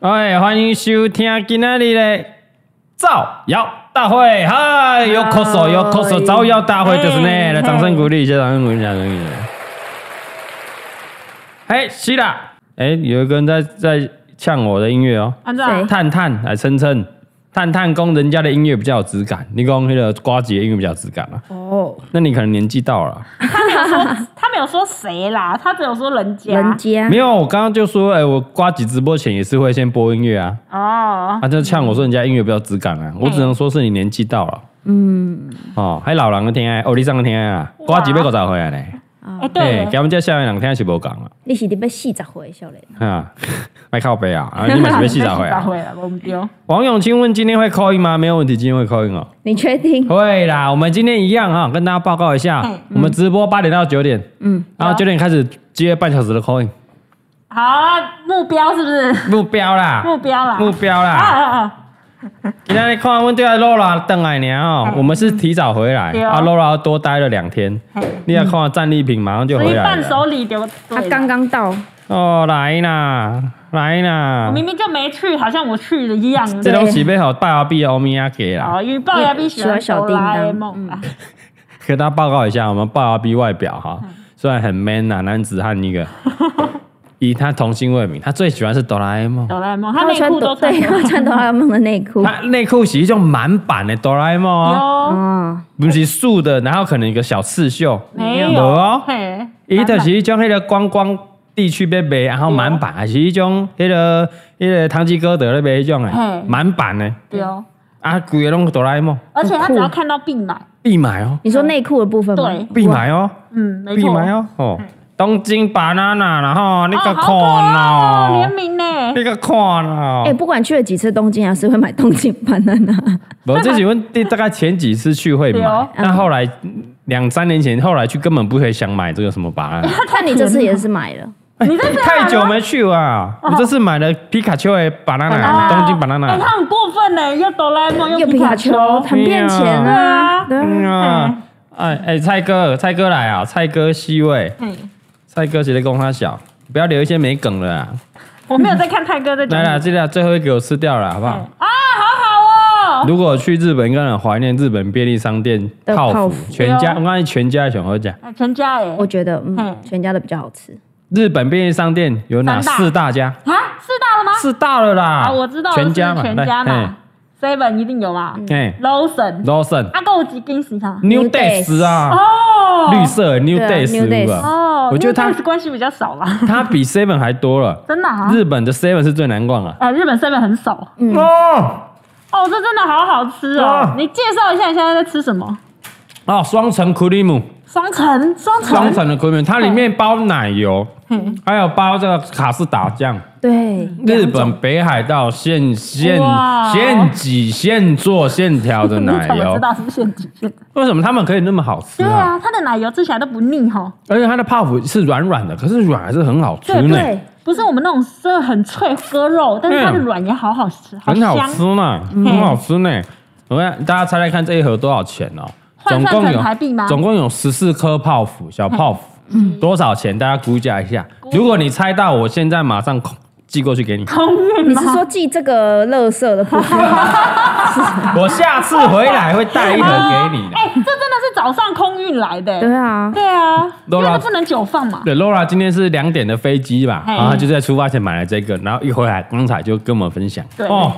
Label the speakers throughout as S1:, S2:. S1: 哎，欢迎收听今天的造谣大会，嗨，有咳嗽，有咳嗽，造谣大会就是呢，来掌声鼓励一下，掌声鼓励一下，掌声鼓励一下。哎，希啦，哎，有一个人在在呛我的音乐哦，
S2: 安照
S3: 谁
S1: 探探来称称，探探公人家的音乐比较有质感，你讲那个瓜子的音乐比较有质感啊，
S3: 哦，
S1: 那你可能年纪到了啊。
S2: 他没有说谁啦，他只有说人家。
S3: 人家
S1: 没有，我刚刚就说，哎、我瓜几直播前也是会先播音乐啊，
S2: 哦，嗯
S1: 他、就呛我说人家音乐比较质感啊，我只能说是你年纪到了，嗯，哦，还老人的天爱，哦，你上个天爱啊，瓜几被我找回来呢，
S2: 哎、
S1: 哎、
S2: 对
S1: 给
S2: 了，
S1: 他们家下面两天是无讲了，
S3: 你是得要四十岁的少年，
S1: 啊， 卖靠背啊，啊，你买什么戏找 回来？
S2: 回来，我们丢。
S1: 王永清问今天会 call in 吗？没有问题，今天会 call in 哦。
S3: 你确定？
S1: 会啦，我们今天一样啊，跟大家报告一下，
S2: 嗯
S1: 我们直播八点到九点，嗯，然后九点开始接半小时的 call in，
S2: 好啊，目标是不是？
S1: 目标啦，
S2: 目标啦，
S1: 目标啦，
S2: 啊啊啊！
S1: 今天你看，阮对阿 Laura 邓来娘哦，我们是提早回来，
S2: 嗯对哦嗯
S1: 阿 Laura 多待了两天。
S2: 嘿
S1: 你也看战利品马上就
S2: 所
S1: 回
S2: 以
S1: 来
S2: 伴
S1: 了。
S2: 手礼丢
S3: 他
S2: 对
S3: 刚
S2: 了。
S3: 刚到，
S1: 哦，来啦，来
S2: 我
S1: 啦，
S2: 明明就没去，好像我去了一样。
S1: 这东西被好拜阿比欧米亚给啦。
S2: 哦，因为龅牙比喜欢哆啦 A 梦啊，
S1: 跟大家报告一下，我们拜阿比外表哈，
S2: 嗯
S1: 虽然很 man 啊，男子汉一 个。以他童心未泯，他最喜欢是哆啦 A 梦。
S2: 哆啦 A 梦，
S3: 他
S2: 他
S3: 会
S2: 内
S3: 穿
S2: 裤都
S3: 哆，
S2: 穿
S3: 对， 他
S2: 过
S3: 会穿哆啦 A 梦的内 裤。
S1: 他内裤是一种满版的哆啦 A 梦哦，
S2: 哦有
S3: 哦，
S1: 不是素的，然后可能一个小刺绣，
S2: 没
S1: 有哦
S2: 有？嘿，
S1: 伊就是一种迄个观光地区咧卖，然后满版，还是一种迄个迄个唐吉诃德咧卖迄种诶
S2: 嘿，
S1: 满版诶，
S2: 丢，
S1: 啊，规个拢哆啦 A 梦
S2: 而且他只要看到必买，
S1: 必买哦，
S3: 你说内裤的部分吗？
S2: 对
S1: 必买哦，
S2: 嗯，没
S1: 必
S2: 错。
S1: 买哦，哦，东京 banana 然后你
S2: 哦，
S1: 个
S2: 好
S1: 看
S2: 可爱哦，联
S1: 哦，
S2: 名呢？
S1: 你个看哦
S3: 哎、，不管去了几次东京，还是会买东京 banana。
S1: 我自己问，大概前几次去会
S2: 对
S1: 买
S2: 哦，
S1: 但后来两三年前后来去根本不会想买这个什么 banana。
S3: 看你这次也是买了，
S1: 哎太久没去了，我这次买了皮卡丘的 banana，
S3: banana
S1: 啊东京
S2: 哎，
S1: banana。
S2: 他很过分呢，又哆啦 A 梦，
S3: 又
S2: 皮
S3: 皮
S2: 卡
S3: 卡
S2: 丘
S3: 丘，，很变钱
S2: 对啊
S3: 啊。对
S1: 嗯
S3: 啊，
S1: 啊，哎哎，蔡哥，蔡哥来啊，蔡哥吸位，
S2: 嗯，
S1: 蔡哥直接供他小，不要留一些没梗的啦。
S2: 我没有在看泰哥在讲
S1: 来
S2: 什么。
S1: 啦，这俩最后一个我吃掉了，好不好？
S2: 啊，好好哦，
S1: 如果去日本，应该很怀念日本便利商店
S3: 的
S1: 泡
S3: 泡
S1: 芙，
S3: 芙
S1: 全家，
S2: 对哦
S1: 我刚才全家想喝讲，
S2: 啊全家耶。
S3: 我觉得嗯
S2: 嗯，
S3: 全家的比较好吃。
S1: 日本便利商店有哪
S2: 三大
S1: 四大家？
S2: 啊，四大了吗？
S1: 四大了啦，
S2: 啊，我知道了，
S1: 全家嘛，
S2: 是全家
S1: 来
S2: 嘛，Seven 一定有嘛
S1: 嘿哎
S2: ，Lawson，
S1: ，Lawson
S2: 啊，够几斤是啥？
S1: New
S3: New
S1: Days
S3: Days
S1: 啊，
S2: 哦，
S1: 绿色的 New
S3: 对啊
S1: Days
S3: New
S1: 有
S3: Days
S1: 吧？
S2: 哦，
S1: 我觉得他
S2: 因为这个关系比较少啦，
S1: 它比 Seven 还多了，
S2: 真的啊。
S1: 日本的 Seven 是最难逛啊。
S2: 呃，日本 Seven 很少
S1: 哦。
S2: 哦，这真的好好吃
S1: 啊
S2: 哦！你介绍一下你现在在吃什么？
S1: 哦，双层库里姆，
S2: 双层，双
S1: 双
S2: 层，
S1: 层的库里姆，它里面包奶油，
S2: 嗯
S1: 还有包这个卡士达酱。
S3: 对，
S1: 日本北海道现现
S2: 哇
S1: 现挤现做现调的
S2: 你
S1: 奶
S2: 怎么
S1: 油
S2: 知，道是现挤现？
S1: 为什么他们可以那么好吃
S2: 对
S1: 啊？
S2: 啊，它的奶油吃起来都不腻哈。
S1: 而且它的泡芙是软软的，可是软还是很好吃
S3: 对
S1: 呢，啊
S3: 对，
S2: 不是我们那种真的很脆割肉，但是它的软也好好吃，
S1: 很
S2: 香。嗯
S1: 好吃呢，很好吃呢。我看大家猜猜看这一盒多少钱哦？
S2: 换
S1: 总
S2: 算
S1: 共
S2: 成
S1: 有
S2: 台币吗嗯
S1: 总共有十四颗泡芙，小泡芙多少钱？大家估价一下。如果你猜到，我现在马上寄过去给你。
S2: 空运
S3: 你
S2: 吗
S3: 是说寄这个乐色的部
S2: 啊
S3: 分？
S1: 我下次回来会带一盒 给你的。
S2: 哎、这真的是早上空运来的、
S3: 对啊，
S2: 对啊，因
S1: 都
S2: 为
S1: 拉
S2: 它不能久放嘛。
S1: 对，Laura 今天是两点的飞机吧，
S2: 嘿
S1: 然后她就在出发前买了这个，然后一回来刚才就跟我们分享。
S2: 对
S1: 哦，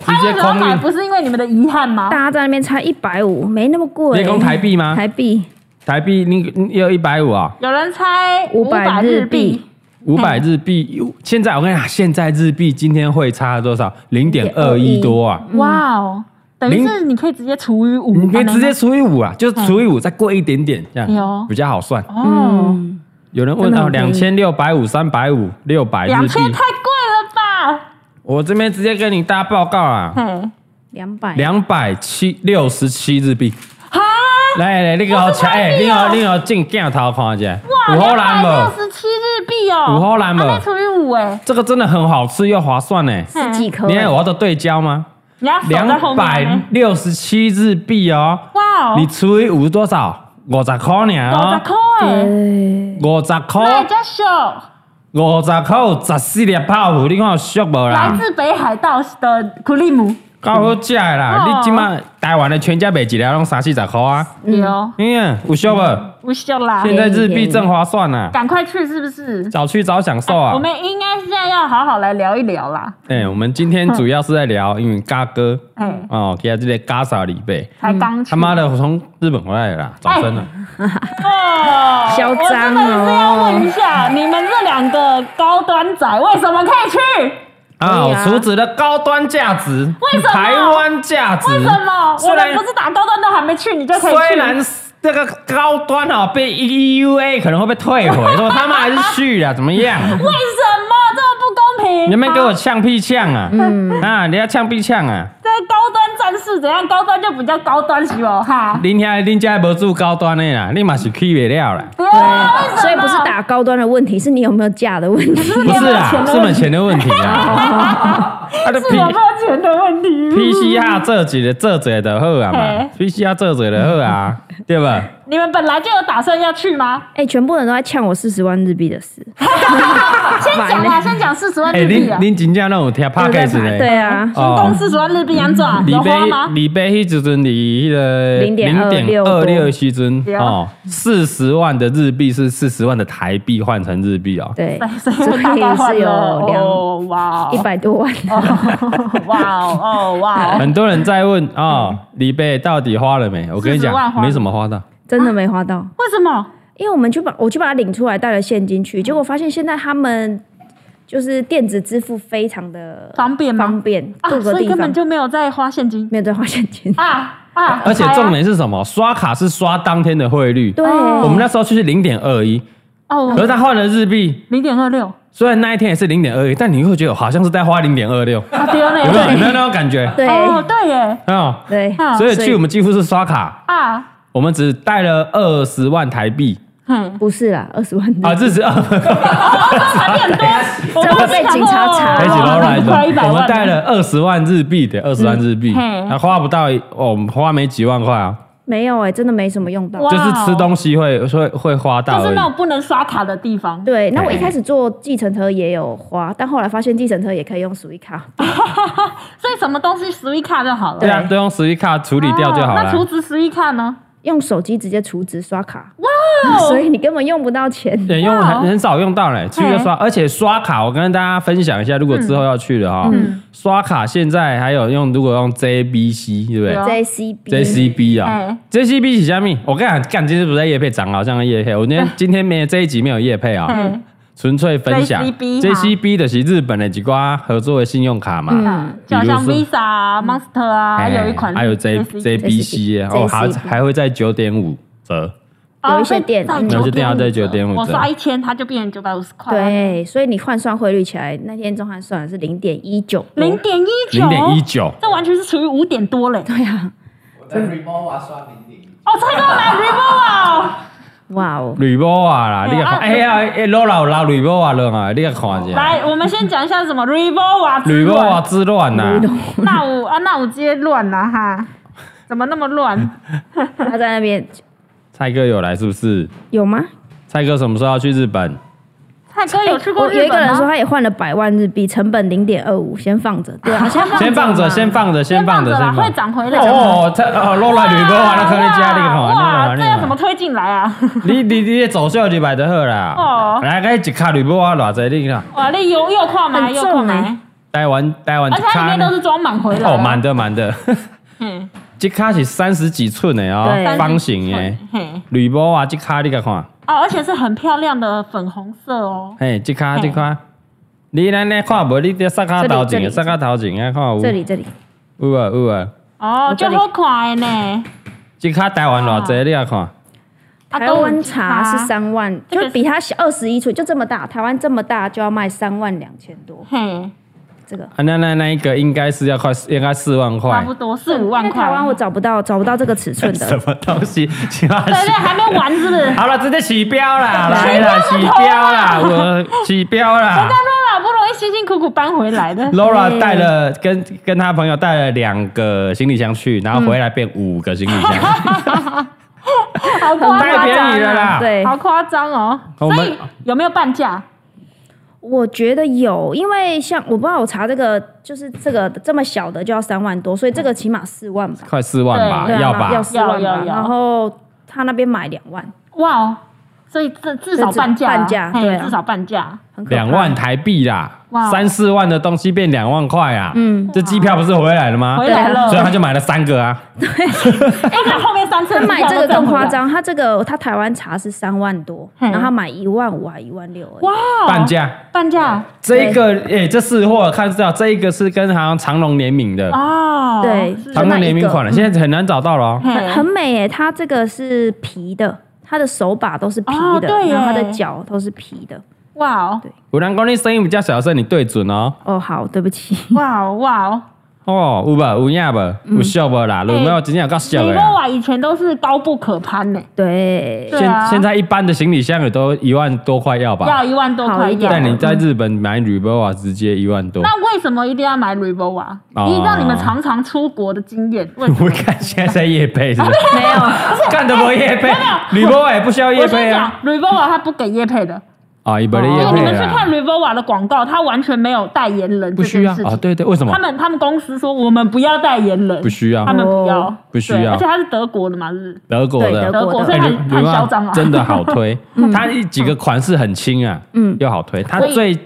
S1: 直
S2: 他
S1: 接
S2: 为什么要
S1: 空
S2: 买？
S1: 运，
S2: 不是因为你们的遗憾吗
S3: 大？家在那边猜一百五，没那么贵。
S1: 你讲台币吗？
S3: 台币
S1: 台币你你要一百五啊，
S2: 有人猜
S3: 500
S2: 百
S3: 日
S2: 币
S3: 币，
S1: 五
S2: 嗯
S1: 百日币。现在我跟你讲，现在日币今天会差多少？零点二一
S3: 0.21
S1: 多啊！
S2: 哇哦，等于是你可以直接除以五，
S1: 你别直接
S2: 啊
S1: 除以五啊，就是除以五再贵一点点，这样
S2: 有
S1: 比较好算。
S2: 嗯哎哦，
S3: 嗯
S1: 有人问到
S3: 真的
S1: 两
S3: 很便
S1: 千六百五、三百五、六百日
S2: 两
S1: 币
S2: 千，太贵了吧？
S1: 我这边直接跟你大家报告啊。
S2: 嘿，
S3: 两百，
S1: 两百七六十七日币。
S2: 哈，
S1: 来来，你给我瞧，哎、
S2: 我是台币
S1: 你
S2: 哦
S1: 好，你好，进镜头看一下，
S2: 哇，
S1: 有好
S2: 两百
S1: 难
S2: 六
S1: 无？
S2: 十七日币哦，
S1: 有好难不
S2: 啊那除以五哎，
S1: 这个真的很好吃又划算呢。
S2: 嘿
S3: 十几颗欸
S1: 你。看我的对焦吗？
S2: 你要手在后
S1: 两百
S2: 面呢。
S1: 六十七日币哦，
S2: 哇哦，
S1: 你除以五多少？五十块呢？
S2: 五十
S1: 哦，
S2: 块，
S3: 对
S1: 五十
S2: 那
S1: 块，
S2: 加小，
S1: 五五十口十四粒泡芙，你看有俗无
S2: 来
S1: 啦？
S2: 自北海道的库利姆，
S1: 够好食的啦！
S2: 哦
S1: 你即马台湾的全家卖一粒拢三四十箍啊！
S2: 对哦，
S1: 哎呀，有俗无？
S2: 不秀啦，
S1: 现在日币正划算啊，
S2: 赶快去是不是？哎
S1: 早去早享受啊！
S2: 嗯我们应该现在要好好来聊一聊啦，
S1: 哎、我们今天主要是在
S2: 嗯
S1: 聊，因为嘎哥
S2: 哎，
S1: 哦，给他这个嘎傻里贝，
S2: 才刚去
S1: 嗯他妈的，我从日本回来的啦，
S2: 哎
S1: 早生了。啊
S2: 哦，
S3: 嚣张哦
S2: 我真的是要问一下，你们这两个高端仔为什么可以去？
S1: 啊，
S3: 对
S1: 我
S3: 啊
S1: 阻止了高端价值，
S2: 为什么
S1: 台湾价值？
S2: 为什么我
S1: 虽然
S2: 们不是打高端都还没去，你就可以去？
S1: 虽然这个高端啊被 EUA 可能会被退回，说他们还是去了，怎么样？啊
S2: 为什么这么不公平？
S1: 你们给我呛屁呛啊！啊，你要呛屁呛啊！
S2: 这高端战士怎样？高端就比较高端是不？哈，
S1: 恁遐恁家无住高端的啦，你嘛是去不了啦。
S2: 对啊，为什么
S3: 所以不是打高端的问题，是你有没有价的问 题。
S1: 不是啦，
S2: 你
S1: 是
S2: 有没有钱的问题
S1: 门钱的问题啊。啊，就
S2: 是有没有钱的问题。
S1: P C R 做一个做一个就好啊嘛
S2: 嘿
S1: ，P C R 做一个就好啊，对吧？
S2: 你们本来就有打算要去 吗？
S3: 哎、全部人都在呛我四十万日币的事，
S2: 先讲啦，先讲四十万
S1: 哎，
S2: 日币
S1: 恁
S2: 啊，
S1: 恁真正让我听哦 p o d c a s
S3: 对啊，
S2: 先供四十万日币安怎？
S1: 李
S2: 有
S1: 贝
S2: 花吗？
S1: 李贝迄时阵离迄个
S3: 0.26
S1: 二六时阵
S2: 对啊
S1: 哦，四十万的日币是四十万的台币换成日币 哦。
S3: 对，
S2: 所以
S3: 所以
S2: 大概换
S3: 是
S2: 了
S3: 有两
S2: 哦，哇哦，
S3: 一百多万。
S2: 哦 哇哦哦 哇哦，
S1: 很多人在问哦，李贝到底花了没？我跟你
S2: 40万花
S1: 讲，
S2: 了
S1: 没什么花到。
S3: 真的没花到，
S2: 为什么？
S3: 因为我们去把我去把它领出来，带了现金去，结果发现现在他们就是电子支付非常的
S2: 方便吗
S3: 方便，
S2: 啊，
S3: 各个
S2: 所以
S3: 地
S2: 根
S3: 方
S2: 本就没有在花现金
S3: 没有再花现 金。
S2: 啊啊！
S1: 而且
S2: 还啊
S1: 重点是什么？刷卡是刷当天的汇率，
S3: 对，
S2: 哦
S1: 我们那时候去是零点二一，可
S2: 哦，
S1: 是他换了日币，
S2: 零点二六
S1: 虽然那一天也是零点二一，但你会觉得好像是在花零点二六，
S2: 啊， 对
S1: 有没有？
S2: 嘞，
S1: 有没有那种感 觉？
S3: 对、
S2: 哦，对耶，
S1: 啊，
S3: 对，
S2: 啊
S1: 所以去我们几乎是刷卡，
S2: 啊，
S1: 我们只带了二十万台币
S2: 哼，
S3: 不是啦，二十万日
S1: 啊，这是二，
S2: 差点多，我
S3: 这样会
S2: 刚
S3: 被警察查
S1: 还
S3: 哎
S1: 是 老来
S2: 快啊一
S1: 的，
S2: 百万，
S1: 我们带了二十万日币的，二十万日币，
S2: 嗯嘿
S1: 还花不到，哦，我们花没几万块啊，
S3: 没有哎、真的没什么用到。
S2: 哇哦
S1: 就是吃东西会会会花到
S2: 就
S1: 而
S2: 是
S1: 已
S2: 那。种不能刷卡的地方。
S3: 对，那我一开始坐计程车也有花，但后来发现计程车也可以用数一卡。
S2: 所以什么东西十一卡就好了。
S1: 对啊，都用十一卡处理掉就好
S2: 哦那
S1: 了
S2: 储。值十一卡呢？
S3: 用手机直接储值刷卡，
S2: 哦
S3: 所以你根本用不到钱。
S1: 对，用
S2: 哇哦
S1: 很很少用到嘞，去就刷，而且刷卡，我跟大家分享一下，如果
S2: 嗯
S1: 之后要去的哈，刷卡现在还有用，如果用 JBC，对不对
S2: 对啊
S3: JCB
S1: ？JCB 啊
S2: 哎
S1: ，JCB 是虾米？我跟你讲，干，今天不在夜配长好像在夜配，我今 天今天没这一集没有夜配啊
S2: 嗯，
S1: 纯粹分享。
S2: JCB 哈
S1: JCB 的是日本的几挂合作的信用卡嘛，
S2: 嗯，就好像
S1: 比如
S2: Visa 啊、Monster 啊，
S1: 哎
S2: 有一款
S1: 还有 J
S2: JCB
S1: JBC 哦，还
S3: JCB
S1: 还会在九点五折。
S3: 有一些店
S2: 哦在
S3: 有一
S1: 些店要在9.5
S2: 我
S1: 折
S2: 刷一千，它就变成九百五十块。，啊
S3: 对，所以你换算汇率起来，那天钟汉算的是零点一九，
S2: 零点一九，
S1: 零点一，九，
S2: 这完全是处于五点多嘞。
S3: 对啊，
S4: 我在 Remova 刷零点一，
S2: 哦，蔡哥买啊 Revo
S3: 哇哦，
S1: 吕波啊啦，
S2: 嗯
S1: 你甲看，
S2: 啊
S1: 哎呀，哎，老老老吕波啊了啊，你甲看一下，
S2: 来，我们先讲一下什么 Revo 啊，
S1: 吕波啊之乱呐，
S2: 那我啊，那我直接乱了哈，怎么那么乱？
S3: 他在那边
S1: 蔡哥有来是不是？
S3: 有吗？
S1: 蔡哥什么时候要去日本？
S2: 蔡哥有去过
S3: 哎我有
S2: 日
S3: 一个
S2: 本
S3: 人说
S2: 吗？
S3: 他也换了百万日币，成本零点二五，先放着。对啊，先放
S1: 先放着，先放着，先放着，
S2: 着啦，
S1: 先
S2: 会
S1: 放着。
S2: 涨回来。
S1: 哦，蔡哦，老来吕波啊，那可能加你
S2: 哇，
S1: 看，
S2: 这
S1: 你
S2: 要
S1: 看，
S2: 怎么推进来啊？
S1: 你你你的走秀礼拜就好啦
S2: 哦。
S1: 来，该一卡吕波啊，偌济你看，
S2: 哇，那有又跨买
S3: 很
S2: 又
S3: 重
S2: 跨买
S3: 欸，
S1: 台湾台湾
S2: 而且它里面都是装满回来。啊
S1: 哦，满。的满的，
S2: 嗯，
S1: 一卡是三十几寸的哦
S3: 对，
S1: 方形的。
S2: 嘿，
S1: 吕波啊，一卡你甲看。
S2: 哦，而且是很漂亮的粉红色哦。
S1: 嘿，即卡
S2: 嘿
S1: 即卡，你咱咧看无？你得塞卡头前
S3: 这
S1: 的，
S3: 里
S1: 塞卡头前的看有
S3: 这里这里，
S1: 有啊有啊。
S2: 哦，
S3: 我这
S2: 就
S3: 里
S2: 好快呢。
S1: 即卡台湾偌济，你也看，
S2: 啊
S3: 台湾茶是，三万，
S2: 这个
S3: 就比它小二十一寸，就这么大，台湾这么大就要卖三万两千多，
S2: 都有差嘿，
S3: 这个。
S1: 啊那那那一个应该是要快，应该四万
S2: 差
S1: 块
S2: 不。多四五
S3: 因
S2: 万
S3: 为
S2: 块。啊
S3: 台湾我找不到找不到这个尺寸
S1: 什
S3: 的，
S1: 么东西？起码
S2: 对对，
S1: 是。
S2: 还没完是不是？ 啊
S1: 好 了，直接起标啦，来啦，起
S2: 头啊
S1: 标啦，我起标啦
S2: 大。家好不容易辛辛苦苦搬回来的，
S1: Laura 带了跟跟她朋友带了两个行李箱去，然后回来变五个行李箱，
S2: 好夸
S1: 太
S2: 张
S1: 便宜
S2: 啊！
S1: 了啦。
S3: 对
S2: 好夸张哦！
S1: 我
S2: 所
S1: 们
S2: 以有没有半价？
S3: 我觉得有，因为像我不知道我查这个，就是这个这么小的就要三万多，所以这个起码四万吧， 啊
S1: 快四万吧，
S2: 对
S1: 啊要
S3: 要
S1: 吧？
S3: 四万
S2: 要
S3: 吧
S2: 要。要
S3: 然后他那边买两万，
S2: 哇哦，所以这至少
S3: 这至
S2: 半价啊，
S3: 半价
S2: 嘿
S3: 对啊
S2: 至少半价，
S3: 很可怕
S1: 两万。台币啦
S2: 哇，
S1: 三四万的东西变两万块啊！
S3: 嗯，
S1: 这机票不是回来了吗
S2: 回？来了
S1: 所以。他就买了三个啊，
S2: 哎，那后面三次
S3: 他买这个更夸
S2: 张，
S3: 张，他这个他台湾查是三万多，
S2: 嗯
S3: 然后他买一万五啊还一万六而已，
S2: 哇哦，
S1: 半价。
S2: 半价
S1: 这一个诶、这四货我看知道，这一个是跟好像长隆联名的，
S2: 哦，
S3: 对，
S1: 长隆联名款了，现在很难找到了哦。
S2: 嘿
S3: 很很美耶，它这个是皮的，它的手把都是皮
S2: 哦
S3: 的，
S2: 对耶
S3: 然后它的脚都是皮的。
S2: 哇哦，
S1: 有人讲你声音比较小声，你对准哦。
S3: 哦，好，对不起，
S2: 哇哦，哇哦！
S1: 哦，有吧，有影吧，有笑吧
S2: 嗯
S1: 啦，有没有真正有够笑
S2: 美
S1: 的
S2: 波
S1: 啊？
S2: 瓦以前都是高不可攀呢，
S3: 对，
S2: 对啊
S1: 现现在一般的行李箱也都一万多块要吧？
S2: 要一万多块
S3: 好一点
S1: 但
S2: 要。
S1: 你在日本买 r e b o a 直接一万多。
S2: 那为什么一定要买 Revova？
S1: 哦
S2: 你知道你们常常出国的经验，为 什么
S1: 我看现在在夜配是不是？
S2: 啊
S3: 没 有，
S1: 干的不夜配 r e b o a 也不需要夜
S2: 我先
S1: 配啊。
S2: 讲 Revova 它不给叶配的，
S1: 啊，一般的
S2: 因
S1: 夜
S2: 为你们
S1: 配
S2: 去
S1: 啊，
S2: 看 Revova 的广告，它完全没有代言人
S1: 不
S2: 这
S1: 需
S2: 件
S1: 要
S2: 事
S1: 啊。
S2: 情。
S1: 对对，为什么
S2: 他？们他们公司说我们不要代言人，
S1: 不需要
S2: 他们不要
S3: 哦，
S1: 不需要
S2: 对而且它是德国的嘛，是不是
S1: 德国
S3: 对
S1: 的
S3: 德国
S2: 德国，所以
S1: 哎，
S2: 很
S1: 你
S2: 很嚣张啊，嗯
S1: 真 的好推。它一几个款式很轻啊，嗯
S3: 嗯，
S1: 又好推。它
S2: 所以
S1: 最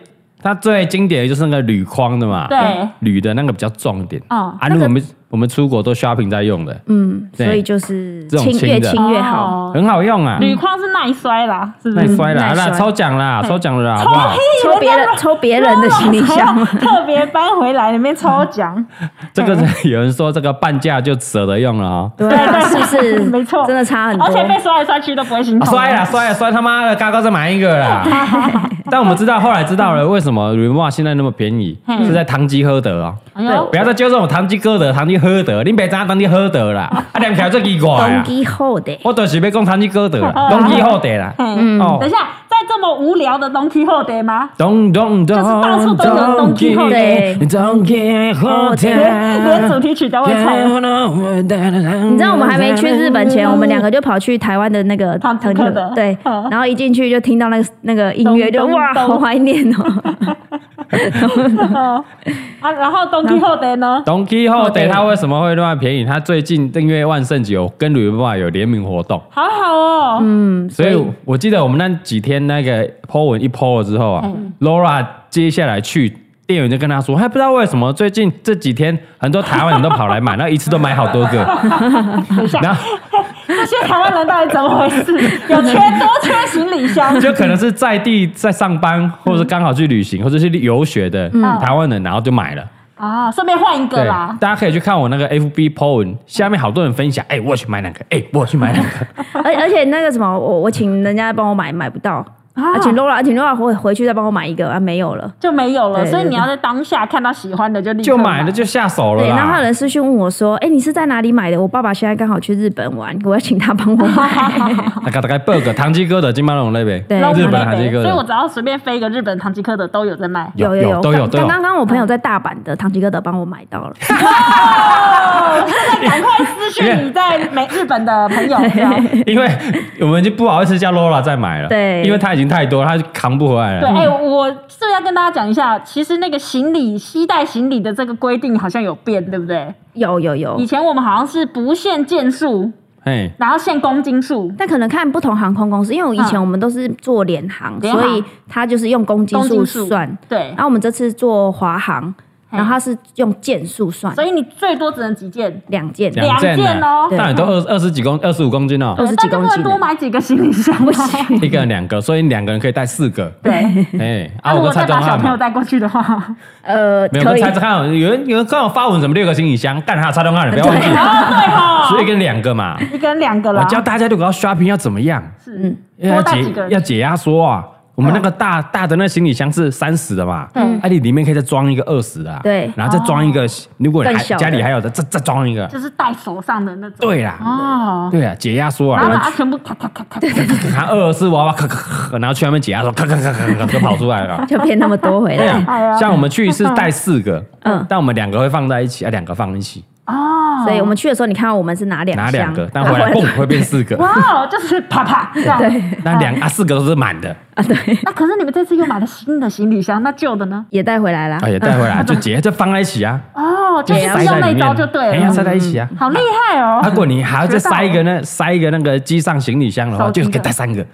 S1: 它最经典的就是那个铝框的嘛，
S2: 对，
S1: 铝的那个比较重一点。
S2: 哦
S1: 啊，那个我们我们出国都 shopping 在用的，
S3: 嗯，
S1: 对
S3: 所以就是
S1: 这种
S3: 轻
S1: 轻
S3: 越
S1: 的
S3: 轻越好。
S2: 哦
S1: 很好用啊，
S2: 铝框是耐摔啦，是不
S1: 耐
S2: 是？
S1: 摔啦，
S3: 嗯耐
S1: 那
S3: 摔
S1: 抽奖啦，抽奖了啦，好不好？
S3: 抽别
S2: 哎
S3: 人抽别人的行李 箱，
S2: 特别搬回来里面抽奖，
S1: 这个是有人说这个半价就舍得用了哦。
S3: 对
S2: 对
S3: 啊，
S2: 对
S3: 是不是？
S2: 没错
S3: 真的差 很多
S2: 而。且被摔来摔去都不会心
S1: 啊
S2: 痛。
S1: 摔啦摔啦摔他妈的，刚刚再买一个 啦。但我们知道后来知道了为什么 r e m o 现在那么便宜，
S2: 嗯
S1: 是在堂吉诃德哦。
S2: 哎呦，
S1: 不要再纠正我堂吉诃德、堂吉诃德，你别讲堂吉诃德 啦，啊，念起来最奇怪
S3: 东
S1: 啊。
S3: 基后的，
S2: 哦
S1: 我就是要讲堂吉诃德 啦，东吉诃德啦。
S2: 嗯，
S1: 哦
S2: 等一下，在这么无聊的东西后得吗？
S1: 咚咚
S2: 是到处
S1: 咚
S2: 都有
S1: 咚
S2: 东
S1: 吉
S2: 吉
S1: 诃
S2: 诃
S1: 德，
S3: 德
S1: 东吉诃
S2: 哦连连主
S1: 德。
S2: 题曲都会唱，
S1: 你
S3: 哦你知道我们还没去日本前，我们两个就跑去台湾的那个
S2: 唐吉诃
S3: 吉诃
S2: 德
S3: 对
S2: 嗯，
S3: 然后一进去就听到那个那个音乐，就
S2: 咚咚
S3: 哇，
S2: 咚
S3: 好怀念 哦。
S2: 啊，然后东西后得呢？
S1: Don
S3: 哦
S1: Quixote 它为什么会那么便宜？它最近订阅万圣节有跟旅游爸有联名活动，
S2: 好好哦，
S3: 嗯，
S1: 所以我记得我们那几天那个 po 文一 po 了之后啊，Laura
S3: 嗯
S1: 接下来去店员就跟他说，还不知道为什么最近这几天很多台湾人都跑来 买，然后一次都买好多个，然后
S2: 这些台湾人到底怎么回 事？有缺多缺行李箱？
S1: 就可能是在地在上班，或者是刚好去旅行，或者是游学的
S3: 嗯
S1: 台湾人，然后就买了。
S2: 啊，顺便换一个
S1: 对，
S2: 啦。
S1: 大家可以去看我那个 FB po 文，下面好多人分享，哎，我去买两个，哎，我去 买两个。
S3: 而而且那个什么，我我请人家帮我买，买不到，
S2: 啊
S3: 而且 Laura，而且 Laura 回回去再帮我买一个啊，没有了。
S2: 就没有了，
S3: 对
S2: 所以
S3: 对
S2: 你要在当下看到喜欢的就立刻
S1: 就买了就下手了
S3: 对，
S1: 啦。
S3: 然后还有人私讯问我说：“哎、你是在哪里买的？我爸爸现在刚好去日本玩，我要请他帮我买。
S1: 大概大概 bug 堂吉诃德金马龙类呗，
S3: 对
S2: 然后
S1: 日
S2: 我
S1: 本
S2: 们
S1: 堂吉
S2: 那
S1: 诃
S2: 边所以我
S1: 德
S2: 只要随便飞一个日本唐吉诃德都有 在卖”。
S1: 有
S3: 有
S1: 有都有都嗯
S3: 刚
S1: 有，
S3: 刚刚我朋友在大阪的唐吉诃德帮我买到 了，
S2: 赶快私讯你在美日本的朋 友，这样
S1: 因为我们就不好意思叫 Laura 再买了，
S3: 对
S1: 因为它已经太多，它扛不回来
S2: 对，
S1: 了。
S2: 哎、我是不是要跟大家讲一下？其实那个行李携带行李的这个规定好像有变，对不对？
S3: 有有
S1: 哦
S3: 有
S2: 以，前我们好像是不限件数，
S1: 哎，
S2: 然后限公斤数。
S3: 但可能看不同航空公司，因为我以前
S2: 嗯
S3: 我们都是做联航，
S2: 联航
S3: 所以他就是用公斤
S2: 公
S3: 数
S2: 斤数
S3: 算。
S2: 对
S3: 然，后我们这次做华航，
S1: 嗯
S3: 然后他是用件数算，
S2: 所以你最多只能几件，
S3: 两件。
S1: 两件
S2: 两件
S1: 呢
S2: 哦，
S1: 那你都二二十几公二十五公斤哦，
S3: 二十几
S2: 大家
S3: 公
S2: 不
S3: 斤
S2: 能多买几个行李箱不行。
S1: 一个人两个，所以两个人可以带四 个。
S2: 对，
S1: 哎，
S2: 那
S1: 啊，
S2: 如
S1: 我
S2: 果
S1: 跟蔡
S2: 再
S1: 宗
S2: 把小
S1: 汉
S2: 朋友
S1: 嘛，
S2: 带过 去的话，
S3: 呃，
S1: 没有我
S3: 可
S1: 跟
S3: 以
S1: 蔡 宗汉，有人有人跟我发文怎么六个行李箱，干他蔡宗汉，你不要 忘记，
S2: 哦，
S1: 所以一个人两个嘛。
S2: 一个人两个
S1: 我
S2: 啦，
S1: 教大家如果要 shopping 要怎么样，
S2: 是
S1: 要
S2: 多带
S1: 解
S2: 几个人
S1: 要解压缩啊。我们那个大大的那行李箱是三十的嘛，
S2: 嗯
S1: 哎，你里面可以再装一个二十的啊，
S3: 对
S1: 然后再装一个，如果你
S3: 更
S1: 还
S3: 小的。
S1: 家里还有的，再再装一个，
S2: 就是带手上的那种。
S1: 对啦，
S2: 哦，
S1: 对啊，解压缩啊，
S2: 然
S1: 我们
S2: 后把它全部咔咔咔咔，
S1: 拿二十四娃娃，咔咔咔，然后去那边解压缩，咔咔咔咔咔就跑出来了
S3: 就骗那么多回
S1: 对
S3: 来。
S1: 啊，像我们去是带四个，
S3: 嗯
S1: 但我们两个会放在一起，啊，两个放一起，
S2: 哦，
S3: 所以我们去的时候，你看到我们是拿两
S1: 拿两个
S3: 箱，
S1: 但回来蹦会变四个，
S2: 哇哦，就是啪啪这样。
S3: 对
S1: 那两啊四个都是满的，
S2: 那可是你们这次又买了新的行李箱，那旧的呢？
S3: 也带回来啦
S1: 啊。也带回来就结，就放在一起啊，
S2: 哦，就是
S1: 塞在
S2: 只用那
S1: 里面
S2: 招就对
S1: 哎呀
S2: 了，嗯
S1: 塞在一起啊。
S2: 好厉害哦！
S1: 啊如果你还要再塞一个呢，塞一个那个机上行李箱的话，
S2: 手
S1: 就
S2: 机
S1: 是
S2: 的
S1: 可以带三 个。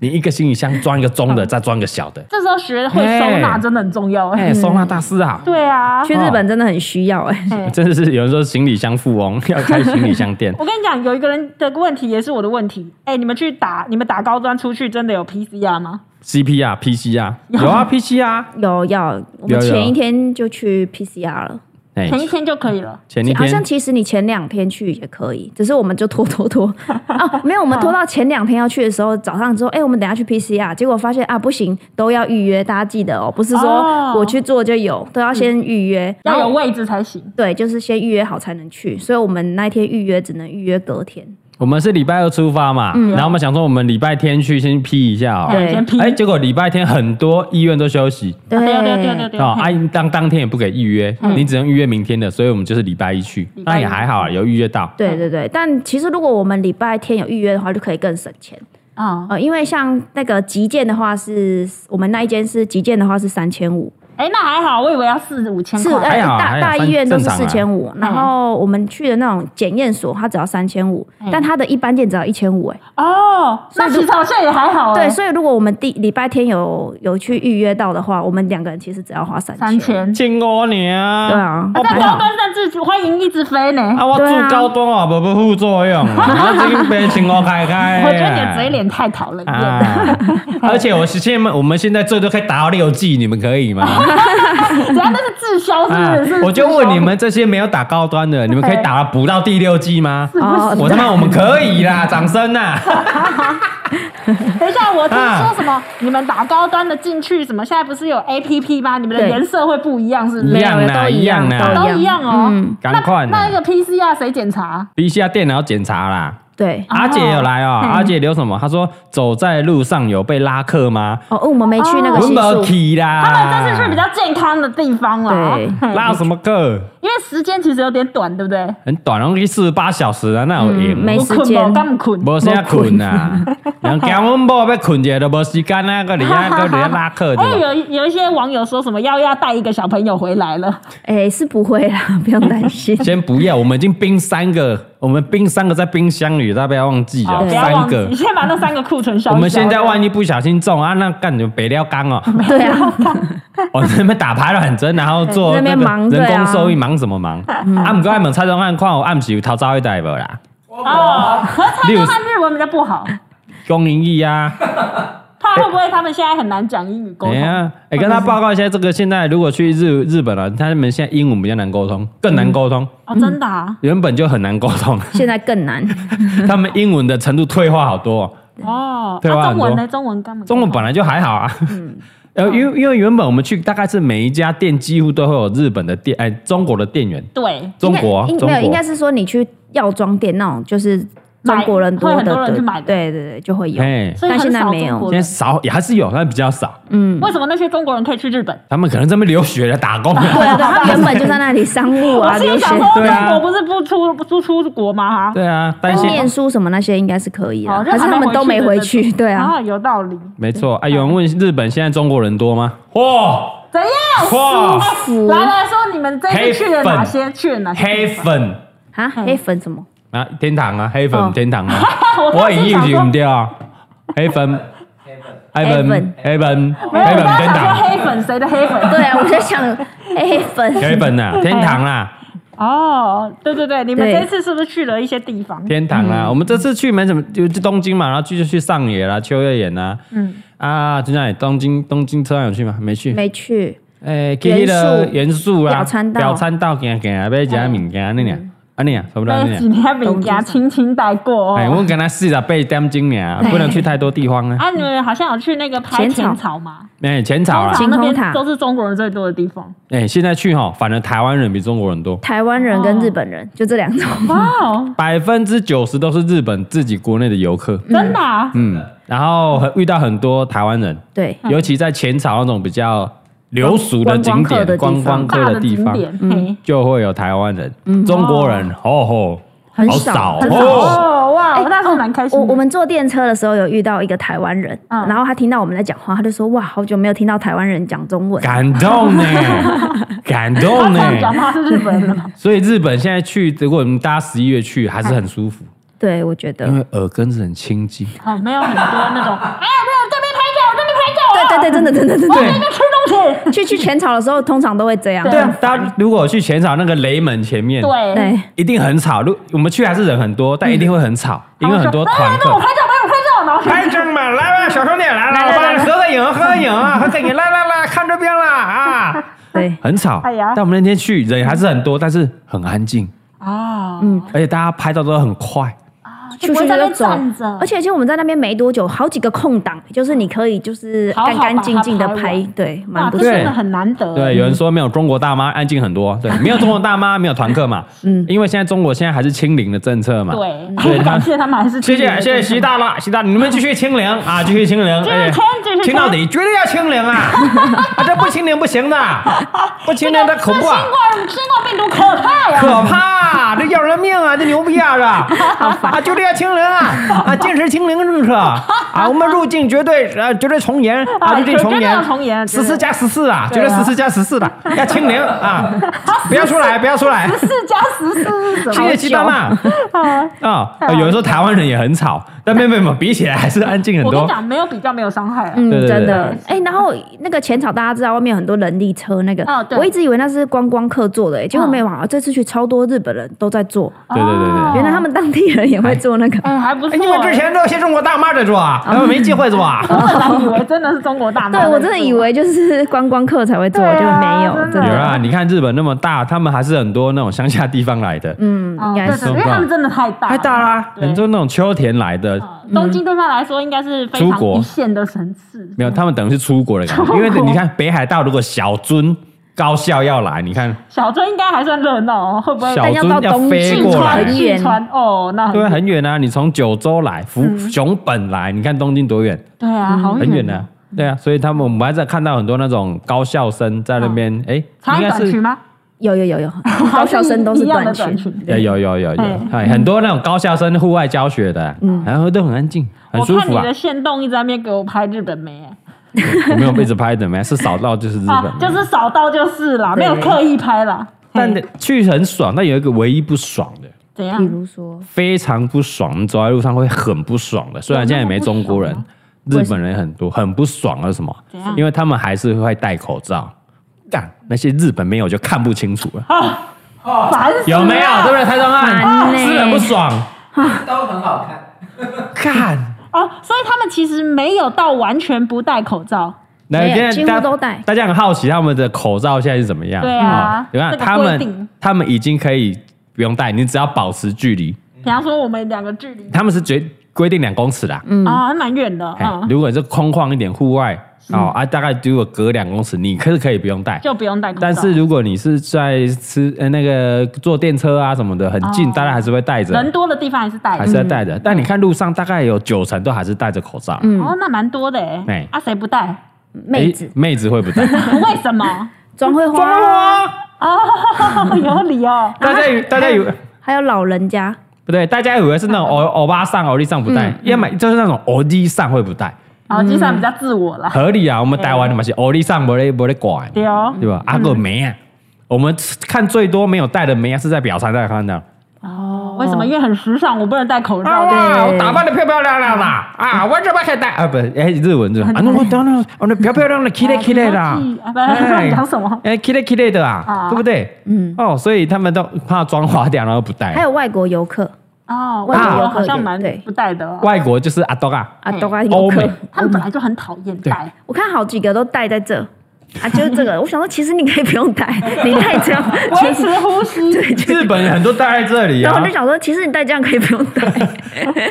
S1: 你一个行李箱装一个中的，再装一个小的。
S2: 这时候学会收纳真的很重要哎。
S1: 哎，收纳大师啊，
S2: 对啊，
S3: 去日本真的很需要哎、
S2: 哎
S1: 真的是有人说行李箱富 翁要开行李箱店。
S2: 我跟你讲，有一个人的问题也是我的问题。哎，你们去打，你们打高端出去真的有 PCR 吗？
S1: CP 啊，PC 啊，有啊，PC 啊，
S3: 有
S2: 哦
S3: 要，我
S1: 有有
S3: 们前一天就去 PCR 了，
S1: 哎，
S2: 前一天就可以了。
S1: 前一
S3: 好
S1: 天
S3: 像其实你前两天去也可以，只是我们就拖拖 拖啊，没有，我们拖到前两天要去的时候，早上之后，哎、我们等一下去 PCR，结果发现啊不行，都要预约，大家记得哦，不是
S2: 哦嗯
S3: 说我去做就有，都要先预约，然
S2: 要
S3: 后
S2: 有位置才行。
S3: 对，就是先预约好才能去，所以我们那一天预约只能预约隔天，
S1: 我们是礼拜二出发嘛，
S2: 嗯
S1: 然后我们想说我们礼拜天去先批一下哦。
S3: 对
S2: 先批。
S1: 哎，结果礼拜天很多医院都休息
S2: 啊对对对对对。
S1: 哦，啊，当当天也不给预约，你只能预约明天的，所以我们就是礼拜一去，
S2: 礼拜一
S1: 那也还好啊，有预约到。
S3: 对对对，但其实如果我们礼拜天有预约的话，就可以更省钱。
S2: 嗯，
S3: 呃，因为像那个极件的话是，我们那一间是极件的话是三千五，
S2: 哎，那还好，我以为要四五千
S3: 是
S2: 块。
S1: 还好还
S3: 大
S1: 好
S3: 大
S1: 算
S3: 医院都是
S1: 正常
S3: 四
S1: 啊
S3: 千五，然后我们去的那种检验所，它只要三千五，
S1: 嗯
S3: 但它的一般店只要一千五，哎，
S2: 哦，那其实好像也还好哎。
S3: 对，所以如果我们第礼拜天有有去预约到的话，我们两个人其实只要花三
S2: 三，千。
S1: 金我你啊！
S3: 对啊
S1: 哦
S2: 在
S1: 不
S2: 高
S1: 好
S2: 端甚至欢迎一直飞呢。
S1: 啊，我住
S3: 对啊
S1: 高端啊，无无副作用，啊 我这边请我开开。
S2: 我觉得你的嘴脸太讨人厌了。
S1: 哎 啊！而且我是现在我们现在最多可以打到六 G，你们可以吗？
S2: 人家那是滞 销，是不
S1: 啊
S2: 是是不是？
S1: 我就问你们这些没有打高端的，你们可以打到补到第六 G 吗？
S3: 哦，
S1: 我他妈我们可以啦，掌声啊 呐！
S2: 滞销，等一下，我听
S1: 啊
S2: 说什么？你们打高端的进去什么？现在不是有 A P P 吗？你们的
S3: 对
S2: 颜色会不一样，是不
S1: 一
S2: 是？
S1: 样啦
S3: 都
S1: 一样啦
S3: 都
S2: 都一样哦。
S3: 嗯
S1: 赶快
S2: 那那
S1: 啦
S2: 一个 P C R 谁检查？
S1: 逼一下电脑检查啦。
S3: 对，
S1: 阿姐有来
S2: 嗯
S1: 哦，阿姐留什么？她说走在路上有被拉客吗？
S3: 哦，我们没去那个
S1: 我
S3: 系
S1: 没
S3: 数，
S1: 去啦。
S2: 他们这次去比较嗯健康的地方啦，
S3: 对
S1: 拉什么客？
S2: 因为时间其实有点短，对不对？
S1: 很短，然后四十八小时啊，那有
S3: 嗯
S1: 赢吗
S3: 没
S2: 我
S3: 时
S2: 困
S3: 间
S2: 不干不困，
S1: 无啥困啊，人惊阮某要困者都无时间啊， 个你啊个你拉客
S2: 哎，
S1: 的，，
S2: 有有一些网友说什么要要带一个小朋友回来了，
S3: 哎，是不会啦， 不用担心
S1: 先不要，我们已经冰三个，我们冰三个在冰箱里，大家不要忘记
S2: 好
S1: 啊，
S2: 不要
S1: 三
S2: 哦忘记，
S1: 个
S2: 你。先把那三个库存消一消。
S1: 我们现在万一不小心中啊，那干就北料缸哦，
S3: 对啊，
S1: 我哦在那边打牌很真，然后做
S3: 在那
S1: 那
S3: 边
S1: 个
S3: 忙对
S1: 人
S3: 啊嗯
S1: 工受益忙什么忙？啊，毋过爱问蔡宗汉看有暗时有偷走一代无啦？
S2: 哦，和蔡
S1: 六
S2: 康汉日文比较不 好。
S1: 哎公营义啊，
S2: 怕会不会他们现在很难讲英语沟
S1: 哎
S2: 通？
S1: 呀，哎，跟他报告一下，这个现在如果去日日本了，他们现在英文比较难沟通，更难沟通，
S2: 哦，真的啊，
S1: 原本就很难沟 通。
S3: 现在更难，
S1: 他们英文的程度退化好多、哦，
S2: 哦，
S1: 对吧
S2: 啊，中文呢？中文干嘛？
S1: 中文本来就还好啊。
S3: 嗯
S1: 呃，因为因为原本我们去大概是每一家店几乎都会有日本的店，哎，中国的店员，
S2: 对，
S1: 中国啊
S3: 应
S1: 中
S3: 该应没有，应该
S1: 国。
S3: 是说你去药妆店那种，就是中国人多
S2: 买会
S3: 的，
S2: 很多人去买的
S3: 对对对，就会有。
S1: 哎，
S2: 所以
S3: 但
S2: 很
S3: 现在
S2: 少
S3: 没有
S2: 中国
S1: 现
S2: 人
S1: 在。少也还是有，但比较少。
S3: 嗯，
S2: 为什么那些中国人可以去日本？
S1: 他们可能这边留学了，打工
S3: 对
S1: 了。
S3: 啊，对 啊，他原本就在那里商务
S2: 我
S3: 啊，
S2: 心
S3: 留
S2: 里
S3: 学
S2: 想说，
S1: 对啊
S2: 中国不是不出不出出国吗？哈，
S1: 对啊，担心
S3: 念书什么那些应该是可以
S2: 哦
S3: 的，
S2: 就
S3: 可是他们都没回
S2: 还
S3: 去，对啊，
S2: 啊，有道理。
S1: 没错。哎，有人问日本现在中国人多吗？哇，
S2: 怎样？
S1: 哇
S2: 舒来来说，你们这次去了哪些？去了哪些
S1: 黑
S2: 地方？
S1: 粉
S3: 啊，
S2: 嗯
S3: 黑粉什么？
S1: 啊，天堂啊，黑
S3: 哦
S1: 粉天堂啊，
S2: 我
S1: 我
S2: 刚才
S1: 已经
S2: 想
S1: 是
S2: 说
S1: 唔，掉啊，黑粉黑粉黑粉
S2: 没有，
S1: 黑
S2: 我
S1: 粉
S2: 刚才
S1: 天
S2: 想说
S1: 堂。
S2: 黑粉，谁的黑粉？
S3: 对啊，我在想 黑
S1: 黑
S3: 粉，
S1: 粉啊，天堂啦，
S2: 哦，对对对，你们
S3: 对
S2: 这次是不是去了一些地方？
S1: 天堂啊啦！我们这次去没什么，就去东京嘛，然后去就去上野啦、秋叶原啦，嗯啊，就那里东京东京车站有去吗？没去。
S3: 没去，
S1: 诶，去那个元素啦，
S3: 表参道
S1: 表参道行行，要食物件那俩，啊那俩差不多那
S2: 那几
S1: 俩。
S2: 天没家轻轻带过
S1: 哎，我
S2: 哦。
S1: 跟他四十八点钟俩，不能去太多地哎方啊。
S2: 啊，你们好像有去那个拍
S3: 浅草
S2: 浅草吗？
S1: 哎，浅草啦，
S2: 浅
S3: 晴
S2: 那
S3: 空
S2: 边
S3: 塔
S2: 都是中国人最多的地方。
S1: 哎，现在去哈，反而台湾人比中国人多，
S3: 台湾人跟日本人就这两种，
S1: 嗯
S2: 哇哦，
S1: 百分之九十都是日本自己国内的游客。嗯
S2: 真的啊？
S1: 嗯，然后很遇到很多台湾人，
S3: 对，
S1: 尤其在浅草那种比较流俗的景点、观
S3: 观
S1: 光
S3: 光
S2: 大
S1: 客
S2: 的
S1: 的地
S2: 景
S1: 方，
S2: 点，嘿
S1: 就会有台湾人、中国人，哦吼，
S3: 很
S1: 好
S3: 少
S1: 少
S3: 很
S1: 哦。哎
S2: 哦哇，我那时候
S3: 哦
S2: 蛮开心
S3: 我
S2: 的。
S3: 我们坐电车的时候有遇到一个台湾人，
S2: 嗯
S3: 然后他听到我们在讲话，他就说：“哇，好久没有听到台湾人讲中 文。
S1: 感 动呢，感动
S2: 这
S1: 呢。
S2: 样讲话是日本人的嘛？
S1: 所以日本现在去，如果你大家十一月去，还是很舒服，”
S3: 对，我觉得
S1: 因，为耳根子很清净。
S2: 哦，没有很多 那种，哎呀，没有这边拍照，这边拍照啊，
S3: 对对对，真的真的真
S1: 对
S3: 的，
S2: 吃东西。
S3: 去去浅草的时候，通常都会这样。
S1: 对啊，大家如果去浅草那个雷门前面，，
S2: 对，嗯
S3: 对，
S1: 一定很吵。如我们去还是人很多，但一定会很吵，因为很多
S2: 来
S1: 团
S2: 来，跟我
S1: 客。
S2: 拍照，帮我拍照，然 后说
S1: 拍正嘛，来吧，小兄弟，来
S3: 来来来
S1: 合个影，合个影啊，合个影，来来 来，看这边啦啊！
S3: 对，
S1: 很吵，
S2: 哎呀
S1: 但我们那天去人还是很多，但是很安静，
S2: 啊，
S3: 嗯
S1: 而且大家拍照都很快。
S3: 去
S2: 就不会
S3: 去
S2: 在那
S3: 就
S2: 边
S3: 走
S2: 站着，
S3: 而且就我们在那边没多久，好几个空档，就是你可以就是
S2: 好好
S3: 干干净净的
S2: 把它拍
S3: 拍
S2: 完，
S3: 对，
S2: 哇，
S3: 蛮
S2: 这
S3: 不错。
S2: 真的很难得。
S1: 对，有人说没有中国大妈安静很多，对，没有中国大妈，没有团客嘛，嗯，因为现在中国现在还是清零的政策嘛，所以
S2: 对，
S1: 他
S2: 感谢他们还是
S1: 谢谢谢谢习大了，习大，你们继续清零啊，继续清零，
S2: 继续
S1: 哎
S2: 清继续清
S1: 清到底，绝对要清零啊！啊，这不清零不行的，不清零这
S2: 这
S1: 可不啊
S2: 新，冠新冠病毒可怕 呀！
S1: 可怕，这要人命啊，这牛逼啊， 这啊，绝对要清零啊，啊，坚持清零政策啊，我们入境绝对呃绝对从严啊，入境从
S2: 绝对要
S1: 严，
S2: 从严
S1: 十四加十四啊，绝
S2: 对啊
S1: 对十四加十四的，要清零 啊，不要出来，不要出来。
S2: 四加十四是什么？
S1: 谢谢鸡蛋啦！ 啊、有人说台湾人也很吵，但没有没有没有比起来还是安 静很
S2: 我跟你
S1: 多。
S2: 讲，没有比较，没有伤害啊。
S3: 嗯，
S1: 对对对
S3: 真的。哎、然后那个浅草大家知道外面有很多人力车，那个、
S2: 哦对嗯
S3: 我一直以为那是观光客坐的、哎，结果没有啊，这次去超多日本人都在坐，
S1: 对对对
S2: 哦
S1: 对。
S3: 原来他们当地人也会坐那个。
S2: 哎，还不错。
S1: 哎，你们之前都有些中国大妈在做啊，
S2: 哦
S1: 他们没机会做啊。
S2: 我本来以为真的是中国大妈，
S3: 对我真的以为就是观光客才会坐，
S2: 对
S3: 就
S2: 啊
S3: 没有，
S2: 真的
S3: 真
S1: 有
S3: 的。
S1: 啊，你看日本那么大，他们还是很多那种乡下地方来的，
S3: 嗯，
S2: 哦，
S3: 应该
S2: 对
S3: 是
S2: 对，因为他们真的太大，
S1: 太大啦、
S2: 对
S1: 很多那种秋田来的，
S2: 呃东京对他来说应该是非
S1: 出
S2: 常
S1: 国
S2: 一线的城市。
S1: 没有，他们等于是出国的感觉。因为你看北海道，如果小樽高校要来，你看
S2: 小樽应该还算热闹哦，会不会？
S1: 小
S3: 但要到
S1: 樽要
S3: 东
S1: 飞
S3: 京
S1: 过
S3: 川
S1: 来，
S3: 很
S2: 细
S3: 远
S2: 川哦，那
S1: 对啊，很远啊！你从九州来，福
S2: 嗯
S1: 熊本来，你看东京多远，
S2: 对啊，好
S1: 很远
S2: 哦
S1: 啊。对啊，所以他们我们还在看到很多那种高校生在那边，哎，
S2: 长
S1: 应该
S2: 短裙
S1: 是
S2: 吗？
S3: 有有有有，高校生都
S2: 还是
S3: 是
S2: 一样的
S3: 短
S2: 短
S3: 裙
S2: 裙，
S1: 有有有有有，
S2: 嗯
S1: 哎，很多那种高校生户外教学的，然后都很安静，很舒
S2: 我看
S1: 服
S2: 你
S1: 啊
S2: 的。线动一直在那边给我拍日本妹，哎
S1: 我没有被一直拍的，没是扫到就是日
S2: 啊，就
S1: 本，
S2: 是扫到就是啦，没有刻意拍啦。
S1: 但
S2: 嘿
S1: 去很爽，但有一个唯一不爽的，
S2: 怎
S3: 比
S2: 样？
S3: 如说，
S1: 非常不爽，你走在路上会很不爽的。虽然现在也没中国人
S2: 有那么，
S1: 日本人很多，很不爽啊的是什么
S2: 怎样？
S1: 因为他们还是会戴口罩。干那些日本没有就看不清楚 了，
S2: 烦死了
S1: 有没有？对不对？台中
S3: 烦
S1: 案
S3: 欸
S1: 是不是很不爽，
S4: 都很好 看。
S1: 看。
S2: 哦，所以他们其实没有到完全不戴口罩。
S1: 那
S3: 没有
S1: 现在
S3: 几乎
S1: 大
S3: 都戴
S1: 大家很好奇他们的口罩现在是怎么样？
S2: 对啊
S1: 哦你看、
S2: 这个
S1: 他
S2: 规定
S1: 们，他们已经可以不用戴，你只要保持距离。
S2: 比方说我们两个距离
S1: 他们是决规定两公尺啦。嗯，
S2: 啊，还蛮远的，嗯，
S1: 如果是空旷一点户外哦啊，大概如果隔两公尺，你可是可以不用戴。
S2: 就不用戴口罩。
S1: 但是如果你是在吃呃那个坐电车啊什么的很近，
S2: 哦
S1: 大家还是会戴
S2: 人
S1: 着，
S2: 多的地方还是戴
S1: 还。是要戴着。但你看路上大概有九成都还是戴着口罩。
S2: 哦，那蛮多的哎
S1: 哎。
S2: 啊，谁不戴？
S3: 嗯妹子
S1: 诶妹子会不戴？
S2: 为什么？
S3: 妆会花啊，
S2: 哦，有理哦。
S1: 大家以大家以为。
S3: 还有老人家，
S1: 不对，大家以为是那种欧欧巴桑、欧弟上不戴，要么就是那种欧弟上会不戴，
S2: 然后哦
S1: 嗯
S2: 计算比较自我啦。
S1: 合理啊。我们台湾的嘛是欧弟上没得没得管，
S2: 对哦，
S1: 对
S3: 嗯
S1: 吧？阿个梅啊，我们看最多没有戴的梅啊是在表参道看到，哦
S2: 为什么？因为很时尚，我不能戴口罩。
S1: 哇，
S3: 对
S1: 我打扮的漂漂亮亮的啊，我怎么可以戴啊？不，哎，日文日文啊，那我当然，我那漂漂亮亮的，起来起来啦
S2: 啊，不然讲什么？
S1: 哎，起来起来的啊
S2: 啊，
S1: 对不对？嗯，哦，所以他们都怕妆花掉，然后不戴。
S3: 还有外国游客
S2: 哦，
S3: 外
S2: 外
S3: 国
S1: 啊
S2: 国
S3: 游
S2: 人
S3: 客
S2: 好像蛮
S3: 对
S2: 不戴的哦，
S1: 外国就是阿多 啊，
S3: 啊，
S2: 嗯
S3: 都啊游
S1: 欧美
S3: 客，
S2: 他们本来就很讨厌戴。
S3: 我看好几个都戴在这啊，就是这个。我想说，其实你可以不用戴， 你戴这样，
S2: 维持呼吸，
S1: 日本人很多戴在这里
S3: 然
S1: 啊
S3: 后我就。想说，其实你戴这样可以不用戴。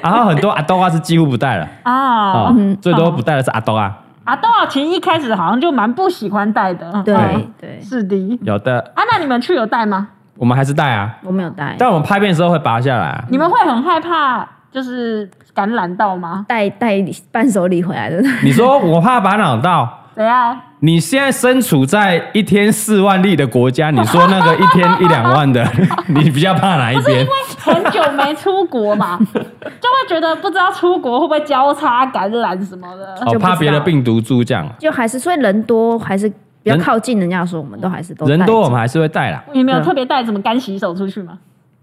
S1: 然后很多阿豆啊是几乎不戴了
S2: 啊
S1: 啊，
S3: 嗯
S1: 最多不戴的是阿豆啊，
S2: 阿豆啊，其实一开始好像就蛮不喜欢戴的，啊
S3: 对
S1: 嗯
S3: 对，
S2: 是的。
S1: 有的
S2: 啊，那你们去有戴吗？
S1: 我们还是戴啊，
S3: 我没有戴，
S1: 但我们拍片的时候会拔下来啊。
S2: 你们会很害怕就是感染到吗？
S3: 带带伴手礼回来的。
S1: 嗯你说我怕拔脑到，
S2: 怎样？
S1: 你现在身处在一天四万例的国家，你说那个一天一两万 的，你比较怕哪一
S2: 是因
S1: 边
S2: 为？很久没出 国嘛，就会觉得不知道出国会不会交叉感染什么的。
S1: 哦，
S3: 就不知道
S1: 怕别的病毒株这样啊。
S3: 就还是所以人多还是比较靠近人家的时候，我们都还是都
S1: 人
S3: 戴
S1: 多
S3: 着
S1: 我们还是会带啦，
S2: 你没有特别带什么干洗手出去吗？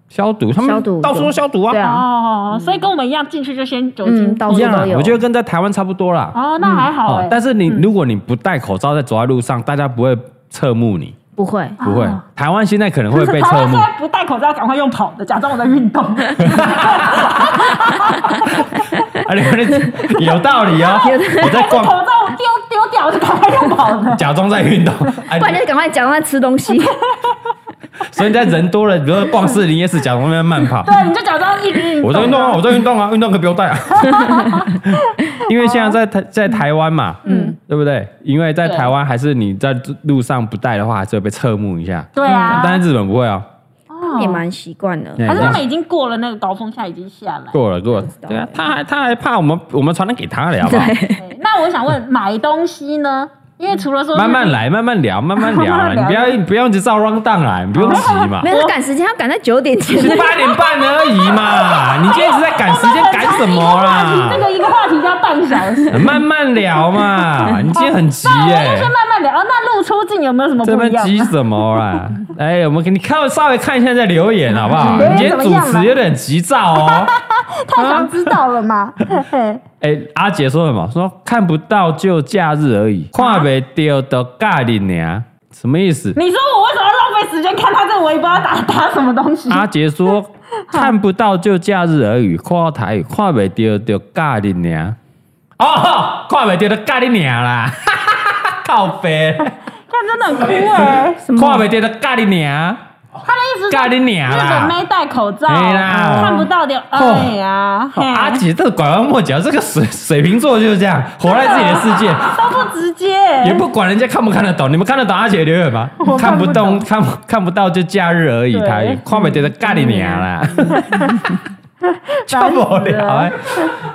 S1: 消毒，他
S3: 消
S1: 们
S3: 毒
S1: 到处都消毒啊，
S3: 对啊
S2: 哦，所以跟我们一样进去就先酒精
S3: 嗯到
S1: 一
S3: 处
S1: 样啊
S3: 都。有嗯
S1: 我觉得跟在台湾差不多啦。
S2: 哦，那还好哎、
S1: 哦，但是你如果你不戴口罩在走在路上，大家不会侧目你，
S3: 不会，
S1: 不会。台湾现在可能会被
S2: 台
S1: 侧
S2: 湾
S1: 目
S2: 现， 在不戴口罩，赶快用跑的，假装我在运动。
S1: 啊，你们有道理 哦。我在
S2: 口
S1: 逛，
S2: 罩丢丢掉，我就赶快用跑 的。
S1: 假装在运动，哎
S3: 不，然就赶快讲，赶快吃东西。
S1: 所以你在人多了，比如说逛市林夜市，假装在那边慢跑。
S2: 对，你就假装一直运动。
S1: 我在运动 啊，我在运动啊，运动可以不用戴啊。因为现在在台在台湾嘛，嗯，对不对？因为在
S2: 哦对
S1: 台湾还是你在路上不戴的话，还是会被侧目一下。
S2: 对啊，
S1: 但是日本不会啊，
S3: 也蛮习惯的。
S1: 嗯
S2: 还是他们已经过了那个高峰，现在已经下来。
S1: 过了过了
S3: 不知。道
S1: 对啊，他还他还怕我们我们传染给他了，好不好？
S3: 对，
S2: 对那我想问，买东西呢？因为除了说
S1: 慢慢来，慢慢聊，慢慢聊
S2: 慢慢
S1: 啦，你
S2: 聊
S1: 不要不要一直照 round down 啦，你不用急嘛
S3: 没。有是赶时间，要赶在九点前。
S1: 是八点半而已嘛，你今天一直在赶时间，赶什么啊 啦？
S2: 这个一个话题要半小时，
S1: 慢慢聊嘛，你今天很急
S2: 那我
S1: 耶、
S2: 们就先慢慢聊。哦那露出镜有没有什么
S1: 这
S2: 哦不
S1: 边
S2: 一样？
S1: 急什么 啦？哎，我们给你看稍微看一下再留言好不好？
S2: 留言
S1: 你今天
S2: 怎么
S1: 主
S2: 样啦
S1: 持有点急躁 哦。
S2: 太想知道了嘛。嘿嘿
S1: 哎，阿杰说什么？说看不到就假日而
S2: 啊
S1: 已，看不到的尬你娘，什么意 思？
S2: 你说我为什么要浪费时间看他这个微博打打什么东西？
S1: 阿杰说看不到就假日而已，看台语看不到就尬你娘。哦，看不到就尬你娘啦， 靠背，
S2: 看真的很 酷哎。
S1: 看不到就尬你娘，
S2: 他的意思是
S1: 尬你娘
S2: 日本
S1: 啦。哎哦
S2: 妹戴口罩，
S1: 对啦
S2: 看不到的。哎呀，嘿
S1: 阿杰这个拐弯抹角，这个水水瓶座就是这样，活在自己的世界。
S2: 都不直接，
S1: 也不管人家看不看得懂，你们看得懂阿姐留言吗？看不懂，看不看不到就假日而已，
S2: 对
S1: 台语看不到就尬你娘啦， 这么无聊哎！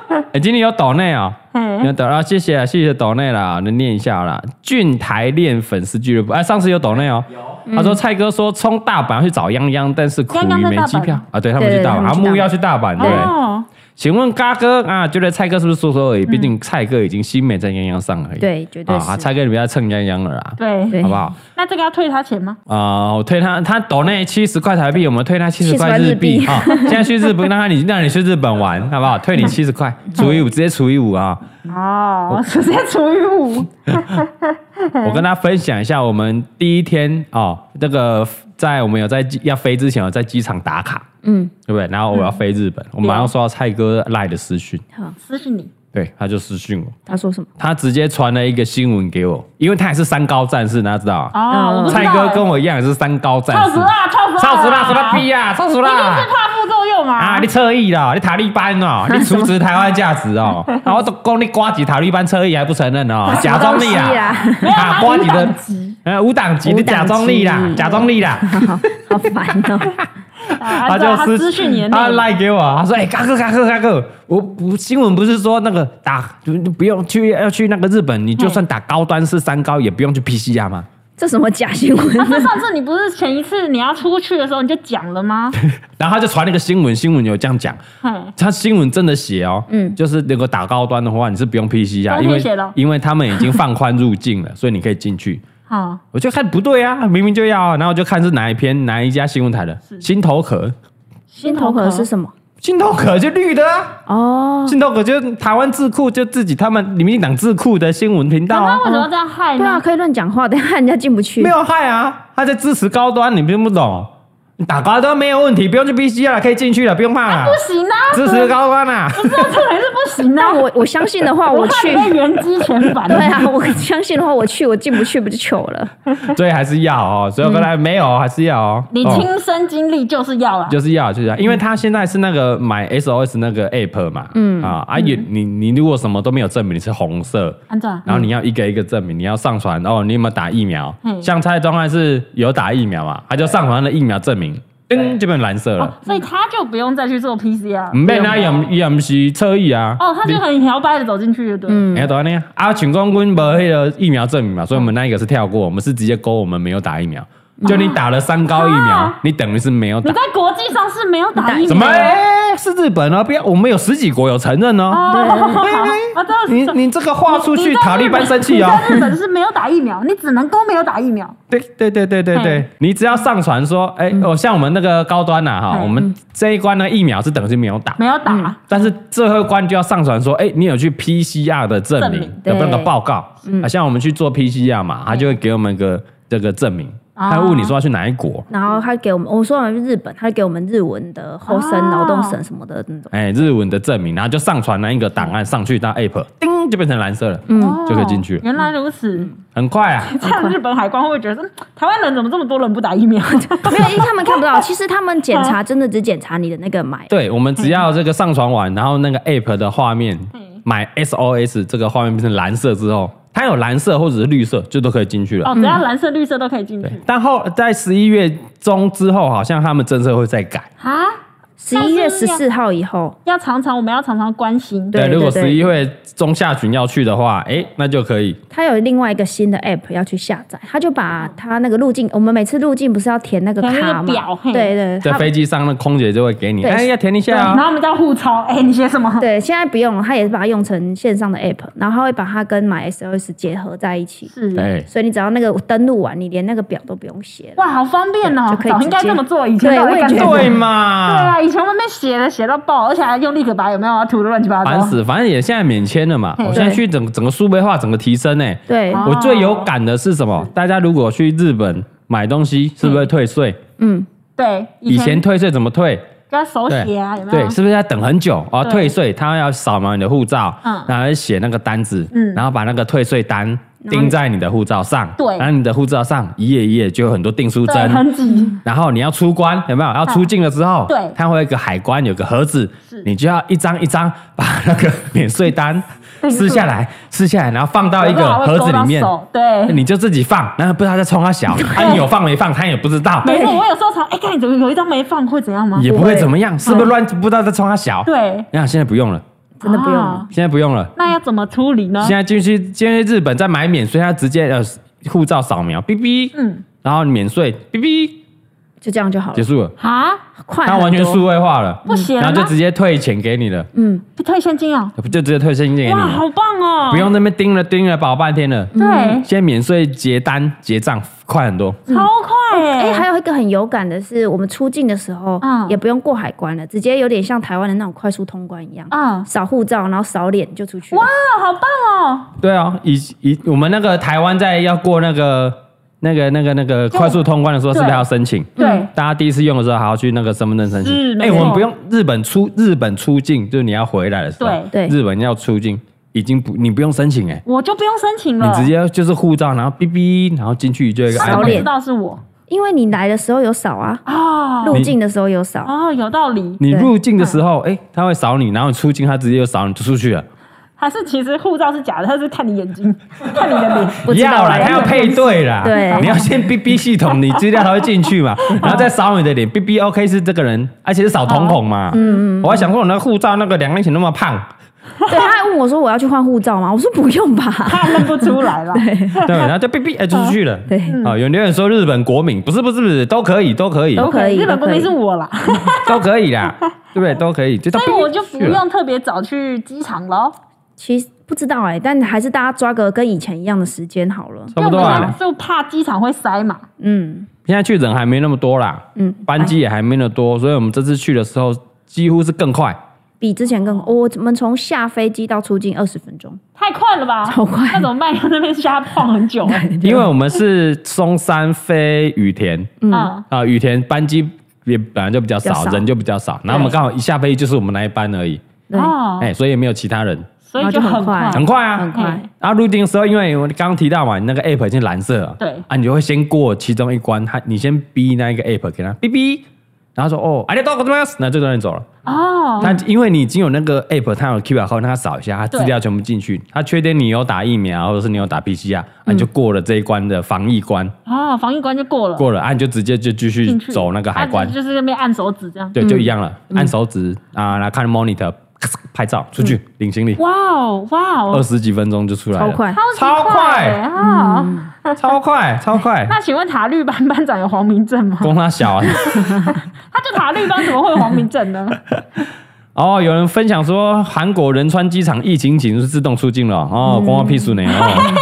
S1: 哎，今天有抖内哦，
S2: 嗯
S1: 有抖啊，谢谢啊谢谢抖内啦，能念一下啦。俊台恋粉丝俱乐部，哎，上次有抖内哦，他说蔡哥说冲大阪要去找泱泱，但是苦
S2: 泱泱
S1: 于
S2: 在
S1: 没
S2: 大阪
S1: 机票啊，对他们
S3: 对
S1: 去大阪，
S3: 他
S1: 然
S3: 们
S1: 后
S3: 去
S1: 木
S3: 大阪
S1: 要去大阪，对。
S2: 哦，
S1: 请问嘎哥啊，觉得蔡哥是不是说说而已？毕竟蔡哥已经心没在泱泱上而已。
S3: 对绝对
S1: 啊
S3: 是
S1: 啊，蔡哥你不要蹭泱泱了啦，
S2: 对，
S3: 对
S1: 好不好？
S2: 那这个要退他钱吗？
S1: 啊、我退他，他抖那七十块台币，我们退他七十块日币
S3: 70
S1: 啊、现在去日本，让他你让你去日本玩，好不好？退你七十块，除以五，直接除以五 啊、
S2: 哦，直接除以五，
S1: 我跟他分享一下，我们第一天哦，那个在我们有在机要飞之前，有在机场打卡，
S3: 嗯，
S1: 对不对？然后我要飞日本，我马上收到蔡哥赖的私讯，
S2: 私讯你。
S1: 对，他就私讯我，
S3: 他说什么？
S1: 他直接传了一个新闻给我，因为他也是三高战士，大家知道啊，
S2: 哦，我不知道
S1: 蔡哥跟我一样也是三高战
S2: 操
S1: 士
S2: 死，啦，操死啦，
S1: 操死啦，什么逼啊，操死
S2: 一定
S1: 啦
S2: 是！怕副作用嘛。
S1: 啊！你侧翼啦，你塔利班哦， 你阻止台湾价值哦，然后都攻你瓜子塔利班侧翼还不承认 哦，假装力
S3: 什么东西
S1: 啊
S3: 啊，
S1: 啊瓜子
S2: 没有
S1: 的
S2: 他无党籍
S1: 呃无党籍，你
S3: 无党籍
S1: 假装力啦，假装力啦，
S3: 好好烦哦！
S2: 啊
S1: 他
S2: 知
S1: 就
S2: 道他私讯你的
S1: 他
S2: 内容
S1: 赖给我，他说哎嘎哥嘎哥嘎哥，我不新闻不是说那个打就就不用去要去那个日本，你就
S2: 嗯
S1: 算打高端是三高也不用去 PCR 吗？
S3: 这什么假新闻？
S2: 啊 那上次你不是前一次你要出去的时候你就讲了吗？
S1: 然后他就传了一个新闻，新闻有这样讲，
S2: 嘿
S1: 他新闻真的写哦，
S3: 嗯
S1: 就是如果打高端的话，你是不用 PCR，
S2: 都
S1: 因
S2: 可以写的
S1: 为
S2: 哦
S1: 因为他们已经放宽入境 了，所以你可以进去。
S2: 好，
S1: 我就看不对啊，明明就要啊、然后我就看是哪一篇哪一家新闻台的心头壳，
S3: 心头壳是什么？
S1: 心头壳就绿的啊，
S3: 哦，
S1: 心头壳就台湾智库就自己他们民进党智库的新闻频道
S2: 那
S1: 啊
S2: 他，为什么要这样害
S3: 对啊，
S2: 呢？
S3: 可以乱讲话，等一下人家进不去。
S1: 没有害啊，他在支持高端，你听不懂？你打高端没有问题，不用去 PCR 了，可以进去了，不用怕啦
S2: 不，行啊，
S1: 支持高端啊。
S2: 这这还是不行啊
S3: 那！我我相信的 话，我
S2: 我怕
S3: 去
S2: 你。被原机全 反。
S3: 对啊，我相信的话，我去，我进不去不就糗了？
S1: 所以还是要哦，所以我刚才没有哦，还是要哦。
S2: 你
S1: 哦
S2: 亲身经历就是要啦。
S1: 就是要就是要，因为他现在是那个买 SOS 那个 app 嘛，嗯啊啊也你你如果什么都没有证明你是红色，
S2: 安照，
S1: 然后你要一个一个证明，你要上传哦，你有没有打疫苗？
S2: 嗯
S1: 像蔡庄汉是有打疫苗嘛，他就上传了疫苗证明，嗯，就变蓝色
S2: 哦
S1: 了。
S2: 所以他就不用再去做 PCR，
S1: 唔免啊，也唔也唔是侧翼啊。
S2: 哦，他就很嗯摇摆的走进去，对，
S1: 你要懂呢？啊，请光棍没那个疫苗证明嘛，所以我们那一个是跳过，我们是直接勾我们没有打疫苗。就你打了三高疫苗
S2: 哦啊，
S1: 你等于是没有
S2: 你
S1: 打。
S2: 在国际上是没有打疫苗，
S1: 怎么？哎，是日本哦，不要，我们有十几国有承认哦。
S2: 啊，真
S1: 你
S2: 的是。
S1: 你这个话出去，
S2: 你在
S1: 塔利班生气哦
S3: 啊
S2: 你。在日本是没有打疫苗，你只能都没有打疫苗。
S1: 对对对对对对
S2: 嘿，
S1: 你只要上传说，哎，哦，像我们那个高端呐哈，
S2: 嘿
S1: 我们这一关呢疫苗是等于是没有打。
S2: 没有打，
S1: 但是最后一关就要上传说，哎、你有去 PCR 的证明
S2: 证明
S1: 的那个
S3: 对
S1: 报告啊，像我们去做 PCR 嘛，他就会给我们个这个证明，
S2: 哦
S1: 他会问你说要去哪一国，
S3: 然后他给我们，我说完日本，他给我们日文的后生
S2: 哦
S3: 劳动省什么的那种。
S1: 哎、日文的证明，然后就上传那一个档案上去到 App，叮就变成蓝色了，
S3: 嗯
S2: 哦
S1: 就可以进去了
S2: 原来如此，
S1: 很快啊，
S2: 这样日本海关会不会觉得嗯台湾人怎么这么多人不打疫苗？
S3: 没有，因为他们看不 到。其实他们检查真的只检查你的那个买，
S1: 对我们只要这个上传完，然后那个 App 的画面
S2: 嗯
S1: 买 SOS 这个画面变成蓝色之后，它有蓝色或者是绿色就都可以进去了。
S2: 哦，只要蓝色、绿色都可以进去
S1: 但后在十一月中之后，好像他们政策会再改。
S2: 啊！
S3: 十一月
S2: 但是
S3: 十
S2: 要
S3: 四号以后，
S2: 要常常我们要常常关心，
S3: 对啊
S1: 对，如果十
S3: 对对
S1: 一月中下旬要去的话，哎、那就可以。
S3: 他有另外一个新的 app 要去下载，他就把他那个路径，我们每次路径不是要填那个
S2: 填那个
S3: 卡吗？
S2: 表嘿
S3: 对对，
S1: 在
S3: 他
S1: 飞机上，那空姐就会给你，
S3: 对
S1: 哎、要填一下
S2: 然
S1: 啊、
S2: 后我们叫互抄，哎，你写什么？
S3: 对，现在不用了，他也是把它用成线上的 app，然后他会把它跟 My SOS 结合在一起，
S2: 是，
S1: 对，
S3: 所以你只要那个登录完，你连那个表都不用写了。
S2: 哇，好方便哦
S3: 就！可以
S2: 早
S3: 直
S2: 应该
S3: 接
S2: 这么做，以前
S3: 对
S2: 到底
S3: 我也
S2: 干
S3: 觉
S2: 什
S3: 得
S2: 么
S1: 对
S2: 对
S1: 嘛？
S2: 啊，以前外面写的写到爆，而且还用立可白，有没有啊？涂的乱七八糟
S1: 烦。死，反正也现在免签了嘛。
S2: 嗯
S1: 我现在去整整个数位化，整个提升呢、
S3: 对，
S2: 哦
S1: 我最有感的是什么？大家如果去日本买东西，是不是会退税？
S3: 嗯，
S2: 对，
S1: 以前退税怎么退？
S2: 要手
S1: 对
S2: 写啊，有没有？
S1: 对，是不是要等很久啊？
S2: 对
S1: 退税，他要扫描你的护照
S2: 嗯，
S1: 然后写那个单子
S2: 嗯，
S1: 然后把那个退税单钉在你的护照上，
S2: 对
S1: 然后你的护照上一页一页就有很多订书
S2: 对，
S1: 针，
S2: 很挤。
S1: 然后你要出关，有没有？要出境了之后，
S2: 对
S1: 它会有一个海关，有个盒子
S2: 是，
S1: 你就要一张一张把那个免税 单撕下来，撕下来，然后放到一
S2: 有时
S1: 个
S2: 候还会
S1: 盒子
S2: 勾到
S1: 里面，
S2: 手对，
S1: 你就自己放，然后不知道在冲他小，他有放没放，他也不知道，
S2: 没错，我有时候常哎，看你怎么有一张没放，会怎嗯样吗？
S1: 也不
S3: 不
S1: 会
S3: 会
S1: 怎么样，是不是乱不知道在冲他小？
S2: 对，
S1: 那现在不用了，
S3: 真的不用了。
S2: 啊
S1: 现在不用了，
S2: 那要怎么处理呢
S1: 现？在进去进去日本再买免税，他直接呃护照扫描，哔哔，
S2: 嗯，
S1: 然后免税，哔哔，
S3: 就这样就好
S1: 结
S3: 了，
S1: 束了，
S2: 啊，
S3: 快很
S1: 它
S3: 多。
S1: 完全数位化了，
S2: 不行啊
S1: 然后就
S2: 那
S1: 直接退钱给你了。
S3: 嗯，
S2: 退现金哦，
S1: 不就直接退现金给你
S2: 哇，
S1: 了，
S2: 好嗯棒哦！
S1: 不用那边盯了盯了保半天了。
S2: 对，
S1: 现在免税结单结账快很多，
S2: 超快
S3: 哎、还
S2: 哎，
S3: 有一个很有感的是，我们出境的时候，
S2: 嗯
S3: 也不用过海关了，直接有点像台湾的那种快速通关一样，
S2: 嗯
S3: 扫护照，然后扫脸就出去了。
S2: 哇，好棒哦！
S1: 对啊，以以我们那个台湾在要过那个那个那个那个快速通关的时候，是
S2: 对
S1: 不是还要申请？
S2: 对，
S1: 大家第一次用的时候还要去那个身份证申
S2: 嗯是
S1: 请。
S2: 没
S1: 哎，我们
S2: 错
S1: 不用日本出日本出境，就是你要回来的时候，
S3: 对对
S1: 日本要出境已经不你不用申请哎，
S2: 我就不用申请
S1: 你
S2: 了，
S1: 直接就是护照，然后哔哔，然后进去就有一个
S2: 他怎
S3: 扫
S2: 么
S1: iPad
S3: 脸
S2: 知道是我
S3: 因为你来的时候有扫啊，
S2: 哦
S3: 入境的时候有扫，
S2: 哦，有道理。
S1: 你入境的时候，哎，他会扫你，然后你出境他直接就扫你就出去了。
S2: 还是其实护照是假的，他是看你眼睛， 看你的脸。
S3: 不知
S1: 要
S3: 道
S1: 啦，
S3: 欸
S1: 他要配对啦。
S3: 对
S1: 你要先 B B 系统，你资料才会进去嘛，然后再扫你的脸。B B O K 是这个人，而且是扫瞳孔嘛。嗯嗯。我还想说，我那个护照那个两年前那么胖，
S3: 对，他还问我说我要去换护照吗？我说不用 吧。
S2: 他认不出 来了。
S1: 对，然后就 B B 哎就出去了。
S3: 对，
S1: 啊，有留言说日本国民不是不是不是都可以都可以
S3: 都可以
S2: 日本国民是我啦，
S1: 都可以啦，对不对？都可以，就到
S2: 所以我就不
S1: 去啊了
S2: 用特别早去机场喽。
S3: 其实不知道哎、但还是大家抓个跟以前一样的时间好了。
S1: 差不多
S2: 要
S1: 啊。
S2: 就怕机场会塞嘛。
S3: 嗯
S1: 现在去人还没那么多啦，
S3: 嗯，
S1: 班机也还没那么多，所以我们这次去的时候几乎是更快。
S3: 比之前更，
S2: 哦
S3: 我们从下飞机到出境二十分钟，
S2: 太快了吧？
S3: 超快
S2: 那怎么办？要那边瞎晃很久、 欸。
S1: 因为我们是松山飞羽田，
S2: 嗯，
S1: 啊、羽田班机也本来就比较
S3: 比
S1: 少，
S3: 较少
S1: 人就比较少。然后我们刚好一下飞机就是我们那一班而已，
S3: 对，
S1: 哎、
S2: 哦，
S1: 所以也没有其他人，
S2: 所以就很快
S3: 然后就
S1: 很
S3: 很快。
S1: 快啊，
S3: 很快
S2: 哎
S1: 然后入境的时候，因为我刚刚提到嘛，你那个 app 已经蓝色了，
S2: 对
S1: 啊，你就会先过其中一关，它你先逼那一个 app 给它哔哔，然后说哦，ありがとうございます，那就让你走了。
S2: 哦，
S1: 他因为你已经有那个 app，他有 QR code，那他扫一下，他资料全部进去，他确定你有打疫苗或者是你有打 PCR，啊，你就过了这一关的防疫关，
S2: 哦，防疫关就过了，
S1: 过了啊，你就直接就继续
S2: 进去
S1: 走那个海关
S2: 啊就，就是那边按手指这样。
S1: 对，
S3: 嗯
S1: 就一样了，按手指啊，然后看 monitor 咔嚓拍照出去领行李，
S2: 哇哦，哇
S1: 二
S2: 哦，
S1: 十几分钟就出来了，
S3: 嗯超快
S2: 超级
S1: 呃快
S2: 欸啊！
S3: 嗯
S1: 超 快，超快，
S2: 那请问塔绿班班长有黄明正吗？
S1: 光他小 啊。
S2: 他就塔绿班怎么会有黄明正呢？
S1: 哦，有人分享说韩国仁川机场疫情警示自动出境了
S3: 嗯
S1: 哦，光光屁股呢 哦，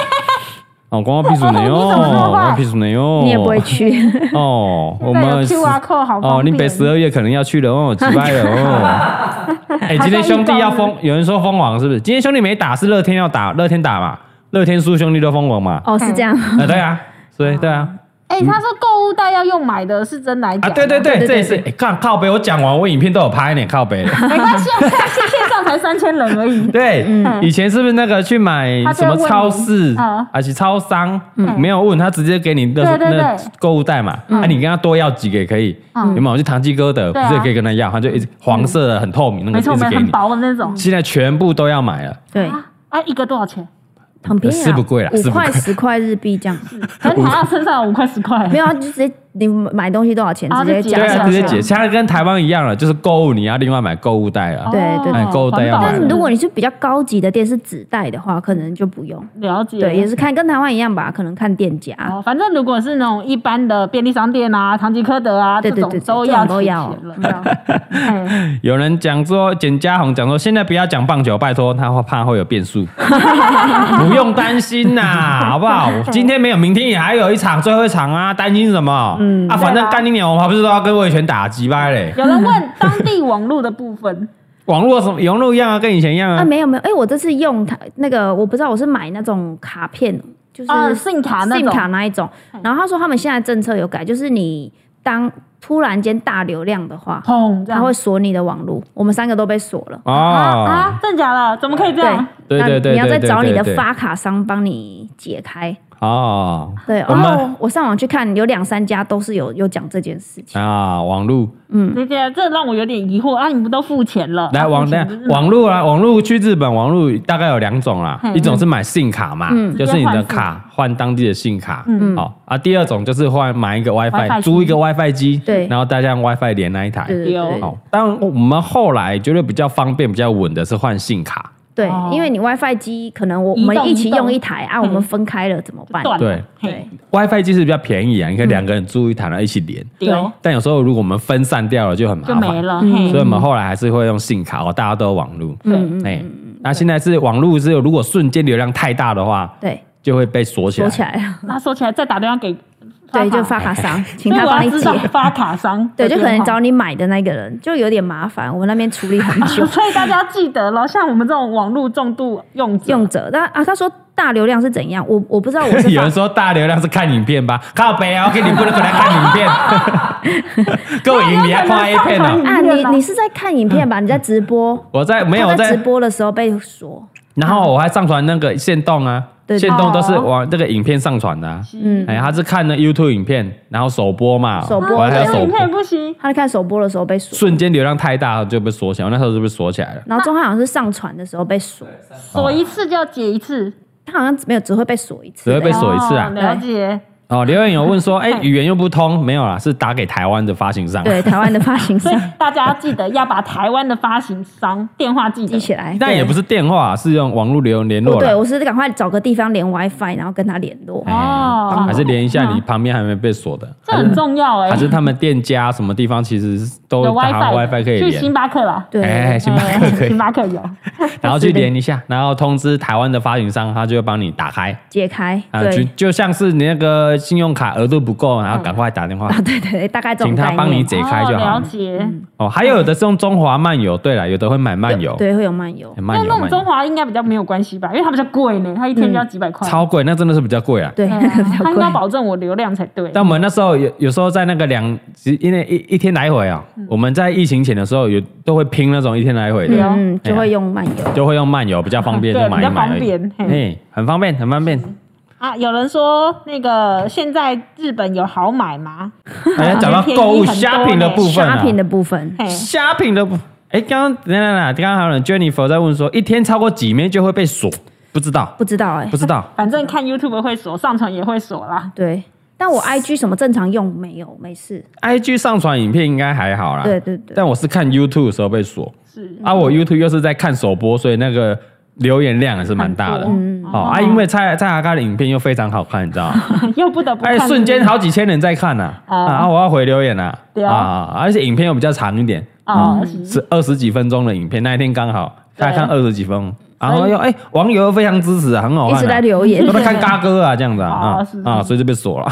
S1: 哦光光屁股呢哦，光光屁股呢哦，
S3: 你也不会 去，
S1: 哦，我
S2: 现在有
S1: 们
S2: QR code 好
S1: 哦，
S2: 方
S1: 你
S2: 便
S1: 北十二月可能要去了哦，击败了哦。哎，今天兄弟要封，有人说封王是不是？今天兄弟没打，是乐天要打，乐天打嘛，乐天输兄弟都封王嘛。
S3: 哦，是这样，
S2: 嗯
S1: 啊，对啊，所以对啊，
S2: 哎，他说购物袋要用买的是真来假
S1: 啊，
S2: 的？
S1: 对对对，
S3: 对对
S1: 这也是。哎，看靠北，我讲完，我影片都有拍呢，靠北。
S2: 没关系，啊我看线线上才三千人 而已。
S1: 对，以前是不是那个去买
S2: 嗯他就
S1: 什
S2: 会
S1: 么
S2: 问你
S1: 超市
S2: 嗯，
S1: 而且超商没有问他，直接给你那
S2: 对对
S1: 那
S2: 对
S1: 购物袋嘛，啊，你跟他多要几个也可以，
S2: 嗯
S1: 有没有？就唐吉诃德，不
S2: 对啊
S1: 是也可以跟他要，他就一直黄色的很透明那个
S2: 没
S1: 一
S2: 错，
S1: 直
S2: 没
S1: 给
S2: 很
S1: 你。
S2: 薄的那种。
S1: 现在全部都要买了，
S3: 对，
S2: 啊啊，一个多 少钱？
S3: 很便宜啊，
S1: 是不贵啦是不
S3: 五块
S1: 贵
S3: 十块日 币这样，
S2: 可是塔塔身上有五块十块。
S3: 没有，啊，就直接你买东西多少钱，
S2: 啊
S3: 直接
S2: 就
S3: 加
S2: 解
S1: 对
S3: 起
S1: 啊，
S3: 来
S1: 直接
S2: 是啊
S1: 解。现在跟台湾一样了，就是购物你要另外买购物袋
S2: 哦
S1: 了。
S3: 对对对
S1: 哎购物袋要买
S2: 环保
S3: 但
S1: 了
S3: 如果你是比较高级的店，是纸袋的话，可能就不用。
S2: 了解，
S3: 对，也是看跟台湾一样吧，可能看店家。
S2: 哦，反正如果是那种一般的便利商店啊、唐吉诃德啊
S3: 对对
S2: 这
S3: 对
S2: 种都
S3: 这
S2: 要
S3: 种都
S2: 取
S3: 要
S2: 钱了这样。 哎
S1: 有人讲说，简家宏讲说，现在不要讲棒球，拜托，他会怕会有变 数，不用担心呐、好不好？今天没有，明天也还有一场，最后一场啊，担心什么？嗯啊，反
S2: 对
S1: 正
S2: 啊
S1: 干你鸟，我还不是都要跟魏权打击掰嘞？
S3: 嗯
S2: 有人问当地网络的部分，
S1: 网络什么网络一样啊，跟以前一样
S3: 啊，
S1: 啊。
S3: 没有没有，哎，我这次用它那个，我不知道我是买那种卡片， 就是
S2: 啊，SIM 卡那
S3: SIM
S2: 种嗯
S3: 卡那一种。然后他说他们现在政策有改，就是你当突然间大流量的话，
S2: 砰，这
S3: 他
S2: 样
S3: 会锁你的网络。我们三个都被锁了。
S2: 啊
S1: 哦，
S2: 啊，真假的？怎么可以这样？
S1: 对对
S3: 那
S1: 对对
S3: 你要再
S1: 对
S3: 找
S1: 对
S3: 你的
S1: 对
S3: 发卡商帮你解开。
S1: 哦
S3: 对，
S1: 我们
S3: 哦，我上网去看，有两三家都是有有讲这件事情。
S1: 啊，网络
S2: 姐姐，啊这让我有点疑惑啊！你们都付钱了，
S1: 来
S2: 啊
S1: 网
S2: 付
S1: 来
S2: 钱就是
S1: 网络啊，网络去日本网络大概有两种啦
S2: 嘿，
S1: 一种是买信卡嘛，就是你的卡换当地的信卡，
S2: 嗯
S1: 好啊。第二种就是换买一个
S2: WiFi
S1: WiFi，
S2: 机
S1: 租一个 WiFi 机，
S3: 对
S1: 然后大家用 WiFi 连那一台
S3: 对。对对
S2: 有
S1: 好，当然我们后来觉得比较方便、比较稳的是换信卡，
S3: 对
S2: 哦，
S3: 因为你 WiFi 机可能我我
S2: 移动
S3: 们一起
S2: 移动嗯
S3: 用一台啊，我们分开了怎么办？
S2: 断了
S1: 对
S2: 嘿
S3: 对，
S1: WiFi 机是比较便宜啊，
S2: 嗯
S1: 你可以两个人租一台，然后一起连。
S2: 丢
S1: 但有时候如果我们分散掉了，就很麻
S2: 就
S1: 烦，嗯
S2: 没了，嗯
S1: 所以
S2: 嘿，
S1: 我们后来还是会用信卡哦，大家都有网络。
S3: 嗯
S2: 嗯对，
S1: 哎，那现在是网络是有如果瞬间流量太大的话，
S3: 对，
S1: 就会被锁起来
S3: 锁。起来 了，
S2: 那说起来再打电话给，
S3: 对，就
S2: 卡，
S3: 发卡商， 请
S2: 所
S3: 他
S2: 以我
S3: 帮
S2: 要
S3: 你
S2: 知
S3: 解
S2: 道。发卡商的
S3: 对，就
S2: 电
S3: 可
S2: 话，
S3: 能找你买的那个人就有点麻烦，我们那边处理很 久。
S2: 所以大家记得了，像我们这种网络重度用者，
S3: 用者，但啊，他说大流量是怎样？我我不知道， 我是
S1: 有
S3: 发
S1: 人说大流量是看影片吧？靠北啊，OK，你不能可能看影片。 各位，你要看 A 片
S2: 那有没
S1: 哦。
S2: 有上传影
S3: 啊，
S2: 片啊
S3: 你你是在看影
S2: 嗯
S3: 片吧？你在直播？
S1: 我在没有
S3: 他
S1: 我
S3: 在直
S1: 在，
S3: 播的时候被锁，
S1: 然后我还上传那个线动啊，
S3: 对哦
S1: 线动都是往这个影片上传的、啊。
S3: 嗯，
S1: 哎，他是看了 YouTube 影片，然后首播嘛，
S3: 首播哦
S1: 我还有
S2: 啊这
S1: 首
S2: 影
S1: 播
S2: 片，不行，
S3: 他在看首播的时候被锁，
S1: 瞬间流量太大就被锁起来，我那时候就被锁起来了。
S3: 然后钟汉好像是上传的时候被锁，
S2: 锁一次就要解一次，
S3: 他好像没有只会被锁一次
S1: 只会
S3: 的，
S1: 哦被锁一次啊
S2: 哦了 解，
S1: 哦，留言有问说，哎，语言又不通，没有啦，是打给台湾的发行商。
S3: 对台湾的发行 商
S2: 所以大家记得要把台湾的发行商电话 记得
S3: 记。起来，
S1: 但
S3: 对
S1: 也不是电话，是用网络留言联
S3: 不
S1: 络
S3: 哦对，
S1: 啦。
S3: 我是赶快找个地方连 WiFi，然后跟他联络
S1: 哎。
S2: 哦
S1: 还是连一下你旁边还没被锁的，
S2: 这很重要哎、
S1: 还是他们店家什么地方其实都
S2: 有
S1: 打
S2: WiFi，
S1: WiFi 可以
S2: 去
S1: 连
S2: 星，巴克啦，
S3: 对，
S1: 哎，星巴克可
S2: 哎星
S1: 以，
S2: 巴克有，
S1: 然后去连一下， 然后通知台湾的发行商，他就会帮你打开。
S3: 解开，
S1: 啊，就
S3: 对，
S1: 就像是你那个信用卡额度不够，然后赶快打电话
S3: 啊，对对对，大概这种
S1: 请他
S3: 概
S1: 帮你
S3: 念
S1: 解开就
S2: 哦、
S1: 好
S2: 了。解，
S1: 哦，还有的是用中华漫游，对了，有的会买漫游，
S3: 对，会有漫游
S1: 哎，
S2: 那
S1: 漫游
S2: 那
S1: 漫
S2: 种中
S1: 游
S2: 华应该比较没有关系吧，因为它比较贵呢，它一天就要几百块。
S1: 超贵，那真的是 比较贵啊。
S3: 对，
S2: 对啊
S3: 那个 比较
S2: 它应
S3: 贵
S2: 该。保证我流量才对。
S1: 但我们那时候有有时候在那个两，其实因为一一天来回啊、我们在疫情前的时候有都会拼那种一天来回的，
S3: 嗯，
S1: 哎
S3: 就会用漫游。
S1: 就会用漫游比较方便，
S2: 对
S1: 就买一
S2: 比较
S1: 买
S2: 方
S1: 而已
S2: 便，嘿
S1: 哎，很方便，很方便。
S2: 啊，有人说那个现在日本有好买吗？
S1: 大哎家讲到购物 shopping 的部分、啊、
S3: ，shopping 的部分，
S2: 嘿，
S1: ，shopping 的部，哎，刚刚等等等等，刚刚还有人 Jennifer 在问说，一天超过几枚就会被锁？不知道，
S3: 不知道哎、
S1: 不知道。
S2: 反正看 YouTube 会锁，上传也会锁啦。
S3: 对，但我 IG 什么正常用没有，没事。
S1: IG 上传影片应该还好啦，
S3: 对对对
S1: 但我是看 YouTube 的时候被锁，
S2: 是
S1: 啊，我 YouTube 又是在看首播，所以那个留言量也是蛮大的。
S2: 很多嗯
S1: 哦啊，因为蔡蔡阿嘎的影片又非常好看，你知道吗？
S2: 又不得不
S1: 哎，
S2: 哦看
S1: 瞬间好几千人在看呐、啊，
S2: 哦
S1: 啊啊，我要回留言呐、
S2: 对
S1: 啊
S2: 啊
S1: 啊，而且影片又比较长一点，
S2: 哦，
S1: 是二十几分钟的影片，那一天刚好大家看二十几分钟，然后
S2: 啊所以
S1: 又哎、网友又非常支持啊，很好看、啊，
S3: 一直在留言
S1: 都在看嘎哥啊这样子啊
S2: 哦
S1: 啊
S2: 是是
S1: 啊，所以就被锁 了。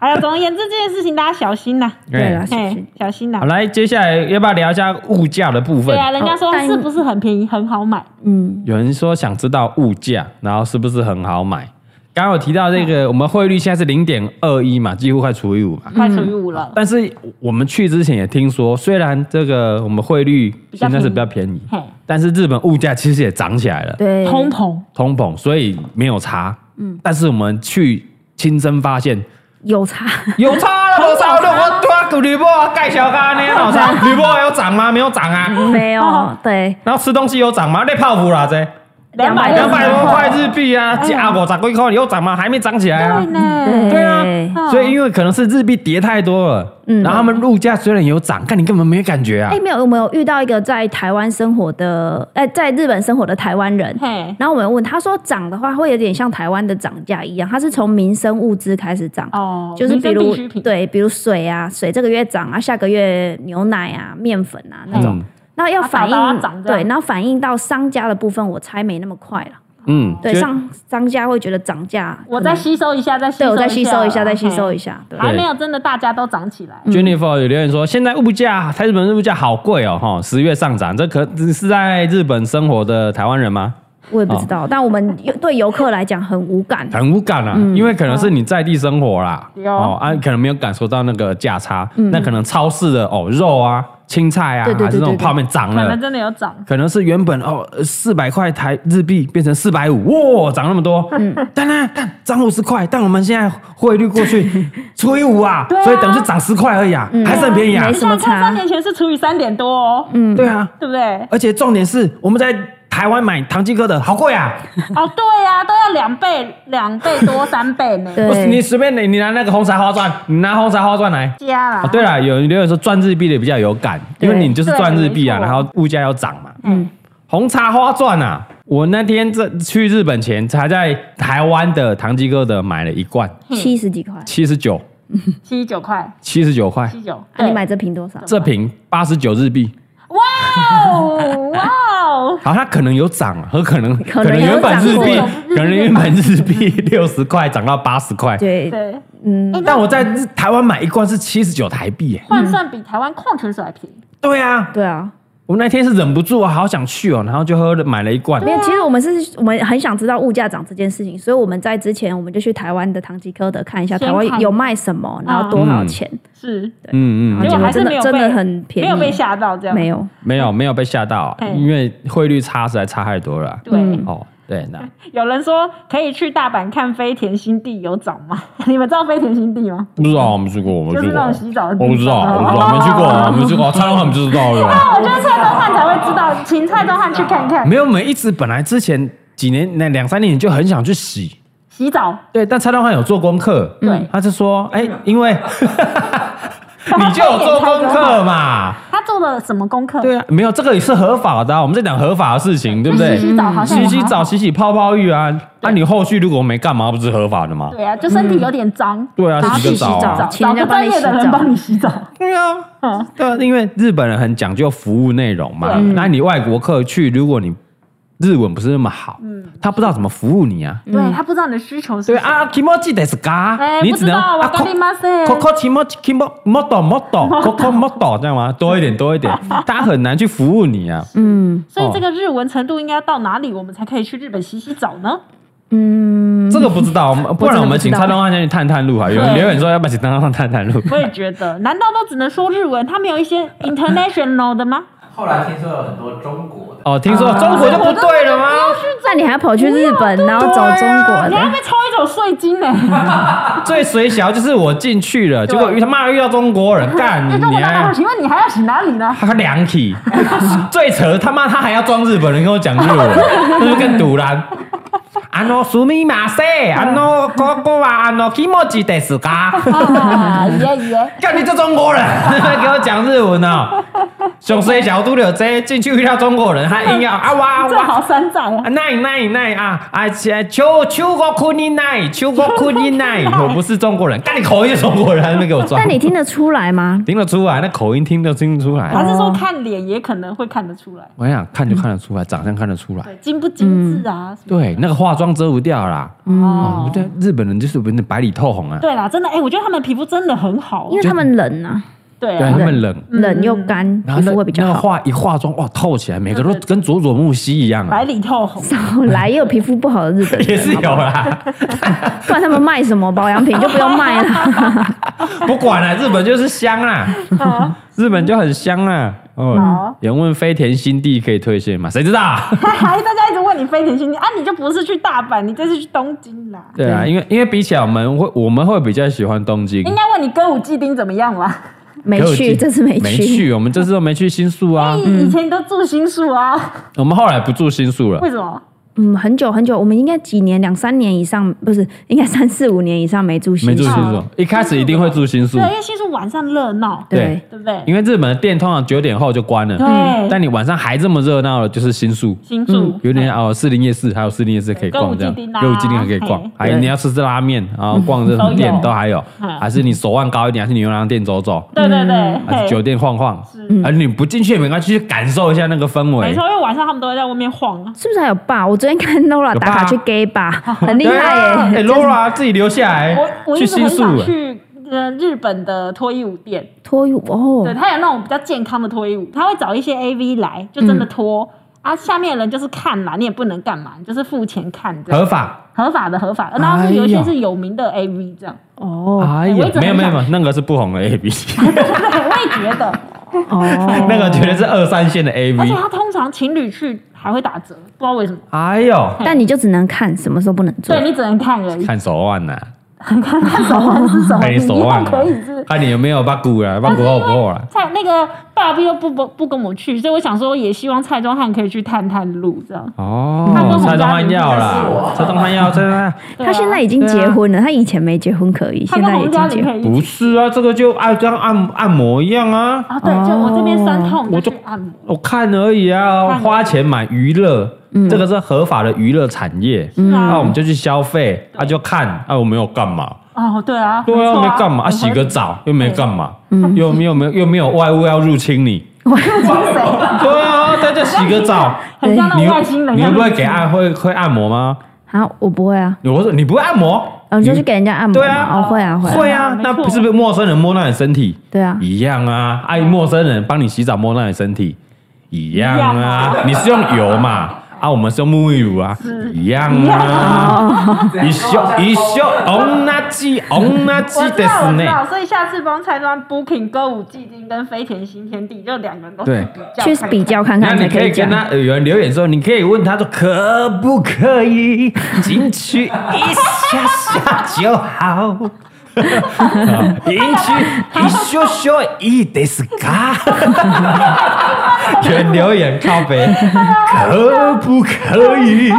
S2: 哎呀，总而言之，这件事情大家小心呐，
S3: 对啦，
S1: 哎
S3: 是不
S2: 嘿
S3: 是，
S2: 小心呐
S1: 好，。来，接下来要不要聊一下物价的部分
S2: 对？啊，人家说
S3: 哦但
S2: 是不是很便宜，很好买？
S3: 嗯，
S1: 有人说想知道物价，然后是不是很好买？刚刚有提到这个，我们汇率现在是零点二一嘛，几乎快除以五嘛。
S2: 快除以五了，
S1: 但是我们去之前也听说，虽然这个我们汇率现在是比较便宜，
S2: 嘿，
S1: 但是日本物价其实也涨起来了，
S3: 对，
S2: 通膨
S1: 通膨，所以没有差。嗯，但是我们去亲身发现
S3: 有差，
S1: 有差了，有差了，我突然吕布盖小咖呢，老差，吕布有涨吗？没有涨啊。
S3: 没有， 对，
S1: 然后吃东西有涨吗？那泡芙啦，这
S2: 两百嗯
S1: 两百多块日币啊，加五十几块，你又涨吗？还没涨起来啊
S2: 对。呢，
S1: 对
S3: 对
S1: 啊，所以因为可能是日币跌太多了，
S3: 嗯
S1: 然后他们物价虽然有涨，但你根本没感觉啊
S3: 哎、。没有，我们有遇到一个在台湾生活的，哎、在日本生活的台湾人，
S2: 嘿，
S3: 然后我们问他说涨的话会有点像台湾的涨价一样，它是从民生物资开始涨，
S2: 哦，
S3: 就是比
S2: 民生
S3: 如
S2: 必需品，
S3: 对，比如水啊，水这个月涨啊，下个月牛奶啊、面粉啊那种，
S1: 嗯
S3: 那要
S2: 啊
S3: 反
S2: 打到
S3: 映
S2: 它涨这样
S3: 对，然后反映到商家的部分，我猜没那么快了，
S1: 嗯，
S3: 对，
S1: 就
S3: 商商家会觉得涨价，
S2: 我
S3: 可
S2: 再
S3: 能
S2: 吸收一下，再
S3: 嗯
S2: 吸
S3: 对
S2: 收
S3: 我再吸收一下，再吸收
S2: 嘿
S3: 一下，对，
S2: 还没有真的大家都涨起
S1: 嗯
S3: 嗯
S2: 来，
S1: Jennifer 有留言说，现在物价，台日本的物价好贵哦，哈，十月上涨，这可是在日本生活的台湾人吗？
S3: 我也不知道，但我们有对游客来讲很无感，
S1: 很无感啊，
S3: 嗯
S1: 因为可能是你在地生活啦，
S2: 有
S1: 啊，可能没有感受到那个价差，那可能超市的哦肉啊、青菜啊，
S3: 嗯对对对
S1: 还是那种
S3: 对对
S1: 泡面涨
S2: 可
S1: 了
S2: 能。真的有涨，
S1: 可能是原本哦四百块台日币变成四百五，哇，涨那么多！嗯，当然但涨五十块，但我们现在汇率过 去除以五啊，
S2: 啊
S1: 所以等于是涨十块而已啊，还是很便宜啊
S3: 嗯没。什么
S2: 你想看
S3: 差
S2: 三年前是除以三点多哦，
S3: 嗯，
S1: 对啊，
S2: 对不对？
S1: 而且重点是我们在台湾买唐吉诃德好贵啊！
S2: 哦，对呀，都要两倍，两倍多三倍呢，
S1: 不是你
S3: 对，
S1: 随便你你拿那个红茶花钻，你拿红茶花钻来。
S2: 加啦
S1: 啊，，对了，有人留言说赚日币的比较有感，因
S3: 对
S1: 为你就是赚日币啊，
S2: 对没
S1: 然
S2: 错
S1: 后物价要涨嘛。
S3: 嗯，
S1: 红茶花钻啊，我那天这去日本前才在台湾的唐吉诃德买了一罐，
S3: 七十几块，
S1: 七十九，
S2: 七十九块，
S1: 七十九块
S2: 七，十九，
S3: 啊你
S2: 对
S3: 买这瓶多少？
S1: 这瓶八十九日币。
S2: 哇哦，哇哦，
S1: 好，它可能有涨，很可能
S3: 可能有
S1: 原本
S3: 涨
S1: 日
S3: 过
S1: 币
S3: 有
S1: 可能原本日币 六十块涨到八十块，
S3: 对，
S2: 对，
S3: 嗯，
S2: 哎那
S1: 但我在日台湾买一罐是七十九台币耶。
S2: 换算比台湾矿泉水还便宜，
S1: 对啊，
S3: 对啊，
S1: 我那天是忍不住啊，好想去哦，然后就喝了买了一罐嗯
S3: 没。有，其实我们是我们很想知道物价涨这件事情，所以我们在之前我们就去台湾的唐吉诃德看一下
S2: 先
S3: 台
S2: 看
S3: 湾有卖什么，然后多少钱，
S2: 是，
S1: 嗯嗯
S2: 结
S3: 然
S2: 果
S3: 后
S2: 还
S3: 就是真
S2: 没
S3: 的
S2: 有
S3: 真的
S2: 被
S3: 很便
S2: 没
S3: 宜，
S2: 有被吓到这样，
S3: 没，有
S1: 没有没有被吓到，啊
S2: 嗯
S1: 因为汇率差实在差太多了。
S2: 对
S3: 嗯，
S1: 哦，对，那
S2: 有人说可以去大阪看飞田新地有涨吗？ 你们知道飞田新地吗？
S1: 不知道我们去过，我
S2: 就是那种洗澡的地方
S1: 我不知道，我不知道，没 去过，我没去过，蔡老很知道
S2: 啊
S1: 了。
S2: 我觉得蔡宗汉才会知道，请蔡宗汉去看 看
S1: 没有，我们一直本来之前几年那两三年就很想去洗，
S2: 洗澡。
S1: 对，但蔡东汉有做功课，
S2: 对
S1: 他就说，哎，因 为你就有做功课 嘛，
S2: 他做了什么功课？
S1: 对啊，没有这个也是合法的啊，我们在讲合法的事情，对不对
S2: 洗？洗澡好像也
S1: 洗洗
S2: 还好
S1: 澡、洗洗泡泡浴啊，那你后续如果没干嘛，不是合法的吗？
S2: 对啊，就身体有点脏。
S1: 对啊
S2: 然后
S1: 洗个
S2: 去
S1: 澡啊
S2: 澡，
S3: 嗯请
S2: 找
S3: 人
S2: 个
S3: 家帮
S2: 专
S3: 你
S2: 业
S3: 洗
S2: 的人
S3: 澡
S2: 帮你洗澡。
S1: 对啊，对啊，因为日本人很讲究服务内容嘛。那你外国客去，如果你日文不是那么好，他不知道怎么服务你
S3: 嗯
S1: 啊。
S2: 对他不知道你的需求是
S1: 对
S2: 什么。
S1: 啊，kimoji d e s k a
S2: 哎
S1: 你只能
S2: 不知道
S1: 啊
S2: わかりません
S1: coco kimoji kimo moto moto coco moto 这样吗？多一点，多一点，他很难去服务你啊。
S3: 嗯
S2: 所以这个日文程度应该到哪里，我们才可以去日本洗洗澡呢？
S3: 嗯，
S1: 这个不知道，不然我们请
S3: 我真的不知道
S1: 蔡东汉先去探探路啊。有人
S2: 对
S1: 留言说要不要请蔡东汉探探路？
S2: 我也觉得， 难道都只能说日文？他们有一些 international 的吗？
S4: 后来听说有很多中国的，
S1: 哦，听说中国就不对了吗？
S3: 那你还跑去日本，然后找中国
S2: 啊你还
S3: 的，
S2: 被抽一张有税金呢、
S1: 最水小就是我进去了，结果遇他妈遇到中国人，干
S2: 就
S1: 你
S2: 中国大陆，
S1: 还
S2: 请问你还要洗哪里 呢？
S1: 他两体，最扯他妈他还要装日本人跟我讲日文，那就更堵然。あのすみません、あのここはあの気持ちですか？
S2: 啊，耶耶！
S1: 干你这中国人， 给我讲日文哦！熊水小都有这进去遇到中国人，他硬要啊哇
S2: 正
S1: 哇！
S2: 好山寨啊
S1: 啊，！奈奈奈啊啊！求求国库尼奈，求国库尼奈，我不是中国人，干你口音是中国人，还没给我装？
S3: 但你听得出来吗？
S1: 听得出来，那口音听得听得出来。
S2: 还是说看脸也可能会看得出来，
S1: 我想看就看得出来，长相看得出来。
S2: 对，精不精致啊？什么
S1: 对，那个化妆遮不掉啦。
S2: 哦，
S1: 嗯对，日本人就是有点白里透红啊。
S2: 对啦，真的，哎，我觉得他们皮肤真的很好
S3: 因，为他们冷啊，
S2: 对
S1: 对，
S2: 啊，
S1: 他们冷，
S3: 冷又干，
S1: 然后
S3: 皮
S1: 那
S3: 肤会比较
S1: 那个
S3: 好。
S1: 化一化妆，哇，透起来，每个都
S2: 对对
S1: 跟佐佐木希一样啊
S2: 白。里 透红，
S3: 少来，也有皮肤不好的日本人，
S1: 也是有啦，
S3: 不然他们卖什么保养品就不用卖了。
S1: 不管了，日本就是香啦，日本就很香啦。哦
S2: 好，
S1: 有人问飞田新地可以推荐吗？谁知道？
S2: 还大家一直问你飞田新地啊，你就不是去大阪，你这是去东京啦。
S1: 对啊，因为因为比起来，我们会我们会比较喜欢东京
S2: 应。该问你歌舞伎町怎么样啦？
S3: 没去，这次没
S1: 没
S3: 去，
S1: 我们这次都没去新宿 啊。
S2: 你以前都住新宿啊？
S1: 我们后来不住新宿了
S2: 为，什么？
S3: 嗯，很久很久，我们应该几年，两三年以上，不是，应该三四五年以上没住新
S1: 没住
S3: 宿
S1: 新宿
S2: 哦。
S1: 一开始一定会住新宿
S2: 对，，因为新宿晚上热闹，
S1: 对
S3: 对，
S2: 对不对？
S1: 嗯因为日本的店通常九点后就关了。
S2: 对
S1: 但你晚上还这么热闹了，就是新宿。
S2: 新宿
S1: 有点像哦，士林夜市还有士林夜市可以逛，这样
S2: 歌舞伎町啊
S1: 歌舞伎町还可以逛
S2: 嘿，嗯
S1: 还有
S3: 对
S1: 你要吃吃拉面，然后逛这种店
S2: 都有
S1: 都还有，
S2: 嗯
S1: 还是你手腕高一点，还是你牛郎店走走，
S2: 对对对，
S1: 嗯还是酒
S2: 嘿
S1: 店晃晃，啊，你不进去也没关系，去感受一下那个氛围
S2: 没。错，因为晚上他们都会在外面晃啊。
S3: 是不是还有爸？我昨天看 Laura
S1: 有
S3: 打卡
S1: bar
S3: 去 gay 吧，很厉
S1: 对啊
S3: 害
S1: 哎
S3: 耶！
S1: ，Laura 自己留下来
S2: 我我一
S1: 去
S2: 直
S1: 新
S2: 很
S1: 宿啊
S2: 想
S1: 了，
S2: 去呃日本的脱衣舞店，
S3: 脱衣舞
S2: 对，
S3: 哦，
S2: 它有那种比较健康的脱衣舞，他会找一些 AV 来，就真的脱。啊，下面的人就是看啦，你也不能干嘛，你就是付钱看这样，
S1: 合法。
S2: 合法的合法的，然后
S1: 哎
S2: 是
S1: 呀
S2: 有一些是有名的 AV 这样，
S3: 哦
S1: 哎
S2: 我
S1: 呀
S2: 一，直很
S1: 没有没有
S2: 想哦
S1: 没有，那个是不红的 A B，
S2: 对，我也觉得，
S1: 啊
S3: 哦，
S1: 那个绝对是二三线的 A
S2: 而且
S1: V。
S2: 他通常情侣去还会打折，不知道为什么，
S1: 哎呦，
S3: 但你就只能看，什么时候不能做
S2: 对？你只能看而已，
S1: 看手腕呐，
S2: 看手腕是什么，
S1: 看
S2: 哦你
S1: 你手腕啊
S2: 可以哎是。
S1: 看你有没有把骨啊，把骨厚不厚啦。
S2: 蔡那个爸比又不不不跟我去，所以我想说，也希望蔡宗翰可以去探探路这样。他跟
S1: 哦
S2: 我，们
S1: 蔡
S2: 家
S1: 东汉
S2: 邻居
S1: 要
S2: 认识
S1: 啦，蔡东汉要，蔡东汉
S2: 对啊
S3: 他现在已经结婚
S1: 啊
S3: 了，他以前没结婚可以，
S2: 他
S3: 现
S2: 跟
S3: 在已
S2: 洪嘉
S3: 经结
S2: 玲可
S3: 婚。
S2: 以
S1: 不
S2: 一起
S1: 是啊，这个就按这样按按摩一样啊，
S2: 啊，对，就我这边酸痛，
S1: 我
S2: 我
S1: 就
S2: 就去按摩。
S1: 我看而已啊，
S2: 看嗯
S1: 花钱买娱乐，这个是合法的娱乐产业，
S2: 是啊
S1: 那我们就去消费，啊就看，啊我没有干嘛，
S2: 哦，对啊，
S1: 对啊，
S2: 错
S1: 没干嘛，啊洗个澡又没干嘛，
S2: 嗯
S1: 又没有没有又没有外物要入侵 你，对啊，大家洗个澡，
S2: 很像那
S1: 你
S2: 种
S1: 又
S2: 外星人。
S1: 你会不会给？按会会按摩吗？
S3: 好，我不会啊，
S1: 我说你不会按摩，
S3: 哦，你就去给人家按摩
S1: 对
S3: 嘛。
S1: 啊
S3: 哦，会啊，会啊，
S1: 会啊，
S2: 没
S1: 那
S2: 错
S1: 不是被陌生人摸到你身体
S3: 对啊，
S1: 一样啊？爱陌生人帮你洗澡摸到你身体一样
S2: 一样
S1: 啊？你是用油 嘛？啊，我们是用沐浴乳啊，一样啊。一修一修，红那鸡，红那鸡
S2: 我知
S1: 的
S2: 道，
S1: 是
S2: 我知
S1: 内。
S2: 道，所以下次帮蔡庄 booking 歌舞伎町跟飞田新天地，就两个人都去
S1: 对
S2: 比较
S3: 去
S2: 看看
S3: 比。较看
S1: 那
S3: 看
S1: 你
S3: 才
S1: 可以跟
S3: 讲。
S1: 他呃有人留言说，你可以问他说可不可 以进去一下下就好，进去一咻咻一得是 嘎。有人留言靠北，可不可 以？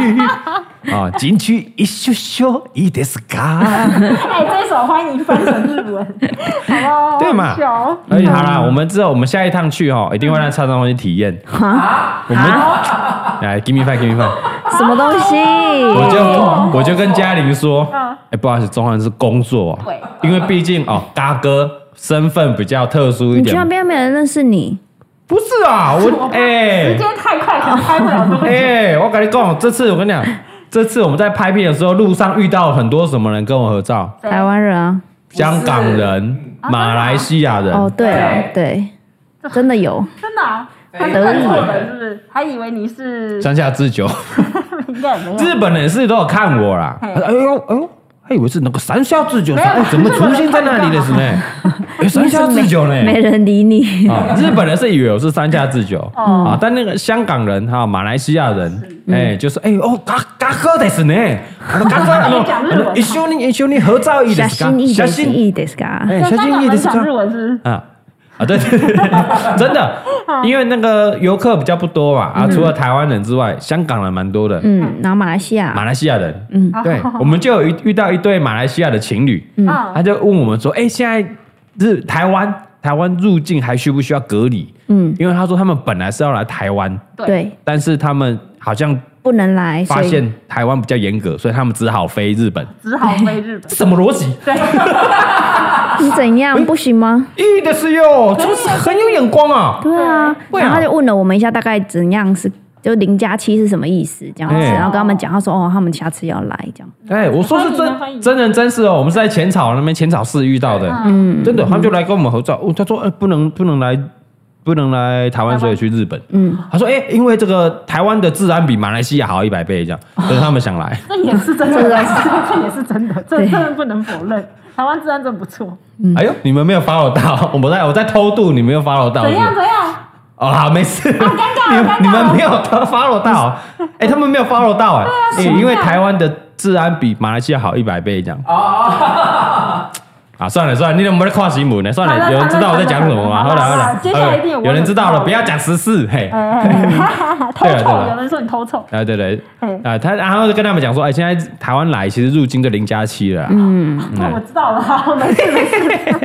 S1: 啊，进去一咻咻一得是嘎。
S2: 哎，这首欢迎翻成日文，好不好？
S1: 对嘛
S2: 好笑
S1: 而且好啦，我们之后我们下一趟去哈，一定会让蔡东去体验。我们来 give me five，give me five。
S3: 什么东西？
S1: 我就我就跟嘉玲说，哎、
S2: 哦嗯
S1: 不好意思，中汉是工作、啊
S2: 对，
S1: 因为毕竟哦，嘎哥身份比较特殊一
S3: 你去那
S1: 点，
S3: 边没有人认识你，
S1: 不是啊，我哎
S2: 时间太快，可能拍不了东
S1: 哎、
S2: 西。
S1: 我跟你讲，这次我跟你讲，这次我们在拍片的时候，路上遇到很多什么人跟我合照，
S2: 对
S3: 台湾人啊？
S1: 香港人、
S2: 啊
S1: 马来西亚人，
S3: 哦，对了，对，真的有。
S2: 真的啊，他
S3: 哎德
S2: 看
S3: 语
S2: 错人是不是？还以为你是
S1: 山下智久，
S2: 应该也没
S1: 哎
S2: 有。
S1: 日本人是都有看我啦，
S2: 哦嘿
S1: 哎呦哎呦。还以为是那个三下智久，
S2: 没有
S1: 哎，怎么出现在那里的是 呢？有三下智久呢？
S3: 没人理 你。
S1: 啊，日本人是以为我是三下智久啊，但那个香港人哈、马来西亚人，哎，就是哎哦，嘎嘎喝的 是呢，啊嘎
S2: 讲日文
S1: 喝，一修你一修你合照一
S3: 小
S1: 点，
S3: 心一点，小心一点，嘎。
S1: 哎，
S2: 那
S1: 小
S2: 香
S1: 心
S2: 港
S1: 一
S2: 人
S1: 点是
S2: 讲
S1: 吧
S2: 日文是
S1: 啊啊，对 对对，对真的， 因为那个游客比较不多嘛啊，除了台湾人之外，香港人蛮多的，
S3: 嗯，然后马来西亚
S1: 马来西亚人，嗯， 对，我们就有一遇到一对马来西亚的情侣，
S2: 不是
S1: 他
S2: 啊，
S1: 就问我们嗯说，哎，现在日台湾台湾入境还需不需要隔离？
S3: 嗯，
S1: 因为他说他们本来是要来台湾，
S2: 对，
S3: 对，
S1: 但是他们好像
S3: 不能来，
S1: 发
S3: 所以
S1: 现台湾比较严格，所以他们只好飞日本。
S2: 只好飞日 本。
S1: 什么逻辑？
S2: 对，
S3: 你怎样不行吗？
S1: 咦的是哟，真是很有眼光啊！
S3: 对啊，
S1: 会啊
S3: 然后他就问了我们一下，大概怎样是就零加七是什么意思这样子，
S1: 哎
S3: 然后跟他们讲，他说哦，他们下次要来这样，
S1: 哎，我说是
S2: 欢迎
S1: 真真人真事哦，我们是在浅草那边浅草寺遇到的，嗯，真的，他们就来跟我们合照。哦，他说，哎，不能不能来，不能来台湾，
S2: 台湾
S1: 所以去日本。
S3: 嗯，
S1: 他说，哎，因为这个台湾的治安比马来西亚好一百倍，这样，所以他们想来。
S2: 这也是真的， 这也是真的，这真的不能否认。台湾治安真不错，
S1: 哎呦，你们没有 follow 到，我们在我在偷渡，你没有 follow 到，
S2: 怎
S1: 是不是
S2: 样怎样？
S1: 哦，好，没事。
S2: 尬
S1: 你
S2: 尴
S1: 们
S2: 尬
S1: 你们没有 follow 到，哎，他们没有 follow 到，哎，哎
S2: 什么
S1: 因为
S2: 尬
S1: 台湾的治安比马来西亚好一百倍这样。
S4: 哦，
S1: 啊，算了算了，你怎么在跨行母呢？算
S2: 好
S1: 了，
S2: 了
S1: 有人知道我在讲什么吗？好
S2: 好了
S1: 了
S2: 好
S1: 好
S2: 了
S1: 了，
S2: 接下来一定有
S1: 好了有人知道了，不要讲十四，嘿，
S2: 嗯偷
S1: 对了啊对
S2: 臭，
S1: 了
S2: 有人说你偷臭，
S1: 啊对对，
S2: 嘿，
S1: 啊他然后就跟他们讲说，哎，现在台湾来其实入境就零加七了啦，嗯，
S2: 那我知道了，好，没事没事。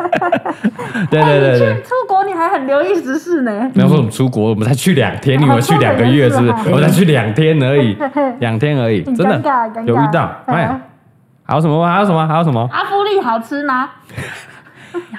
S1: 对对对对
S2: 哎你去。出国你还很留意时事呢。
S1: 没有说我们出国，我们才去两
S2: 啊
S1: 天，你以为去两个月是不是
S2: 哦？对
S1: 我才去两天而 已，两天而已，
S2: 很
S1: 真
S2: 尴
S1: 的
S2: 尬尴尬
S1: 有遇到。
S2: 嗯
S1: 哎，还有什么？还有什么？还有什么？
S2: 阿芙丽好吃吗？
S1: 哦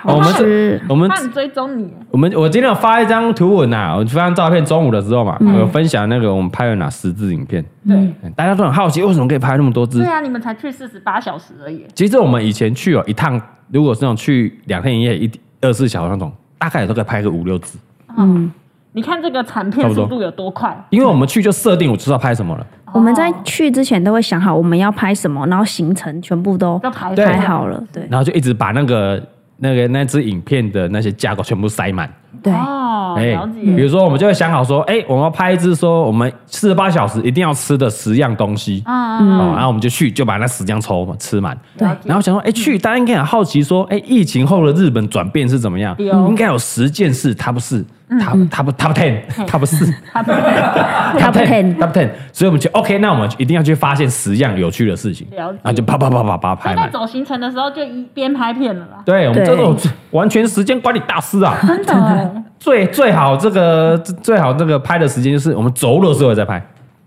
S1: 我
S3: 好
S1: 们
S3: 吃，
S1: 我们
S2: 他很追踪你，
S1: 我们我今天有发一张图文啊，我发张照片，中午的时候嘛，
S2: 嗯
S1: 我有分享那个我们拍了哪十支影片，嗯
S2: 对
S1: 大家都很好奇为什么可以拍那么多支
S2: 对。啊，你们才去四十八小时而已，
S1: 其实我们以前去哦一趟，如果是那种去两天一夜一二十四小时那种，大概也都可以拍个五六支，
S3: 嗯，
S2: 你看这个产片速度有多快，
S1: 因为我们去就设定我知道拍什么了。
S3: 我们在去之前都会想好我们要拍什么，然后行程全部都
S2: 都排
S1: 对
S3: 排好了，对
S1: 然后就一直把那个那个那支影片的那些架构全部塞满。
S3: 对，
S2: 哦，了
S1: 哎比
S2: 解
S1: 如说我们就会想好说，哎、我们要拍一支说我们四十八小时一定要吃的十样东西。
S2: 啊，
S1: 哦，
S2: 嗯
S1: 然后我们就去，就把那十样抽嘛吃满。
S3: 对
S2: 了解
S1: 然后想说，哎、去大家应该很好奇，说，哎、疫情后的日本转变是怎么样？
S2: 有嗯
S1: 应该有十件事，top 四，top top top ten，top 四
S3: Top ten
S1: top ten。所以我们就 OK，那我们一定要去发现十样有趣的事情，
S2: 了
S1: 然
S2: 解
S1: 后就啪啪啪啪啪
S2: 所
S1: 拍
S2: 以在
S1: 满。
S2: 走行程的时候就一边拍片了啦，
S1: 对我们
S3: 对
S1: 这种完全时间管理大师啊，
S2: 真的欸，
S1: 最最好这个最好这个拍的时间就是我们走路的时候再拍，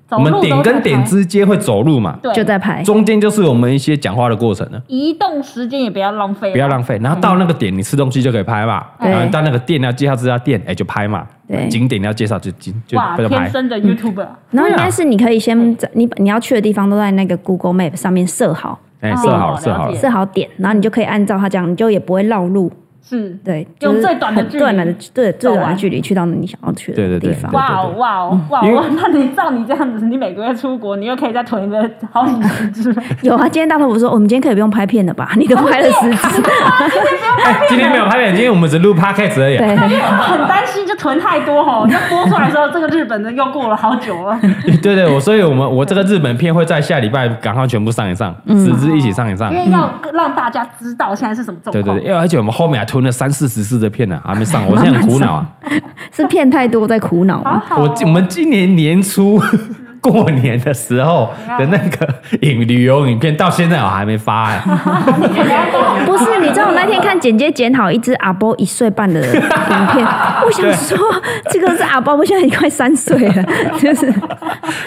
S2: 走
S1: 我
S2: 路
S1: 们
S2: 都
S1: 点
S2: 在
S1: 跟
S2: 拍
S1: 点之间会走路嘛，
S2: 对
S3: 就在排，
S1: 中间就是我们一些讲话的过程了。
S2: 移动时间也不要浪费，
S1: 不要浪费。然后到那个点，你吃东西就可以拍嘛。
S3: 对
S1: 然后到那个店要介绍这家店，哎、就拍嘛。
S3: 对
S1: 景点要介绍就就就
S2: 哇，
S1: 就
S2: 天
S1: 拍。嗯
S2: 生的 YouTuber，
S3: 然后应该是你可以
S1: 啊
S3: 先在你把你要去的地方都在那个 Google Map 上面设好
S1: 哎、
S2: 哦
S1: 设好了，
S2: 了解
S1: 设好了。
S3: 设好点，然后你就可以按照它这样，你就也不会绕路，
S2: 是，
S3: 对，
S2: 用
S3: 就是
S2: 最短的
S3: 很
S2: 距离
S3: 短的对最短
S2: 走
S3: 的
S2: 完
S3: 距离去到你想要去
S1: 对对
S3: 的
S1: 对
S3: 地
S1: 对
S3: 方。
S2: 哇哦哇哦哇
S1: 因为
S2: 哦，那你照你这样子，你每个月出国，你又可以再囤个好几十支，
S3: 有啊，今天大头我说我们今天可以不用拍片了吧？ 你都
S2: 哦
S3: 拍了十 次，
S1: 哎、今天没有拍片，今天我们只录 podcast 而已。啊
S3: 对，
S2: 很担心就囤太多吼，那播出来的时候，这个日本的又过了好久了，
S1: 对对，我所以我们我这个日本片会在下礼拜赶快全部上一上，十支一起上一上
S2: 因。为要让大家知道现在是什么状
S1: 对对
S2: 况。
S1: 对，因为而且我们后面还吞了三四十四的片呢、还没上，我现在很苦恼啊。
S3: 是片太多在苦恼
S2: 好
S3: 吗？
S2: 好哦，
S1: 我我们今年年初过年的时候的那个影旅游影片，到现在我还没发、哎。
S3: 不是，你知道我那天看简介检讨一只阿波一岁半的影 片，我想说这个是阿波，我现在已经快三岁了， 就是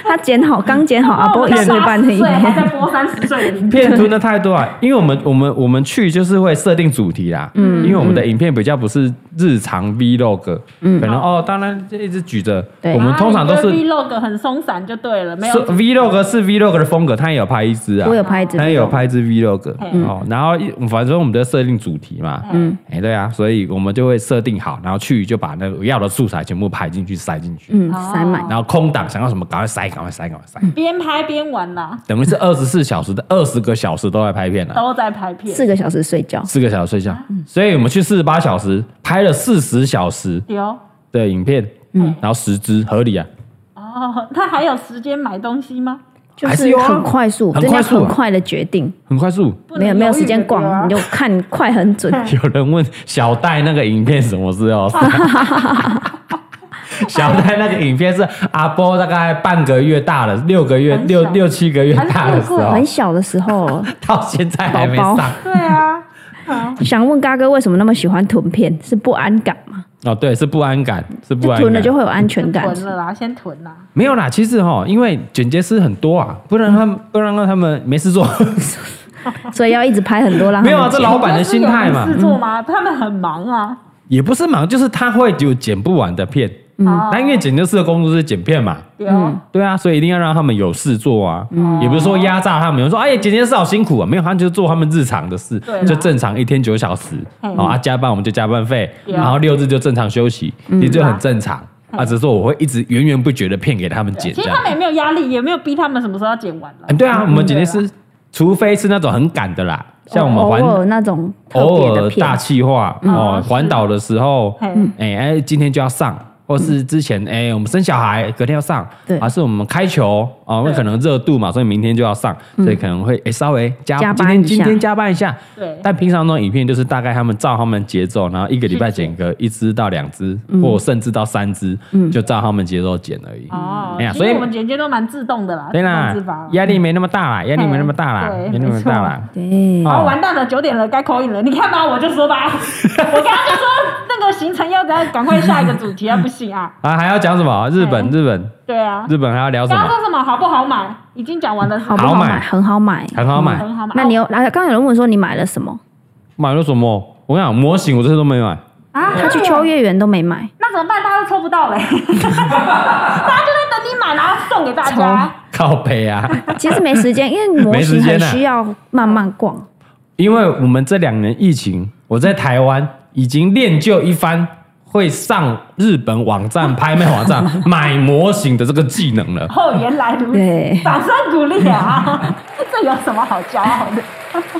S3: 他剪好刚剪
S2: 哦
S3: 好阿波一岁半的影
S2: 对，还
S3: 片，
S2: 在播哦三十岁的影片，
S1: 片吞的太多啊，因为我们我们我们去就是会设定主题啦，嗯，因为我们的影片比较不是日常 vlog，嗯，可能哦，当然就一直举着，
S3: 对
S1: 我们通常都
S2: 啊
S1: 是
S2: 你的 vlog 很松散就对了，没有
S1: 是 vlog 是 vlog 的风格，他也有拍一支啊
S3: 我，有拍这
S1: 他
S3: 个，
S1: 也有拍一支 vlog
S2: 嗯
S1: 哦，然后一反正我们都设定主题嘛，嗯，哎对啊，所以我们就会设定好，然后去就把把那个要的素材全部排进去塞进去，
S3: 嗯，塞满
S2: 哦。
S1: 然后空档想要什么赶快塞，赶快塞，赶快塞，
S2: 边拍边玩啦，
S1: 等于是二十四小时的二十个小时都在拍
S3: 哦
S1: 片了、啊
S2: 都在拍片，
S3: 四个小时睡觉，
S1: 四个小时睡觉，
S3: 嗯
S1: 所以我们去四十八小时拍了四十小时
S2: 有
S1: 的影片，嗯，然后十支合理啊，
S2: 哦，他还有时间买东西吗？
S3: 就
S1: 还是有啊
S3: 很快速，
S1: 很
S3: 真的
S1: 快速啊
S3: 很快的决定，
S1: 很快速。
S2: 不能
S3: 没有没有
S2: 犹豫
S3: 时间
S2: 的对啊
S3: 逛，你就看快很 准。
S1: 有人问小戴那个影片什么时候上？ 小戴那个影片是阿波大概半个月大了，六个月
S2: 很小
S1: 六六七个月大的时候，
S2: 啊
S3: 很小的时 候，
S1: 到现在还没
S3: 宝
S1: 上
S3: 宝
S2: 对啊，
S3: 想问嘎哥为什么那么喜欢臀片？是不安感吗？
S1: 哦，对，是不安感，是不
S3: 就
S1: 安
S3: 臀了
S1: 感
S3: 就。会有安全感。
S2: 囤了啦，先囤啦，
S1: 没有啦，其实哈，因为剪接师很多啊，不能让他们不能让他们没事做。
S3: 所以要一直拍很多，让
S1: 没有
S3: 他
S1: 啊，
S3: 们
S1: 这
S3: 剪
S1: 老板的心态嘛
S2: 公司有，事做吗？他们很忙啊，
S1: 也不是忙，就是他会有剪不完的片。
S3: 嗯
S2: 哦
S1: 那因为剪接师的工作是剪片嘛，
S2: 有哦
S1: 对啊，所以一定要让他们有事做啊，
S2: 嗯
S1: 也不是说压榨他们，有人说哎呀，剪接师好辛苦啊，没有，他们就做他们日常的事
S2: 对，啦啊
S1: 就正常一天九小时，
S2: 嗯
S1: 哦啊，加班我们就加班费，
S2: 对
S1: 然后六日就正常休息，
S2: 嗯
S1: 其实就很正常啊，只是说我会一直源源不绝的片给他们剪，
S2: 其
S1: 这
S2: 实
S1: 样
S2: 他，们也没有压力，也没有逼他们什么时候要剪完了
S1: 嗯，。对啊，我们剪接
S2: 对
S1: 师除非是那种很赶的啦， 像我们
S2: 哦
S3: 偶
S1: 环
S3: 尔那种特
S1: 偶
S3: 别
S1: 尔
S3: 的片
S1: 大，气化哦，
S2: 是
S1: 环岛的时候，
S2: 嘿
S1: 哎哎，今天就要上，或是之前哎我们生小孩，隔天要上，啊
S3: 对
S1: 还是我们开球哦，
S2: 对
S1: 那可能热度嘛，所以明天就要上，所以可能会哎稍微加
S3: 加班
S1: 今天
S3: 一
S1: 今
S3: 下
S1: 天加班一下，
S2: 对
S1: 但平常那种影片就是大概他们照他们节奏，然后一个礼拜剪个一支到两支，或甚至到三支，就照他们节奏剪而已。
S2: 哦
S1: 哎呀，
S2: 其
S1: 所
S2: 实
S1: 以
S2: 我们剪接都蛮自动的啦，
S1: 对
S2: 自
S1: 啦
S2: 动自发。，
S1: 压力没那么大啦，压力没那么大啦
S2: 对，
S1: 没那么大啦。
S3: 对，
S1: 哦
S2: 好，完蛋了，九点了，该口音了。你看吧，我就 说吧，我刚刚就说那个行程要赶赶快下一个主题啊，不行啊。
S1: 啊，还要讲什么？日本，日本，
S2: 对啊，
S1: 日本还要聊什
S2: 刚刚
S1: 么？
S2: 说什么好不好买？已经讲完了，
S3: 好不好
S1: 好买
S3: 买？很好买。
S1: 很好买。
S2: 很好买。
S3: 那你有，啊刚才有人问说你买了什么？
S1: 买了什么？我跟你讲，模型我这次都没买，
S2: 啊，
S3: 他去秋叶原都没买，
S2: 那怎么办？大家都抽不到 嘞，大家就在等你买，然后送给大家。
S1: 靠背啊！
S3: 其实没时间，因为模
S1: 没时
S3: 型
S1: 间
S3: 很
S1: 啊
S3: 需要慢慢逛。
S1: 因为我们这两年疫情，我在台湾已经练就一番会上日本网站、拍卖网站买模型的这个技能了。
S2: 哦，原来如
S3: 对
S2: 此，掌声鼓励啊！ 这有什么好骄傲的？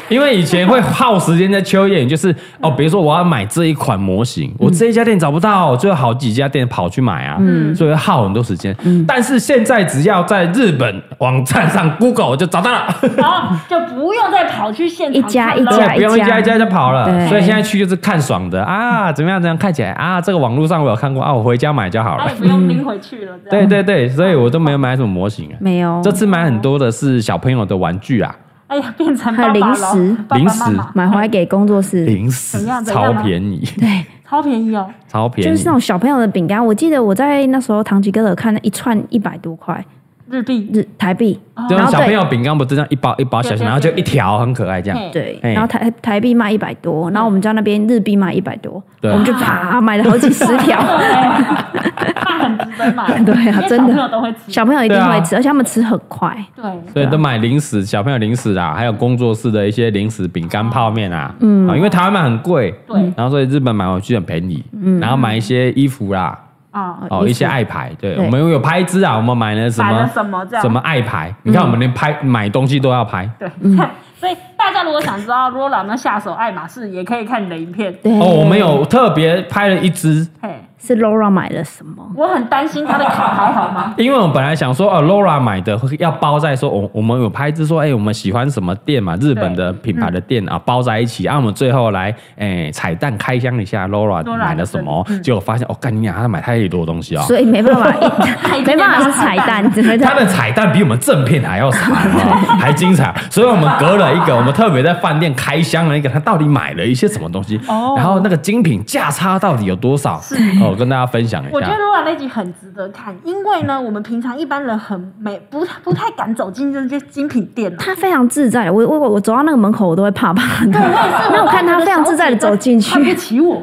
S1: 因为以前会耗时间在秋叶，就是哦，比如说我要买这一款模型，我这一家店找不到，就有好几家店跑去买啊，所以会耗很多时间。但是现在只要在日本网站上 Google 就找到了。
S2: 然后就不用再跑去现场
S3: 一家
S2: 看
S3: 一
S2: 了
S3: 家
S1: 对，不用一家一家就跑了，
S3: 对
S1: 所以现在去就是看爽的啊，怎么样怎么样，看起来啊，这个网络上我有看过啊，我回家买就好
S2: 啊，
S1: 了
S2: 也。不用拎回去了。这
S1: 对
S2: 样，
S1: 对对，所以我都没有买什么模型啊，
S3: 没
S2: 哦
S3: 有
S1: 这次买很多的是小朋友的玩具啊，
S2: 哎呀，变成
S3: 还有
S2: 爸爸
S3: 零
S2: 咯
S3: 食
S2: 爸爸
S1: 零食
S2: 妈妈
S3: 买回来给工作室，
S1: 零食
S2: 怎样怎样
S1: 超
S2: 啊
S1: 便宜，
S3: 对，
S2: 超便宜哦，
S1: 超便
S3: 就
S1: 宜
S3: 是那，种小朋友的饼干。我记得我在那时候堂吉诃德看一串一百多块
S2: 日币。
S3: 日台币，
S1: 这种
S3: 然后
S1: 小朋
S3: 对
S1: 友饼干不是这样一包一包小
S2: 对
S1: 小，
S2: 对
S1: 然后就
S2: 对
S1: 一条很可爱这样。
S2: 嘿
S3: 对，
S1: 哎
S3: 然后台台币卖一百多，然后我们家那边日币卖一百多，
S1: 嗯对啊
S3: 我们就啪买了好几十条。
S2: 哎 那很值得买，
S3: 对啊
S2: 因为
S3: 真
S2: 小
S3: 的
S2: 朋友都会吃。
S3: 小朋友一定会吃，
S1: 对啊
S3: 而且他们吃很快。
S2: 对，
S1: 对，都买零食，小朋友零食啊，还有工作室的一些零食、饼干、泡面啊，嗯，因为台湾买很贵，
S2: 对
S1: 然后所以日本买回去很便宜，嗯，然后买一些衣服啦，
S2: 啊，
S1: 哦，
S3: 衣
S1: 一
S3: 服
S1: 些爱牌，对
S3: 对
S1: 我们有拍支啊，我们买了什
S2: 买
S1: 么
S2: 了什么这样
S1: 什么爱牌？你看我们连拍买东西都要拍
S2: 对，
S3: 嗯
S2: 所以大家如果想知道罗朗呢下手爱马仕，也可以看你的影片。
S3: 对，
S1: 哦，我们有特别拍了一支，
S2: 嘿，
S3: 是 Laura 买了什么？
S2: 我很担心他的卡还 好吗？
S1: 因为我们本来想说哦，Laura 买的要包在说，哦我我们有拍一支说，哎，我们喜欢什么店嘛，日本的品牌的店啊，包在一起，啊，我们最后来哎彩蛋开箱一下 Laura
S2: Laura
S1: 买了什么，结果发现哦，干你娘，她买太多东西哦。
S3: 所以没办 法， 没办法是彩蛋，只能
S1: 它的彩蛋比我们正片还要惨 啊，还精彩。所以我们隔了一个，我们特别在饭店开箱了一个，他到底买了一些什么东西，
S2: 哦
S1: 然后那个精品价差到底有多少？哦，跟大家分
S3: 啊
S1: 享一
S2: 我觉
S1: 下
S2: 得。罗朗那集很值得看，因为呢，我们平常一般人很没不不太敢走进这些精品店啊。
S3: 他非常自在。我我我我走到那个门口，我都会怕怕 的。那我看他
S2: 的
S3: 非常自在的走进去
S2: 看，不起我，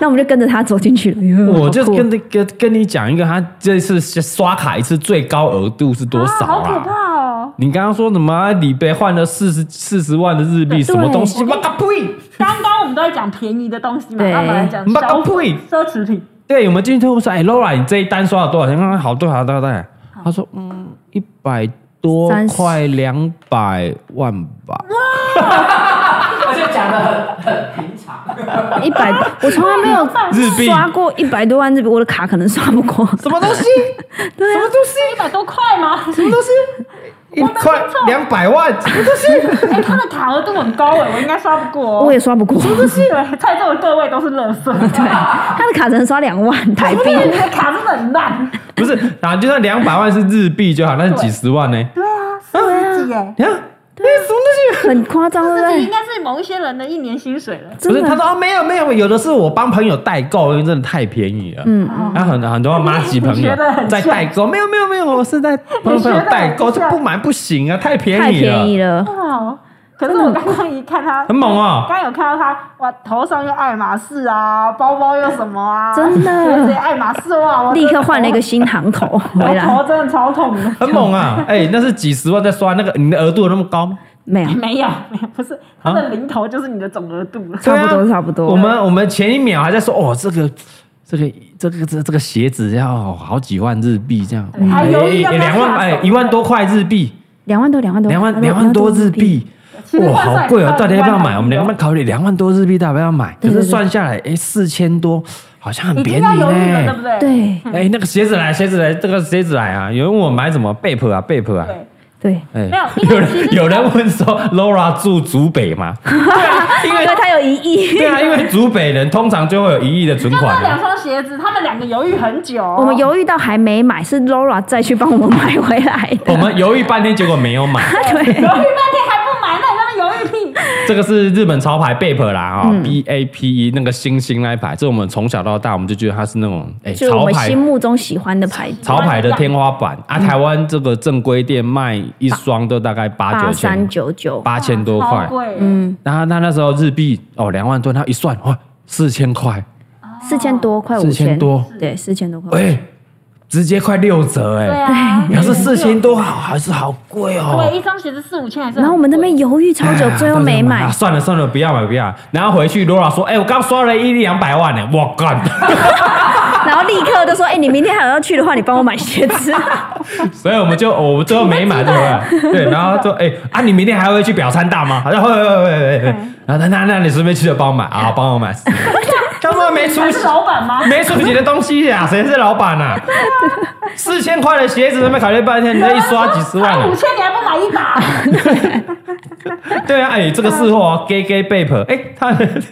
S3: 那我们就跟着他走进去了。哎呦
S1: 我就
S3: 好酷
S1: 跟你跟跟你讲一个，他这次刷卡一次最高额度是多少
S2: 啊好可
S1: 啊？
S2: 怕哦！
S1: 你刚刚说什么啊李贝换了四十四十万的日币，
S3: 对
S1: 什么东西？妈个屁！
S2: 刚刚我们都在讲便宜的东西嘛，
S3: 对
S2: 那我们来讲
S1: 妈个
S2: 消费
S1: 屁
S2: 奢侈品，
S1: 对，我们进去后说，哎，Laura，你这一单刷了多少钱？刚刚好多好多好多。他说，嗯，一百多
S3: 30
S1: 块，两百万吧。
S4: 而且讲的很很平常，
S3: 一百，我从来没有
S1: 日币
S3: 刷过一百多万日币，我的卡可能刷不过。
S1: 什么东 西？
S3: 对啊，
S2: 一百哎多块 吗？
S1: 什么东西？一块
S2: 没错
S1: 两百万，什么东西？
S2: 哎、他的卡额度很高哎、我应该刷不过、哦。
S3: 我也刷不过。
S2: 对，在座的各位都是乐色。
S3: 对，他的卡只能刷两万台
S2: 不
S3: 币。
S2: 是你的卡真的很烂。
S1: 不是啊，就算两百万是日币就好，那是几十万呢？
S2: 对啊，四十几哎、
S1: 你看，那什么东西？
S3: 很夸张，对不
S2: 这应
S3: 对？
S2: 该是某一些人的一年薪水了。
S1: 不
S3: 真
S1: 是，他
S3: 的，
S1: 说啊，没有没有，有的是我帮朋友代购，因为真的太便宜了。嗯，然后很很多妈吉朋
S2: 你
S1: 友
S2: 学得很
S1: 在代购，没有没有没有，我是在帮朋友代购，
S2: 你
S1: 这
S2: 学得很像
S1: 不买不行啊，太便
S3: 太
S1: 宜了
S3: 便。宜了。
S2: 哇！可是我刚刚一看他，
S1: 很猛 哦
S2: 刚有看到他，哇，头上又爱马仕啊，包包又什么啊，
S3: 真的
S2: 鞋子也爱马仕哇！我
S3: 立刻换了一个新 行头回
S2: 我
S1: 啊
S3: 来，
S2: 头真的超痛的。
S1: 很猛啊！哎、那是几十万在刷，那个你的额度有那么高吗？
S3: 没有，
S2: 没有，没有，不是，他的零头就是你的总额度了。
S3: 差不多
S1: 对啊
S3: 差不多
S1: 我们我们前一秒还在说哦，这个这个这个这这个鞋子要好几万日币这样，
S2: 对还哎犹豫要不要
S1: 两万
S2: 下手
S1: 哎一万多块日币，
S3: 两万多，两万多，
S1: 两万两万多日。币。
S2: 其实
S1: 哇，
S2: 换算
S1: 好贵哦！
S2: 也
S1: 到底要不要
S2: 一万台币
S1: 买？
S2: 哦
S1: 我们两个考虑两万多日币，到底要不要买？可
S3: 对
S1: 是
S3: 对
S1: 算下来，哎，四千多，好像很
S2: 已
S1: 便宜
S2: 经要犹豫了，对
S1: 呢
S2: 不。对？
S3: 对
S1: 哎，那个鞋子来，鞋子来，这个鞋子来啊！有人问我买什么贝 a 啊贝 a 啊？
S2: 对，
S3: 对，
S1: 哎
S2: 没有因为
S1: 有
S2: 其实
S1: 人有人问说 Laura 住竹北吗？
S3: 因为他有一亿，
S1: 啊对啊，因为竹北人通常就会有一亿的存
S2: 就
S1: 款
S2: 那两
S1: 啊。
S2: 双鞋子，他们两个犹豫很久哦。
S3: 我们犹豫到还没买，是 Laura 再去帮我们买回来的。
S1: 我们犹豫半天，结果没有 买。
S2: 犹豫半天还不买，那你那么犹豫屁？
S1: 这个是日本潮牌 Bape 啦，啊、b A P E 那个星星那一排，这我们从小到大我们就觉得它是那种哎、
S3: 就是
S1: 潮
S3: 我们
S1: 牌
S3: 心目中喜欢的牌子，
S1: 潮牌的天花板啊。台湾这个正规店卖一双都大概八九
S3: 八三
S1: 千、
S3: 九九，
S1: 八千多块
S2: 超，贵，
S3: 嗯，
S1: 然后他那时候日币哦两万多，他一算哇四千块，
S3: 四千多快五
S1: 4000多，
S3: 对，四千多块。
S1: 哎、直接快六折哎、
S2: 对啊，
S1: 表示四千多好还是好贵哦、
S2: 对，一双鞋子四五千还是很贵。
S3: 然后我们那边犹豫超久，最后没
S1: 啊
S3: 买。
S1: 算了算了，不要买不要买。然后回去罗拉说：“哎、我刚刷了一两百万呢、我干，
S3: 然后立刻就说：“哎，你明天还要去的话，你帮我买鞋 子。
S1: 所以我们就我们最后没买，对不 对？对，然后说：“哎、啊，你明天还会去表参大吗？”好像哎会会会会会。然后他那那你顺便去了帮我买啊，帮我 买。他妈没出
S2: 还
S1: 息
S2: 是，老板吗？
S1: 没出息的东西呀、谁是老板 啊？四千块的鞋子，他妈考虑半天，你这一刷几十万、啊
S2: 五。千你还不买 一打？
S1: 对啊，哎、这个事后啊，gay gay bape，哎、他的
S2: 嗯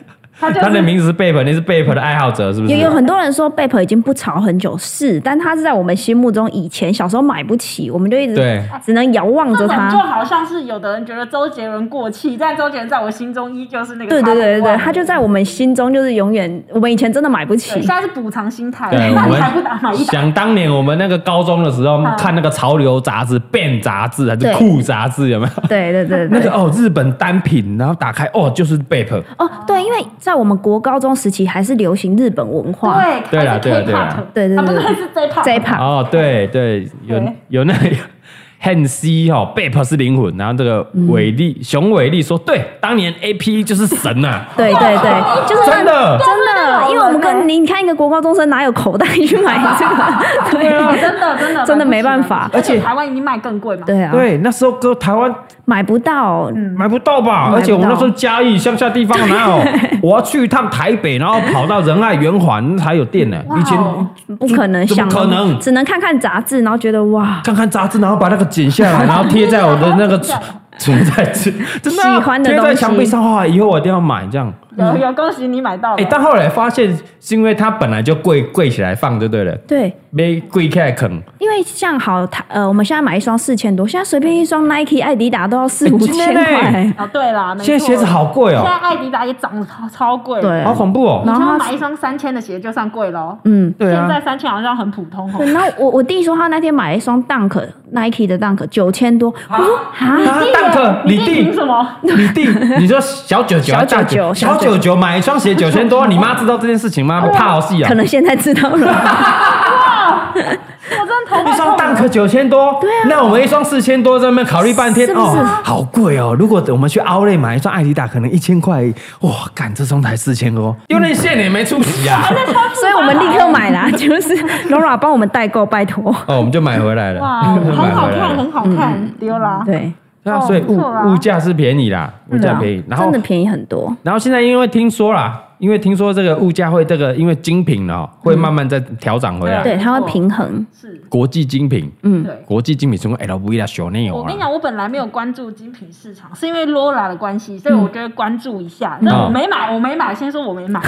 S2: 他就是
S1: 他的名字是 bape，你是 bape 的爱好者是不”是？
S3: 有有很多人说 Bape 已经不潮很久，是，但它是在我们心目中以前小时候买不起，我们就一直
S1: 对
S3: 只能遥望
S2: 这
S3: 着
S2: 种就
S3: 它。
S2: 好像是有的人觉得周杰伦过气，但周杰伦在我心中依旧是那个
S3: 对对对对对，它
S2: 他
S3: 就在我们心中就是永远，我们以前真的买不起
S2: 现。在是补偿心态，
S1: 对，我
S2: 那你还不打买
S1: 们
S2: 一打？嗯
S1: 想当年我们那个高中的时候，看那个潮流杂志、变杂志还是
S3: 对
S1: 酷杂志，有没有？
S3: 对对对
S1: 那
S3: 对
S1: 个。哦，日本单品，然后打开哦，就是 Bape，
S3: 哦，对，因为在我们国高中时期还是流行日本文化，
S2: 对
S1: 对啦
S2: 还是
S1: 对啦对啦
S2: K-pop
S3: 对对对
S2: 啊不是是 J-pop
S3: J-pop
S1: 哦，对对，有
S2: 啊对
S1: 有那个 Han C 哦，Bape 是灵魂，然后这个
S2: 嗯
S1: 伟力熊伟力说，对，当年 A P 就是神 呐，
S3: 对对对，就是
S2: 啊
S1: 真
S3: 那
S1: 的
S3: 真的，因为我们
S2: 对
S3: 跟你你看一个国高中生哪有口袋去买 这个？
S1: 啊
S2: 哦
S3: 对
S2: 真的真的
S3: 真的没办法
S2: 而且
S1: 而且
S2: 台湾已经卖更贵嘛，
S3: 对啊，
S1: 对，那时候哥台湾
S3: 买不到，
S1: 嗯买不到吧？
S3: 买不到
S1: 而且我们那时候嘉义乡下地方哪有？我要去一趟台北，然后跑到仁爱圆环才有店呢。
S2: 哇哦
S1: 以前
S3: 不可能
S1: 怎么
S3: 想，
S1: 可能
S3: 只能看看杂志，然后觉得哇，
S1: 看看杂志，然后把那个剪下来，然后贴在我的那个存存在 纸，真的啊
S3: 喜欢的
S1: 贴
S3: 东
S1: 在
S3: 西
S1: 墙壁上，哇！以后我一定要买这样。
S2: 有有恭喜你买到
S1: 嗯哎、
S2: 了。
S1: 但后来发现是因为它本来就跪跪起来放就对了，
S3: 对，
S1: 没跪起来啃。
S3: 因为像好台呃，我们现在买一双四千多，现在随便一双 Nike、艾迪达都要四五
S1: 哎
S3: 千块，
S2: 哦，对啦，没错
S1: 现在鞋子好贵
S2: 现
S1: 哦、
S2: 在艾迪达也涨得超超贵，
S3: 对
S1: 好，恐怖哦、
S2: 你
S3: 然
S2: 想
S3: 后
S2: 要
S3: 它
S2: 买一双三千的鞋就算贵喽。
S3: 嗯。
S1: 对
S2: 现在
S1: 啊，
S2: 三千好像很普通哦。
S3: 对，然后我我弟说他那天买了一双 Dunk Nike 的 Dunk 九千多，我说哈，
S1: 啊，蛋壳，你
S2: 弟
S1: 弟
S2: 凭。什么？
S1: 你弟，你说小九九还是大
S3: 小九九
S1: 小九九买一双鞋九千多，你妈知道这件事情吗？我怕好戏啊
S3: 可！能现在知道了，
S2: 我真的头
S1: 一
S2: 发
S1: 双
S2: 痛
S1: 蛋壳九千多，对啊，那我们一双四千多，在那边考虑半天
S3: 是不是
S1: 哦，好贵哦。如果我们去奥莱买一双艾迪达，可能一千块，哇，干这双才四千多，丢人现眼没出息啊！
S3: 所以我们立刻买啦，就是 Laura 帮我们代购，拜托。
S1: 哦，我们就买回来了，
S2: 哇，
S1: 我们就买
S2: 很好
S1: 回来
S2: 看，
S1: 了。
S2: 很好
S3: 嗯
S2: 看，丢啦。
S3: 对，
S1: 那
S2: 哦
S1: 所以
S2: 不
S1: 物
S2: 错啊
S1: 物价是便宜啦，物价便宜
S3: 对啊。
S1: 然后
S3: 真的便宜很多。
S1: 然后现在因为听说啦，因为听说这个物价会这个因为精品哦，会慢慢再调整回来。
S3: 对，它会平衡。
S2: 是，
S1: 国际精品，
S3: 嗯
S2: 对。
S1: 国际精品什么 LV 啦、啊小内
S2: 我
S1: 有
S2: 跟你
S1: 啦，
S2: 讲，我本来没有关注精品市场，是因为 Laura 的关系，所以我
S3: 嗯
S2: 觉得关注一下。但
S1: 嗯
S2: 我没买，我没买，先说我 没买。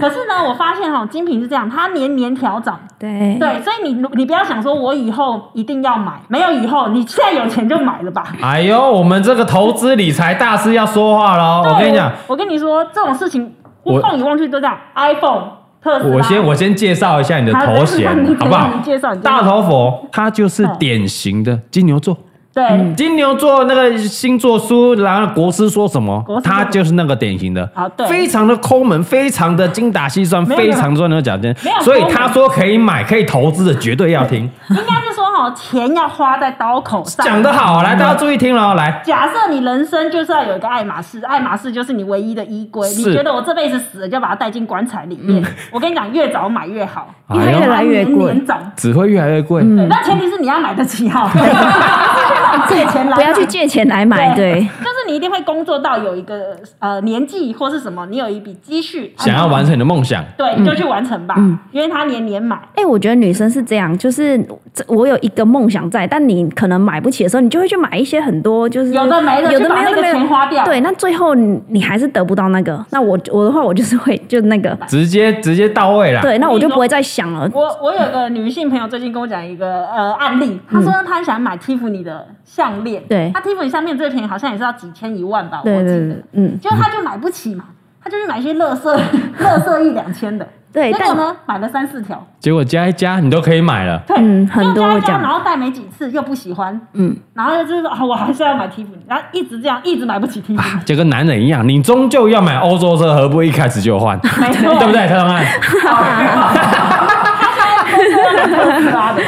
S2: 可是呢，我发现哈，精品是这样，它年年调涨。
S3: 对，
S1: 哎
S2: 对，所以你你不要想说我以后一定要买，没有以后，你现在有钱就买了吧。
S1: 哎呦，我们这个投资理财大师要说话喽！哦我跟你讲，，
S2: 我跟你说这种事情，
S1: 我
S2: 我逛来逛去都这样，iPhone、特斯拉。
S1: 我先我先介绍一下你的头衔
S2: 好你，
S1: 好不好
S2: 你？介绍你介绍嗯
S1: 大头佛，他就是典型的金牛座。
S2: 对，
S1: 金牛座那个星座书，然后国师说什么
S2: 国，师说
S1: 他就是那个典型的
S2: 啊对，
S1: 非常的抠门，非常的精打细算，
S2: 没有没
S1: 非
S2: 有
S1: 常钻牛角尖
S2: 没有，
S1: 所以
S2: 抠门
S1: 他说可以买可以投资的绝对要 听，
S2: 应该是说哈，钱要花在刀口上。
S1: 讲得好，来大家注意听了，哦来。
S2: 假设你人生就是要有一个爱马仕，爱马仕就是你唯一的衣柜。你
S1: 是嗯
S2: 觉得我这辈子死了就把它带进棺材里面？我跟你讲，越早买越好，
S1: 哎
S2: 因
S1: 呦
S2: 为它
S3: 越来越
S2: 年
S3: 贵
S2: 年涨。
S1: 只会越来越贵。
S2: 对，但前提是你要买得 起哈，不是去那
S1: 啊
S2: 种借钱来买，啊
S3: 不要去借钱来买。对，
S2: 就是你一定会工作到有一个呃年纪或是什么，你有一笔积蓄，
S1: 想要完成你的梦想，
S2: 对，
S3: 嗯
S2: 你就去完成吧，因为他年年买。
S3: 哎、我觉得女生是这样，就是这我有一个梦想在，但你可能买不起的时候，你就会去买一些很多，就是
S2: 有的没的
S3: 有
S2: 去
S3: 的
S2: 把
S3: 没
S2: 那
S3: 有的
S2: 个
S3: 没有
S2: 钱花掉
S3: 对，那最后你你还是得不到那个。那我我的话，我就是会就那个，
S1: 直接直接到位啦。
S3: 对，那我就不会再想了。
S2: 我我有个女性朋友最近跟我讲一个呃案例，她说她想买 Tiffany 的项链，
S3: 嗯对
S2: 她 Tiffany 项链最便宜好像也是要几千一万吧，我
S3: 对
S2: 记
S3: 对
S2: 得
S3: 对，，嗯，
S2: 结果她就买不起嘛，她就去买一些 乐色乐色一两千的，
S3: 对
S2: 结果
S3: 但
S2: 呢买了三四条，
S1: 结果加一加，你都可以买了。
S2: 对，
S3: 嗯很
S2: 又
S3: 多
S2: 加
S3: 会
S2: 一加
S3: 这样
S2: 然后戴没几次又不喜欢，
S3: 嗯，
S2: 然后就是啊我还是要买 Tiffany，然后一直这样一直买不起
S3: 啊
S2: Tiffany，
S1: 就跟男人一样，你终究要买欧洲车，何不一开始就换？
S2: 没错，
S1: 对不？对，特东 汉？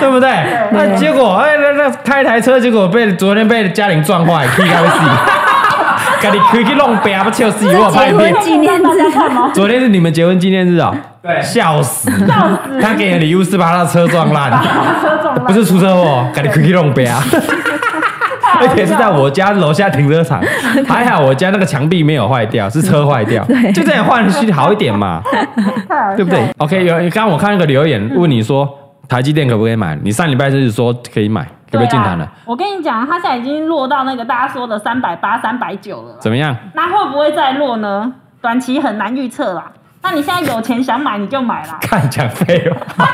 S1: 对不对？那结果，哎，那那开台车，结果被昨天被嘉玲撞坏，气到死， 赶紧开去弄白，不笑死我，怕
S3: 结
S1: 你
S3: 婚纪念
S2: 大家
S3: 日，
S2: 看吗？
S1: 昨天是你们结婚纪念日啊、
S4: 对
S1: 笑死！
S2: 笑死，
S1: 他给的礼物是把他的车撞 烂，
S2: 车撞烂
S1: 不是出车 祸，赶紧开去弄白。啊而且是在我家楼下停 车场，还好我家那个墙壁没有坏掉，是车坏掉，就这样换去好一点嘛，
S2: 太好笑嗯
S1: 对不对
S2: 了？
S1: ？OK，有刚刚我看那个留言问你说台积电可不可以买？你上礼拜是说可以买，可不可以进场
S2: 对
S1: 了
S2: 啊？我跟你讲，它现在已经落到那个大家说的三百八、三百九了啦，
S1: 怎么样？，
S2: 那会不会再落呢？短期很难预测啦。那你现在有钱想买你就买啦
S1: 看讲废话，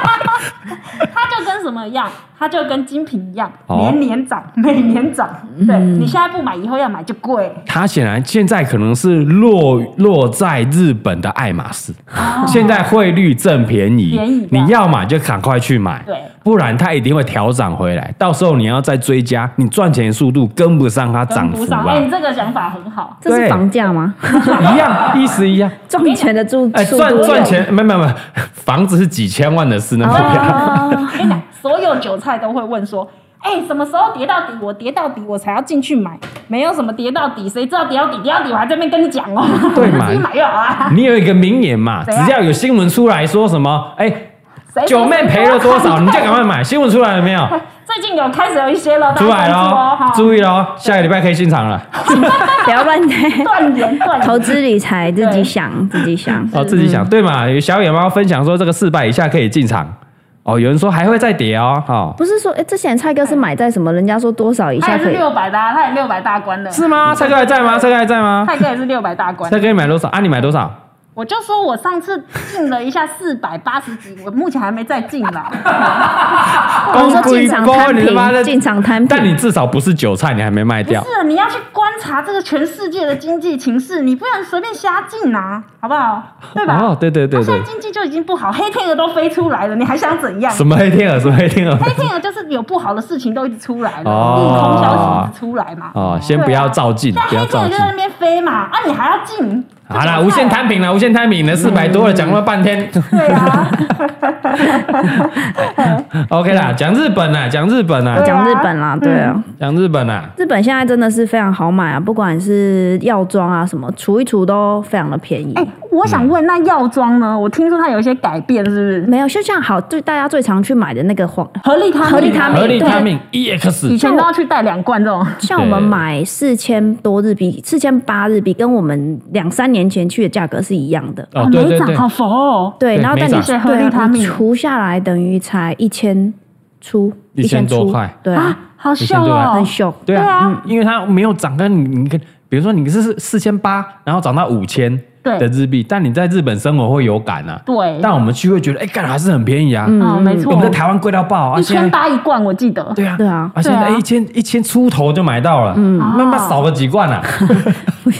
S2: 它就跟什么一样，它就跟精品一样，
S1: 哦嗯
S2: 年年涨，每年涨。对你现在不买，以后要买就贵。
S1: 他显然现在可能是落落在日本的爱马仕，现在汇率正便宜
S2: 哦便宜的，
S1: 你要买就赶快去买，
S2: 对
S1: 不然它一定会调涨回来，到时候你要再追加，你赚钱速度跟不上它涨
S2: 跟不
S1: 幅
S2: 上，
S1: 啊
S2: 哎，，你这个想法很好，
S3: 这
S1: 对
S3: 是房价 吗？
S2: 哎
S1: 一样意思一样。
S3: 赚钱的住
S1: 哎，
S3: 速
S1: 赚
S3: 度
S1: 赚钱，没没没，房子是几千万的事，那不一样。
S2: 我跟你讲，所有韭菜都会问说：“哎、什么时候跌到底？我跌到底，我才要进去买。没有什么跌到底，谁知道跌到底？跌到底，我还在那边跟你讲哦、
S1: 对嘛
S2: 自己买就好啦。
S1: 你有一个名言嘛，
S2: 怎
S1: 只
S2: 样
S1: 要有新闻出来说什么，哎、
S2: 谁
S1: 九妹赔了 多
S2: 啊
S1: 少，你就赶快买。新闻出来了没有？
S2: 最近有开始有一些了，大家
S1: 出来
S2: 关注哦
S1: 喽
S2: 哈，
S1: 注意喽，下个礼拜可以进场了。
S3: 不要乱
S2: 断言断言，
S3: 投资理财，自己想，自己想。
S1: 哦，自己想对嘛？有小野猫分享说这个四百以下可以进场。哦，有人说还会再跌哦，哦，
S3: 不是说，哎，之前蔡哥是买在什么？人家说多少以
S2: 他
S3: 下
S2: 也是
S3: 可以？
S2: 六百的、啊，他也六百大关的，
S1: 是啊吗？蔡哥还在吗？蔡哥还在吗？
S2: 泰哥也是六百大关
S1: 蔡。哥你买多少啊？你买多少？
S2: 我就说我上次进了一下四百八十几，我目前还没再进 啦。
S3: 我们说进场摊
S1: 你他妈的
S3: 平，进场摊
S1: 但你
S3: 平。
S1: 至少不是韭菜，你还没卖掉
S2: 不。是，你要去观察这个全世界的经济情势，你不能随便瞎进啊，好不好？对吧？
S1: 哦，对对对
S2: 它现
S1: 对
S2: 在，经济就已经不好，黑天鹅都飞出来了，你还想怎样？
S1: 什么黑天鹅，什么黑天鹅。
S2: 黑天鹅就是有不好的事情都一直出来了，利、
S1: 哦
S2: 空消息一直出来嘛。
S1: 哦，先不要照进，
S2: 但
S1: 不
S2: 黑
S1: 要
S2: 天
S1: 照
S2: 鹅就
S1: 进。
S2: 在那边飞嘛，啊，你还要进？
S1: 好啦，无限摊平了，无限摊平了，四百多了，讲那么半天。
S2: 嗯对啊，
S1: OK 啦，讲日本啦，讲日本啦，
S2: 对
S3: 讲日本啦，对啊，
S1: 讲日本啦。
S3: 日本现在真的是非常好买啊，不管是药妆啊什么，除一除都非常的便宜。
S2: 哎、我想问，那药妆呢？我听说它有一些改变，是不是？
S3: 没有，就像好，就大家最常去买的那个黄，
S2: 合力他
S3: 合力他
S1: 合力
S3: 对
S1: 他命
S2: 以
S1: EX，
S2: 前都要去带两罐这种，
S1: 哦
S3: 像我们买四千多日币，四千八日币，跟我们两三年前去的价格是一样的。
S1: 哦
S2: 啊，
S1: 对
S2: 没
S1: 对
S2: 长
S1: 对，
S2: 好佛哦。
S3: 对，
S1: 对
S3: 然后
S1: 没
S3: 但你
S1: 涨
S3: 对
S2: 合力他
S3: 啊，你
S2: 命
S3: 除下来等于才一千出，
S1: 一千多
S3: 出
S1: 块，
S3: 对啊，
S2: 啊，好
S1: 以
S2: 秀
S1: 前对啊
S2: 哦
S3: 很！秀。
S1: 对
S2: 对
S1: 啊，
S2: 啊
S1: 嗯因为它没有涨，跟你你跟，比如说你是四千八，然后涨到五千
S2: 对
S1: 的日币，但你在日本生活会有感啊。
S2: 对
S1: 但我们去会觉得，哎，干还是很便宜啊。
S2: 嗯，没
S1: 我
S2: 错
S1: 们，在台湾贵到爆啊，
S2: 一
S1: 现
S2: 千
S1: 在
S2: 八一罐，我记得。
S1: 对啊
S3: 对啊
S1: 而且
S2: 对啊
S1: 一千一千出头就买到了，嗯，慢慢少了几罐啊。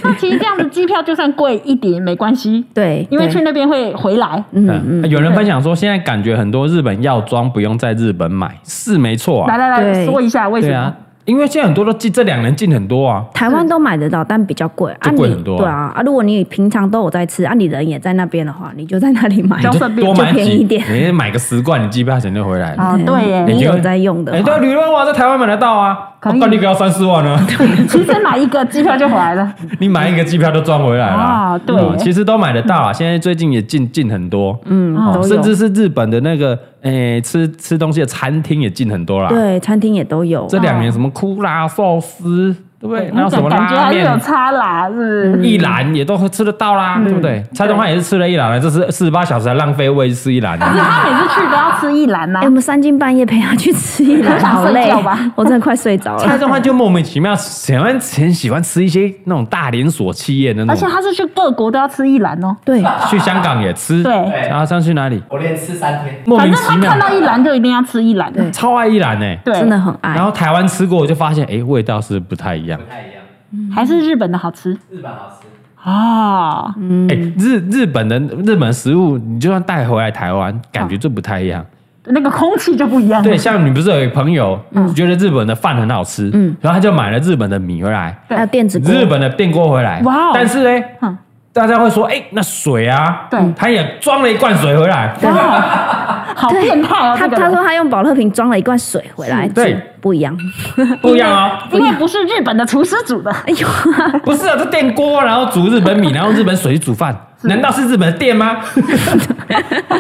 S2: 那 其实这样子机票就算贵一点也没关系，
S3: 对，
S2: 因为
S3: 对
S2: 去那边会回来。
S1: 嗯嗯，有人分享说，现在感觉很多日本药妆不用在日本买，是没错
S2: 来
S1: 啊。
S2: 来来，
S3: 对
S2: 说一下为什
S1: 对
S2: 么
S1: 啊？，因为现在很多都进这两年进很多啊。
S3: 台湾都买得到，但比较贵啊
S1: 就
S3: 你。
S1: 贵很多啊
S3: 对啊啊！如果你平常都有在吃啊，你人也在那边的话，你就在那里买
S2: 就。
S1: 你就
S2: 顺便
S1: 多买
S3: 就便宜
S1: 几嗯
S3: 一点
S1: 你买个十罐，你机票钱就回来了。
S2: 啊，对耶，
S3: 你有在用的
S1: 哎、
S3: 话
S1: 对啊，旅游网在台湾买得到啊，
S2: 可
S1: 我
S2: 以
S1: 干、你个要三四万啊，
S2: 其实买一个机票就回来 了。
S1: 你买一个机票都赚回来了
S2: 啊对
S1: 嗯其实都买得到啊，现在最近也进进很多，哦
S3: 嗯，都有
S1: 甚至是日本的那个诶、吃吃东西的餐厅也进很多啦。
S3: 对餐厅也都有。啊
S1: 这两年什么库拉寿司，对不对？然后什么
S2: 嗯感觉
S1: 拉
S2: 还是有
S1: 面。
S2: 差啦，是不是？
S1: 一篮也都吃得到啦，
S2: 嗯
S1: 对不对？蔡东汉也是吃了一篮了，这是四十八小时还浪费胃吃一篮的。啊
S2: 可是他每次去都要吃一篮啊呐
S3: 哎，我。们三更半夜陪他去吃 一
S2: 很
S3: 篮，
S2: 想
S3: 好
S2: 睡
S3: 累
S2: 觉吧，
S3: 我真的快睡着
S1: 蔡
S3: 了。
S1: 中汉就莫名其妙喜欢很喜欢吃一些那种大连锁企业的那
S2: 而且
S1: 种，
S2: 他是去各国都要吃一篮哦，
S3: 对，
S1: 去香港也吃，
S2: 对
S1: 然后上去哪里
S4: 我连吃三天，
S1: 莫
S2: 反
S1: 名
S2: 正
S1: 其
S2: 他
S1: 妙
S2: 看，到一篮就一定要吃一篮。
S3: 对
S1: 超爱一兰哎，
S2: 对，
S3: 真的很爱
S1: 然。后台湾吃过，我就发现哎味道是不太一样
S4: 不，太一样。
S2: 还是日本的好吃
S4: 日本好吃，
S2: 啊。
S1: 哎日日本的日本食物你就算带回来台
S2: 嗯
S1: 湾，感觉就不太一样。
S2: 那个空气就不一样。
S1: 对，，像你不是有朋友
S2: 嗯
S1: 觉得日本的饭很好吃，
S3: 嗯
S1: 然后他就买了日本的米回来，
S3: 还有电子锅，
S1: 日本的电锅回来，
S2: 哇哦
S1: 但是呢
S2: 嗯，
S1: 大家会说哎那水啊，
S2: 对
S1: 他也装了一罐水回来。
S2: 哇，好
S3: 对
S2: 变态哦！
S3: 他
S2: 这个
S3: 他
S2: 人
S3: 说他用保乐瓶装了一罐水回来，
S1: 对
S3: 是不一样。
S1: 不一样哦，
S2: 因为不是日本的厨师煮的，
S3: 哎呦，
S1: 不是啊，这电锅，然后煮日本米，然后日本水去煮饭，难道是日本的店 吗？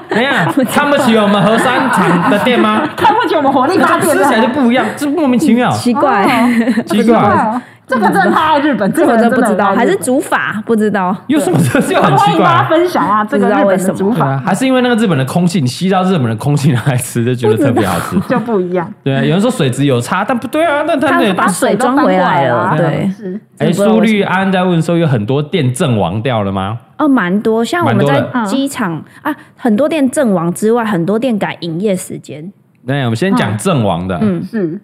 S1: 怎样？看不起我们和山厂的店吗？
S2: 看不起我们活力发
S1: 这
S2: 电
S1: 吃
S2: 的
S1: 起来就不一样，这莫名其妙，
S3: 奇怪，
S2: 哦
S1: 奇
S2: 奇怪
S1: 怪，
S2: 哦，这个真的太爱日本，这
S3: 这我
S2: 个人
S3: 真的
S2: 真的
S3: 不知道，
S2: 很爱
S3: 还
S2: 日
S3: 是
S2: 本
S3: 煮法不知道。
S1: 有什么这就很
S2: 欢
S1: 奇
S2: 迎
S1: 怪
S2: 大家
S1: 啊。
S2: 分享啊，这个
S3: 不知道
S2: 日
S3: 为
S2: 本的
S3: 什么
S2: 煮
S1: 对
S2: 法
S1: 啊，还是因为那个日本的空气，你吸到日本的空气拿来吃，就觉得特别好吃。
S2: 就不一样。
S1: 对啊，有人说水质有差，但不对啊，那他
S3: 他
S1: 那
S3: 把水装回来了，
S1: 对啊
S3: 对。
S2: 是
S1: 哎，苏律安在问说有很多店阵亡掉了吗？
S3: 哦，蛮多，像我
S1: 蛮
S3: 们
S1: 多
S3: 在
S1: 的
S2: 嗯
S3: 机场啊，很多店阵亡之外，很多店改营业时间。
S1: 那我们先讲阵亡的，
S3: 嗯
S2: 是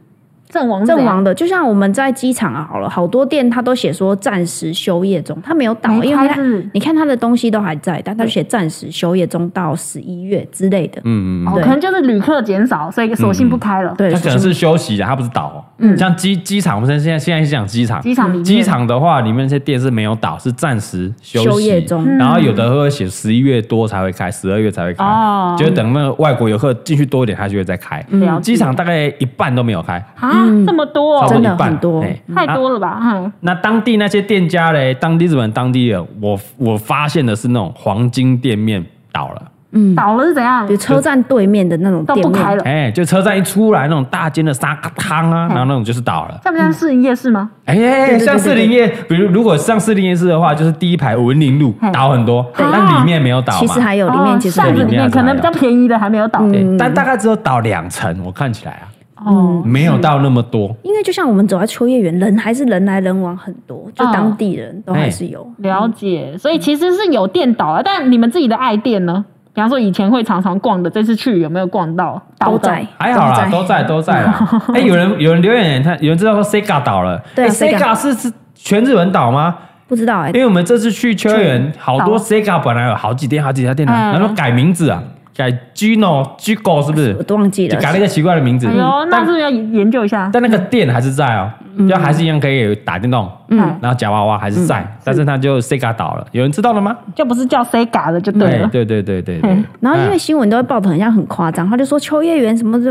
S2: 阵亡
S3: 阵亡的，就像我们在机场啊，好了，好多店它都写说暂时休业中，它没有倒，
S2: 没
S3: 因
S2: 开
S3: 为它
S2: 日
S3: 你看它的东西都还在，但它就写暂时休业中到十一月之类的。
S1: 嗯嗯嗯，
S2: 哦，
S3: 对
S2: 可能就是旅客减少，所以索性不开了。
S3: 对，
S1: 它可能
S3: 就是嗯
S1: 休息的，它不是倒哦。像机机场，我们现在现在是讲机场，
S2: 机场里面
S1: 机场的话，里面那些店是没有倒，是暂时休息嗯
S3: 休业中
S1: 然后有的会写十一月多才会开，十二月才会开
S2: 哦，
S1: 就是等那个外国游客进去多一点，它就会再开。嗯
S3: 嗯
S2: 了解
S1: 机场大概一半都没有开，
S2: 啊，这么多
S1: 差
S2: 哦
S1: 不多
S3: 真
S1: 一
S3: 的
S1: 半
S3: 很多
S1: 哎
S2: 太
S1: 啊
S2: 多了吧？嗯，
S1: 那当地那些店家嘞，当地日本当地人，我我发现的是那种黄金店面倒了。
S2: 嗯倒了是怎样
S3: 比？如车站对面的那种
S2: 都
S3: 店
S2: 不
S3: 面
S2: 开了，
S1: 哎、就车站一出来那种大间的沙咖汤啊，然后那种就是倒了。
S2: 像不像
S3: 嗯
S2: 市营夜市吗？
S1: 哎、像四零夜，比如如果上四零夜市的话，就是第一排文林路
S2: 嗯
S1: 倒很多，
S2: 对
S1: 但里面没有倒嘛。
S3: 其实还有里面其实
S2: 哦
S3: 还
S2: 巷
S1: 里
S2: 子
S1: 面
S2: 里面可能比较便宜的还没有倒
S3: 嗯
S1: 对但大概只有倒两层，我看起来啊，
S2: 哦。
S1: 没有到那么多。
S3: 因为就像我们走在秋叶原，人还是人来人往很多，就
S2: 嗯
S3: 当地人都还是有。
S2: 了解，所以其实是有店倒了，啊但你们自己的爱店呢？比方说以前会常常逛的，这次去有没有逛到？
S1: 哎
S2: 倒
S3: 都
S2: 的
S3: 在，
S1: 还好啦，都在都在啦。哎、有人有人留言，他有人知道说 Sega 倒了，
S3: 对
S1: 哎
S3: 啊
S1: Sega 是是全日本倒吗？
S3: 不知道哎
S1: 因，为我们这次去秋园，好多
S2: 倒
S1: Sega 本来有好几店好几家店啊，
S2: 嗯
S1: 然后改名字啊，改 Gino Gigo 是不是
S3: 我？都忘记
S1: 就
S3: 了。
S1: 改了一个奇怪的名字。
S2: 哎
S3: 嗯
S2: 呦，那
S1: 但
S2: 是不是要研究一下？
S1: 但那个店还是在哦，就还是一样可以打电动，
S2: 嗯，
S1: 然后夹娃娃还是在，但是它就 Sega 倒了。有人知道了吗？哎
S2: 就不是叫 Sega 的就对了。
S1: 对对对对对
S2: 嗯。
S3: 然后因为
S1: 哎
S3: 新闻都会报的很像很夸张，他就说秋叶原什么就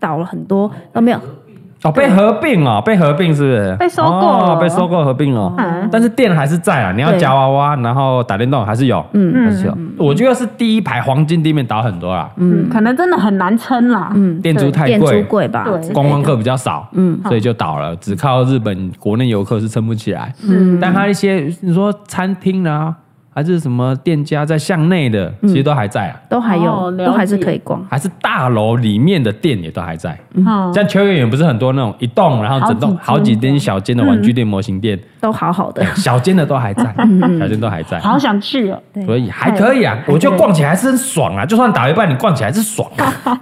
S3: 倒了很多，都没有
S1: 哦被合并哦，被合并是不是？
S2: 被收购了
S1: 哦被收购合并哦。
S2: 嗯
S1: 但是店还是在啊，你要夹娃娃，然后打电动还是有，嗯，还是有。我觉得是第一排黄金地面倒很多啦，
S2: 嗯，可能真的很难撑啦。嗯，
S1: 店租太
S3: 店
S1: 贵
S3: 租，贵吧？
S2: 对
S3: 之类的
S1: 观光客比较少，嗯，所以就倒了，只靠日本国内游客是撑不起来。嗯，但他一些你说餐厅啊，还是什么店家在巷内的，其实都还在啊，
S3: 都还有、
S2: 哦了解
S3: 都还是可以逛。
S1: 还是大楼里面的店也都还在。
S3: 嗯
S2: 好，
S1: 像秋叶原不是很多那种一栋，然后整栋好
S2: 哦好
S1: 几
S2: 几间
S1: 间小间的玩具店、模型店，
S3: 都好好的。
S1: 小间的都还在，小间都还在。
S2: 好想去哦。
S1: 所以还可以啊，我觉得逛起来还是很爽啊，就算打一半，你逛起来还是爽啊。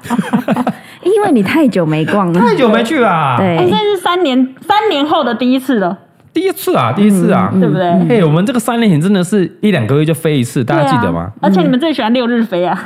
S3: 因为你太久没逛 了，
S1: 太久没去啊啦，
S3: 对
S2: 哎，这是三年三年后的第一次了，
S1: 第一次啊，第一次
S3: 嗯
S1: 啊，
S2: 对不对？
S1: 哎、我们这个三连行真的是一两个月就飞一次，大家记得吗？
S2: 嗯对啊？而且你们最喜欢六日飞啊，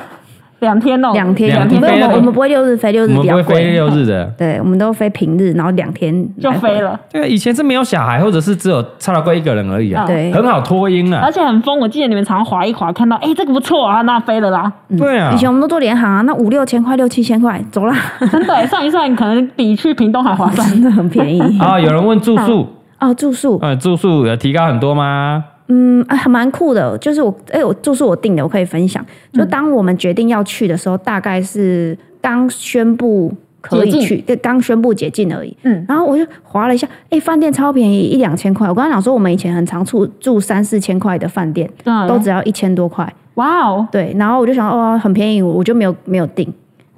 S2: 两天哦，
S3: 嗯两天
S1: 两天
S3: 没有
S1: 飞
S3: 我
S1: 了
S3: 们我们不会六日飞，六日
S1: 我们
S3: 比较
S1: 不会飞
S3: 贵。
S1: 六日的。
S3: 对，我们都飞平日，然后两天
S2: 就
S3: 来回
S2: 飞。了，
S1: 对啊，以前是没有小孩，或者是只有差老贵一个人而已啊，
S2: 嗯
S3: 对
S1: 很好托婴啊
S2: 而。且很疯。我记得你们常划一划，看到哎这个不错啊，那飞了啦，
S1: 对啊
S3: 以，前我们都做联航啊，那五六千块、六七千块，走啦，
S2: 真的算一算，可能比去屏东还划算。
S3: 真的很 便宜。
S1: 啊，有人问住宿，
S3: 哦，住宿，
S1: 呃，住宿有提高很多吗？
S3: 嗯，啊还蛮酷的。就是我，哎、我住宿我订的，我可以分享。
S2: 嗯
S3: 就当我们决定要去的时候，大概是刚宣布可以
S2: 解禁
S3: 去，对，刚宣布解禁而已。
S2: 嗯，
S3: 然后我就划了一下，哎、饭店超便宜，一两千块。我刚刚讲说，我们以前很常住住三四千块的饭店，
S2: 对啊
S3: 都只要一千多块。
S2: 哇哦，
S3: 对，然后我就想，哦，很便宜，我我就没有没有订。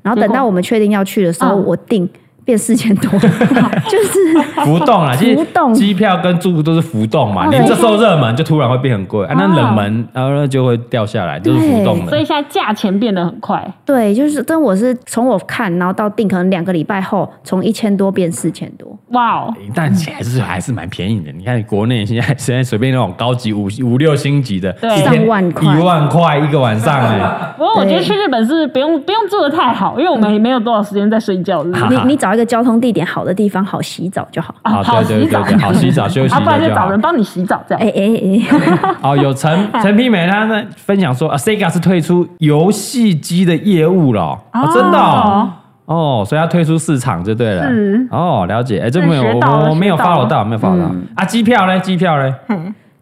S3: 然后
S2: 结
S3: 等
S2: 果
S3: 到我们确定要去的时候，
S2: 嗯
S3: 我订变四千多， 就是
S1: 浮动啊，其实
S3: 浮动
S1: 机票跟住宿都是浮动嘛。
S2: 哦
S1: 你
S2: 对
S1: 这时候热门就突然会变很贵，啊，那
S2: 哦
S1: 冷门然后就会掉下来，就是浮动
S2: 所
S1: 的
S2: 以。现在价钱变得很快，
S3: 对，就是但我是从我看，然后到订，可能两个礼拜后，从一千多变四千多。
S2: 哇哦，
S1: 但其实还是还是蛮便宜的。你看国内现在现在随便那种高级五五六星级的，
S2: 对
S1: 一天
S3: 上万块
S1: 一万块一个晚上哎。
S2: 不过我觉得
S3: 对
S2: 去日本是不用不用住的太好，因为我们也没有多少时间在睡觉，是不是
S1: 好
S3: 你你找一个交通地点好的地方，好洗澡就好。
S2: 啊，
S1: 好
S2: 好
S1: 对对
S2: 洗澡
S1: 对对，好洗澡休息一
S2: 啊，不
S1: 下
S2: 然就
S1: 就
S2: 找
S1: 好
S2: 人。帮你洗澡这样。
S3: 哎哎哎，
S1: 哦，有 陈陈皮美她呢分享说啊，Sega 是退出游戏机的业务了哦，哦真的哦。哦，所以要退出市场就对了。
S2: 是
S1: 哦，了解。哎，这没有，
S2: 学到了
S1: 我我没有
S2: 学到
S1: follow
S2: 了嗯
S1: 到，没有 follow 到啊。机票呢？机票呢？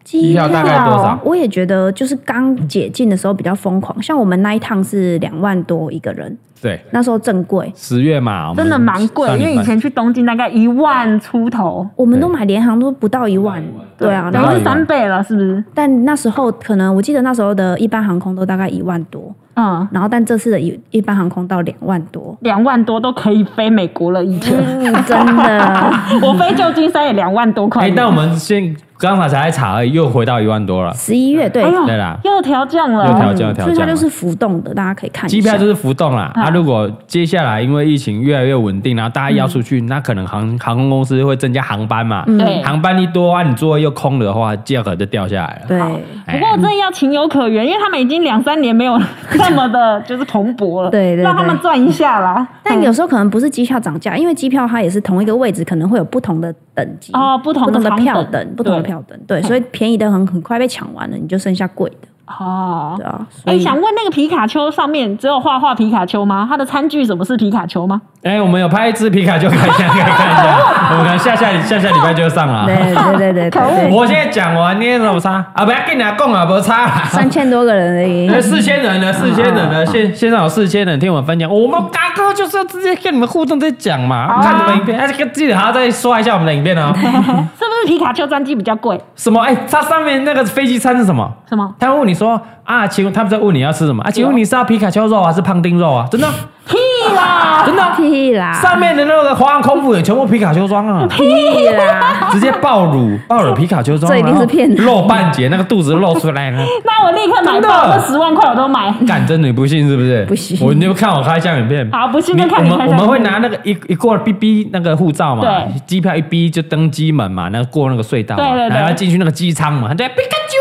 S3: 机
S1: 票大概多少
S3: 我也觉得就是刚解禁的时候比较疯狂，像我们那一趟是两万多一个人，
S1: 对，
S3: 那时候正贵，
S1: 十月嘛，我们
S2: 真的蛮贵，
S1: 上礼
S2: 因
S1: 拜
S2: 为以前去东京大概一万出头，
S3: 我们都买联航都不到一万，对啊，
S2: 等
S3: 然
S2: 于
S3: 后
S2: 是三倍了，是不是？
S3: 但那时候可能我记得那时候的一般航空都大概一万多，
S2: 嗯，
S3: 然后但这次的一一般航空到两万多，
S2: 两万多都可以飞美国了，以前
S3: 嗯，真的。
S2: 我飞旧金山也两万多块
S1: 哎，
S2: 呢。
S1: 但我们现刚才才查而已，又回到一万多了。
S3: 十一月对，
S2: 哎呦
S1: 对啦
S2: 又调降
S1: 又调
S2: 了，
S1: 降这样
S3: 所以它
S1: 嘛
S3: 就是浮动的，大家可以看一下。
S1: 机票就是浮动啦，啊，如果接下来因为疫情越来越稳定，然后大
S2: 嗯
S1: 家要出去，那可能航航空公司会增加航班嘛，
S2: 对
S1: 航班一多啊，你座位又空了的话，价格就掉下来了。
S3: 对，
S1: 哎
S2: 不过真的要情有可原，因为他们已经两三年没有那么的， 就是蓬勃了，
S3: 对对对
S2: 让他们赚一下啦。嗯
S3: 但有时候可能不是机票涨价，因为机票它也是同一个位置，可能会有不同的等级
S2: 哦不同的
S3: 的
S2: 舱等
S3: 票等，不同的
S2: 对
S3: 票等，对，所以便宜的很很快被抢完了，你就剩下贵的，
S2: 哦
S3: 对，啊。所
S2: 哎，
S3: 以
S2: 想问那个皮卡丘上面只有画画皮卡丘吗？它的餐具什么是皮卡丘吗？
S1: 哎，我们有拍一只皮卡丘，可以看一下，可以看一 下，我们可能下下下下礼拜就上了
S3: 对。对对对对对，
S1: 我现在讲完，你有什么差啊？不要跟你讲啊，不差 啦。
S3: 三千多个人而已。
S1: 那四千人呢？四千人
S2: 啊
S1: 呢？线线上有四千人听我们分享，我们嘎哥就是要直接跟你们互动在讲嘛，
S2: 啊
S1: 看什么影片，而且记得还要再刷一下我们的影片 哦。
S2: 是不是皮卡丘专机比较贵？
S1: 什么？哎，它上面那个飞机餐是什么？
S2: 什么
S1: 他问你说啊，请问他们在问你要吃什么啊？请问你是要皮卡丘肉还是胖丁肉啊？真的
S2: 屁啦！
S1: 真的，
S3: 屁啦
S1: 上面的那个花样空腹也全部皮卡丘装啊，
S3: 屁 啦，
S1: 直接爆乳爆乳皮卡丘装，
S3: 这一定
S1: 然
S3: 是
S1: 后
S3: 骗人
S1: 肉半截，那个肚子露出来呢。
S2: 那我立刻买
S1: 真的
S2: 爆，这十万块我都买。
S1: 干，真的你不信是不是？
S3: 不信
S1: 我你就看我开箱影片。
S2: 好不信
S1: 你
S2: 就看你
S1: 我们
S2: 开箱
S1: 我们会
S2: 影片
S1: 拿那个一一过 B B 那个护照嘛，
S2: 对
S1: 机票一 B 就登机门嘛，那过那个隧道嘛，
S2: 对对对
S1: 然后进去那个机舱嘛，他就皮卡丘。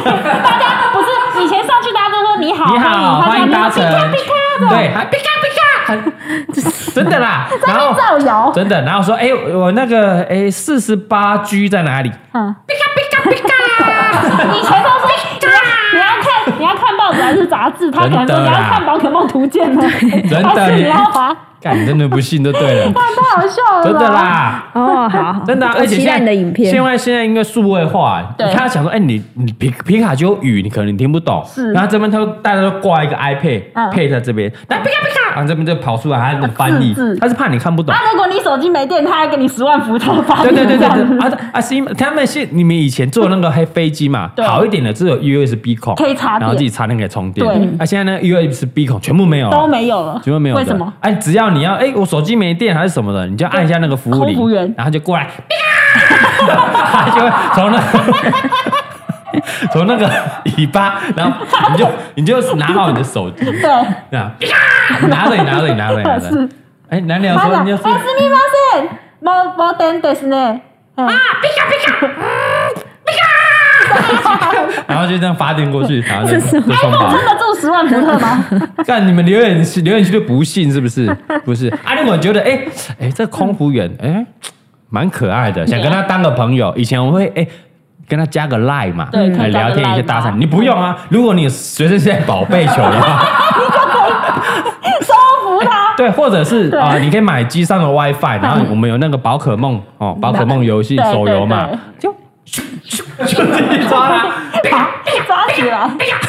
S2: 不是以前上去大家都说你好，
S1: 你好，
S2: 欢
S1: 欢迎搭
S2: 他
S1: 乘
S2: 说你好皮卡皮卡。
S1: 的，对，还皮卡皮卡，真的啦。然后
S2: 造谣，
S1: 真的，然后说，哎、我那个，哎、四十八 G 在哪里？
S2: 嗯，
S1: 皮卡皮卡皮卡，
S2: 以前都说哎你要看你要看报纸还是杂志，他可能说
S1: 真
S2: 你
S1: 的
S2: 要
S1: 啦
S2: 看宝可梦图鉴呢，
S1: 真
S2: 还
S1: 的
S2: 是
S1: 你
S2: 你要滑，
S1: 干，你真的不信就对了，
S2: 哇，太好笑了，啊
S1: 真的。啦。
S3: 哦，好，
S1: 真的啊、
S3: 我
S1: 而且
S3: 期
S1: 现在
S3: 待你的影片
S1: 现。在现在因为数位化，
S2: 对
S1: 你看他想说，哎、你你皮皮卡丘语你可能听不懂，
S2: 是
S1: 然后这边他就大家都挂一个 iPad、
S2: 嗯
S1: 配在这边，那皮卡皮卡，然后这边就跑出来，还有那种翻译
S2: 字字，
S1: 他是怕你看不懂。
S2: 啊，如果你手机没电，他还给你十万伏特发
S1: 对
S2: 电
S1: 对对对
S2: 这样子
S1: 对，啊啊！是因为他们现你们以前坐那个黑飞机嘛，
S2: 对
S1: 好一点的只有 USB 孔，
S2: 可以插电
S1: 然后自己插那个充电。
S2: 对
S1: 啊，现在呢 USB 孔全部没有了，
S2: 都没有了，
S1: 哦全部没有的。
S2: 为什么？
S1: 哎，只要你要哎，我手机没电还是什么的，你就按一下那个服务
S2: 空服
S1: 铃
S2: 员，
S1: 然后就过来， 他就会从那从那个 尾巴，然后你就你就拿好你的手机，
S2: 对，他
S1: 这样拿着你拿着你拿着你拿着
S2: 是
S1: 你，哎，男聊说
S2: 讲，
S1: 你就
S2: 哎，
S1: 是
S2: すみません、冇冇電ですね。嗯
S1: 啊 然后就这样发电过去，然后就
S3: 这是
S1: 就冲吧。
S2: 真的中十万伏 特吗？
S1: 干你们留言区留言区就不信是不是？不是啊，你们觉得哎哎、这空服员哎、蛮可爱的，想跟他当个朋友。以前我会哎、跟他加个 line 嘛，
S2: 对可
S1: 来
S2: 以加个
S1: 聊天一些
S2: line
S1: 搭
S2: 嘛
S1: 讪。你不用啊，如果你随身携带宝贝球的话，
S2: 收服他，
S1: 对，或者是
S2: 对
S1: 啊、你可以买机上的 WiFi，然 后我们有那个宝可梦哦，宝可梦游戏
S2: 对对
S1: 手游嘛
S2: 对，
S1: 就咻咻 就自己抓啊他，
S2: 抓起 来。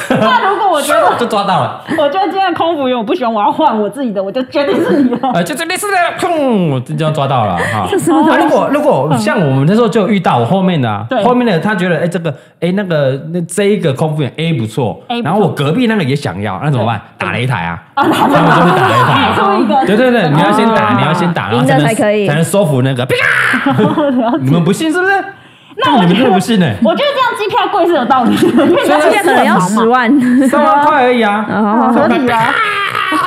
S2: 那如果我觉得，
S1: 就抓到了。
S2: 我觉得今天的空服员我不喜欢，我要换我自己的，我就决定是你 了。
S1: 呃，就是类似的，砰，我就这样抓到了哈。
S3: 这什么东西
S1: 啊如果如果像我们那时候就有遇到我后面的、啊
S2: 对，
S1: 后面的他觉得哎、这个哎、那个那这一个空服员 A 不错
S2: A 不错
S1: 然后我隔壁那个也想要，那怎么办？打擂台啊，
S2: 啊，
S1: 他
S2: 他
S1: 们就会打擂台、
S2: 派
S1: 啊。
S2: 出一个，
S1: 对对对，你要先打，
S3: 哦
S1: 你要先打，然后
S3: 赢了
S1: 才能
S3: 才可以
S1: 才能收服那个。啪你们不信是不是？
S2: 那我
S1: 这个你们真
S2: 觉得
S1: 的不信呢、
S2: 我觉得这样机票贵是有道理的，因为
S3: 这
S2: 他
S3: 个可能要十万，
S1: 三万块而已啊。
S3: 哦，
S2: 合理啊，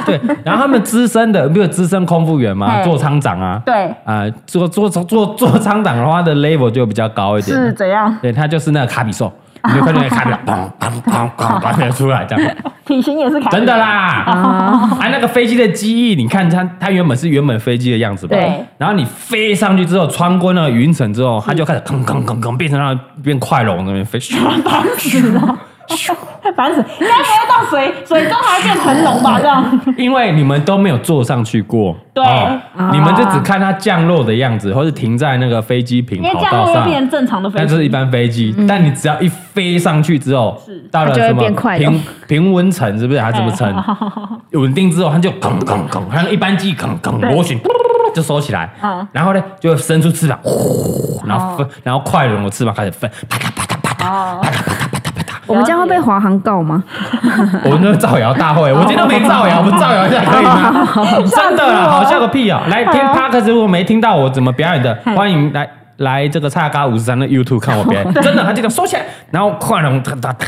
S1: 对，然后他们资深的，不是有资深空服员吗？
S2: 嘿
S1: 做舱长啊，
S2: 对
S1: 啊、做做做做做舱长的话，他的 level 就比较高一点。啊
S2: 是怎样？
S1: 对，他就是那个卡比兽，你就看见那个卡比兽，砰砰砰砰砰砰出来这样，
S2: 体型也是卡，
S1: 真的，啦！啊，那个飞机的机翼，你看它，它原本是原本飞机的样子吧？
S3: 对。
S1: 然后你飞上去之后，穿过那个云层之后，它就开始吭吭吭吭变成那变快龙那边飞， 咻
S2: 烦死了，烦死！应该不会到 水水中还变成龙吧？这样，
S1: 因为你们都没有坐上去过，哦
S2: 对啊
S1: 你们就只看它降落的样子，或是停在那个飞机坪
S2: 因为
S1: 跑
S2: 这样
S1: 道
S2: 会
S1: 上。
S2: 变成正常的飞
S1: 那这是一
S2: 机。
S1: 般飞机，但你只要一飞上去之后
S2: 是，
S1: 到了
S3: 它就会
S1: 什么
S3: 变快
S1: 平
S3: 了
S1: 平温层，是不是还是什么层
S2: 哎好
S1: 稳定之后，它就吭吭吭，它一般机吭吭螺旋就收起来
S2: 嗯，
S1: 然后呢就会伸出翅膀，呼然后分，然后快龙的翅膀开始分，啪嗒啪嗒啪嗒，
S2: 哦，
S3: 我们这样会被华航告吗？
S1: 我们那个造谣大会，我今天没造谣，我们造谣一下可以吗？真的啦，好笑个屁啊！来听 Park，如果没听到我怎么表演的，欢迎来。来这个叉嘎五十三的 YouTube 看我表演，真的，他就这样收起来，然后快龙，哒哒哒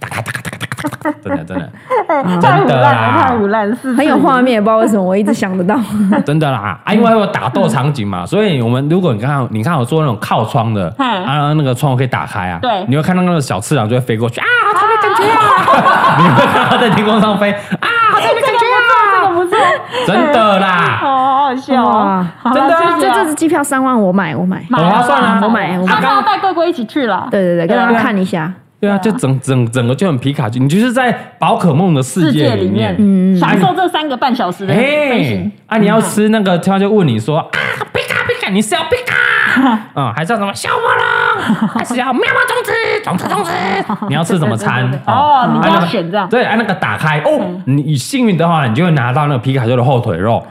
S1: 哒哒哒哒哒，真的真的
S2: 太腐烂了，太腐烂了，是
S3: 很有画面，不知道为什么我一直想得到。
S1: 真的啦啊！因为会有打斗场景嘛，所以我们如果你看到你看我做那种靠窗的，
S2: 嗯
S1: 啊那个窗户可以打开啊，
S2: 对
S1: 你会看到那个小次郎就会飞过去啊，好特别感觉啊，你会看到在天空上飞啊，好特别感觉啊，
S2: 不错，
S1: 真的啦。
S2: 哦好好笑
S3: 哇
S2: 哦，好啦
S1: 真的啊
S2: 谢谢
S3: 这
S2: 啊
S3: 这次机票三万，我买，我买。
S1: 很划算啊
S3: 我买我买
S2: 他要带贵贵一起去啦。
S3: 对对对，跟他
S1: 对
S3: 们
S1: 啊
S3: 看一下。
S1: 对啊，就整整整个就很皮卡丘，你就是在宝可梦的世
S2: 世界
S1: 界里
S2: 里面
S1: 面。，
S2: 嗯，享受这三个半小时的飞
S1: 哎
S2: 行。，
S1: 啊，你要吃那个，他就问你说啊，皮卡皮卡，你是要皮卡，嗯，还是要什么小魔 龙，还是要喵喵种子，种子种子，你要吃什么餐
S2: 对对对？对哦你
S1: 啊
S2: 要
S1: 那个
S2: 选这样嗯
S1: 对，按那个打开哦，你你幸运的话，你就会拿到那个皮卡丘的后腿 肉。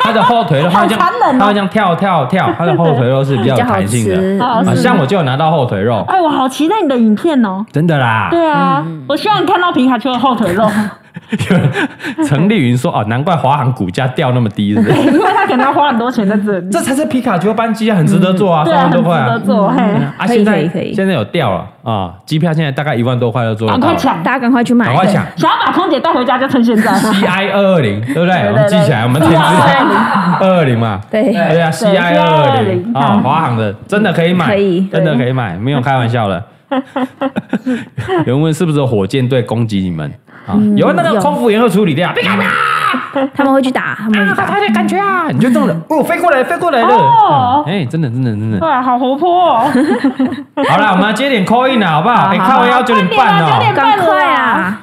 S1: 它的后腿肉，它会这样
S2: 好残忍哦，
S1: 它会这样跳跳 跳，它的后腿肉是比较有
S3: 比较好
S1: 弹性
S3: 吃
S1: 的。
S2: 好
S1: 啊
S2: 是
S1: 像我就有拿到后腿肉，
S2: 哎，我好期待你的影片哦。
S1: 真的啦。
S2: 对啊，
S1: 嗯
S2: 我希望看到皮卡丘的后腿肉，
S1: 有人陈丽云说：“哦，难怪华航股价掉那么低，是不是？
S2: 因为他可能要花很多钱在这 里。
S1: 这才是皮卡丘班机啊，很值得做啊，
S2: 对
S1: 三
S2: 啊，
S1: 万
S2: 很
S1: 多
S2: 值
S1: 块
S2: 得
S1: 啊。
S2: 做，嘿，
S1: 啊，
S3: 可以
S1: 现在
S3: 可以可以
S1: 现在有掉了啊，机票现在大概一万多块就做得
S2: 赶
S1: 到
S2: 快
S1: 了，
S2: 抢，
S3: 大家赶快去买，
S1: 赶快抢
S2: 想要把空姐带回家就趁现在。
S1: CI 二二零，对不对？
S2: 对啊
S1: 我们记起来，我 们填资
S2: 220
S1: 二二零嘛。”
S3: 对。对，
S1: 对啊
S2: 对
S1: ，CI 二二零
S2: 220
S1: 啊，华航的真的可以买，
S3: 可以
S1: 真的可以买，没有开玩笑了。有人问是不是有火箭队攻击你们？啊，有那个
S3: 有
S1: 空服员会处理掉，别干啊！
S3: 他们会去打，他们会去打。
S1: 他的感觉啊，你就这样的哦，飞过来，飞过来了，啊
S2: 哦
S1: 哎，真的，真的，真的，
S2: 哇，好活泼哦！
S1: 好了，我们要接点 call in 啊，好不好？
S3: 好
S1: 哎，
S3: 好
S1: 看我要
S2: 好
S1: 九点
S2: 快
S1: 半
S2: 点啊九
S1: 哦
S2: 点。
S3: 赶快啊！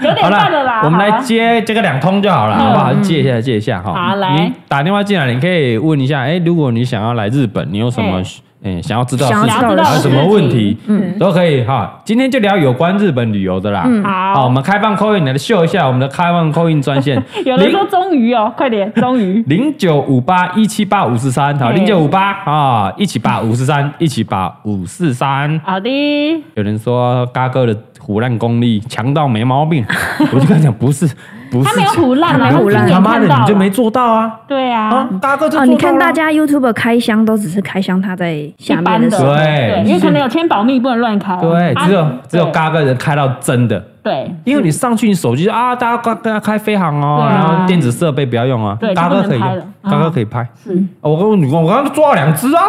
S2: 九点
S1: 好
S2: 半了啦，
S1: 我们
S2: 好
S1: 来
S2: 啊
S1: 接这个两通就好了，好不好？借一下，借一下哈。
S2: 好来
S1: 你打电话进来，你可以问一下，哎，如果你想要来日本，你有什么
S2: 哎
S1: 哎想要知道的
S3: 想要
S1: 事
S3: 知
S1: 情，
S3: 道
S1: 还
S3: 的
S1: 有
S3: 事
S1: 什
S2: 情
S1: 么问题，
S2: 嗯
S1: 都可以哈。今天就聊有关日本旅游的啦。
S2: 好
S1: 好，我们开放 call in 来秀一下我们的开放 call in 专线
S2: ，有人说终于哦，快点，终于
S1: 零九五八一七八五四三，好，
S2: 哎
S1: 零九五八啊，一七八五四三，一七八五四三。
S2: 好的，
S1: 有人说嘎哥的胡烂功力强到没毛 病，我就跟他讲，不是，不是，
S2: 他没有胡乱啊，
S3: 没有
S2: 他
S3: 胡
S2: 今
S3: 乱
S1: 他
S2: 年
S1: 妈
S2: 看
S1: 的
S2: 到
S1: 你就
S2: 了
S1: 没做到啊！
S2: 对啊
S1: 啊，，嘎哥就做到
S3: 哦，
S1: 了
S3: 你看大家 YouTube 开箱都只是开箱他在
S2: 一
S3: 下面
S2: 般
S3: 的
S2: 的
S3: 时候，
S1: 对
S2: 因为可能有签保密，不能乱开啊，
S1: 对，
S2: 啊
S1: 只有只有
S2: 对
S1: 嘎哥能开到真的，
S2: 对
S1: 因为你上去你手机就啊，大家跟他开飞航哦，
S2: 对啊
S1: 然后电子设备不要用啊
S2: 对，
S1: 嘎哥可以
S2: 就不能拍
S1: 用
S2: 了，啊
S1: 嘎哥可以拍。
S2: 是，
S1: 哦我跟我女朋友我刚刚抓了两只啊，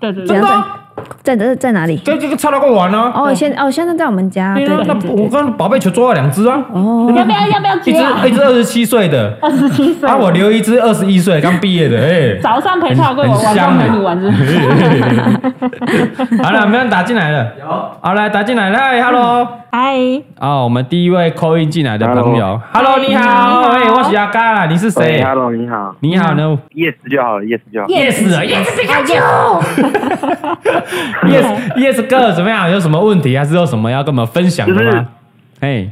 S2: 对对
S1: 真
S2: 对
S1: 的，啊，
S3: 在在在哪里？
S1: 在这个超老公玩啊。
S3: 哦，现哦现在在我们家，
S1: 对
S3: 对
S1: 啊，
S3: 对
S1: 那
S3: 对
S1: 我
S3: 对。
S1: 刚刚宝贝球抓了两只啊，
S3: 哦，
S2: 要不要要不要
S1: 一
S2: 接
S1: 只
S2: 啊？
S1: 一只二十七岁的，
S2: 二十七岁
S1: 啊，，我留一只二十一岁刚毕业的，哎，
S2: 早上陪超贵，我晚
S1: 很香
S2: 上陪
S1: 欸
S2: 你玩，是不 是
S1: 好了，没有人打进来了。
S4: 有
S1: 好，来打进来，来，Hello。
S2: 嗨，
S1: 啊，我们第一位 call in 进来的朋友，Hello，你好，
S2: 你好
S1: 哎，我是阿嘎啦，你是谁
S5: 喂？？Hello，你好
S1: 你好呢
S5: ，Yes 就好了，Yes 就好。
S4: 啊
S1: ？Yes，Yes，皮卡丘。Yes，Yes 哥怎么样？有什么问题还是有什么要跟我们分享的
S5: 就是
S1: 吗？哎，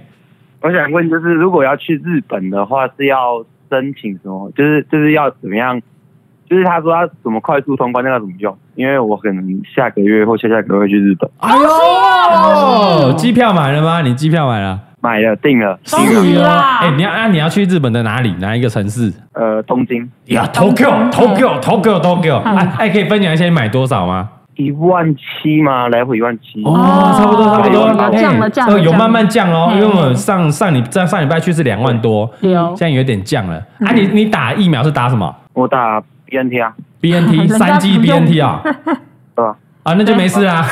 S5: 我想问，就是如果要去日本的话，是要申请什么？就是就是要怎么样？就是他说他怎么快速通关，那要怎么用？因为我可能下个月或下下个月会去日本，
S1: 哎呦，机票买了吗？你机票买了？
S5: 买了定了，
S2: 恭喜啦！
S1: 哎，你要啊，你要去日本的哪里？哪一个城市？
S5: 呃，东京
S1: 呀，Tokyo，Tokyo，Tokyo，Tokyo。哎，哎可以分享一下你买多少吗？
S5: 一万七吗？来回一万七。
S1: 哦，差不多，差不多，
S5: 有
S1: 嘿
S2: 降了降了
S1: 呃有慢慢降哦，
S2: 嘿嗯
S1: 因为我们上上礼上上礼拜去是两万多，
S2: 有
S1: 现在有点降了。啊，你你打疫苗是打什么
S5: 我打 BNT 啊，
S1: ？BNT
S2: 人家
S1: 三 G
S2: 不用
S1: BNT 啊？
S5: 对吧？
S1: 啊，那就没事啊。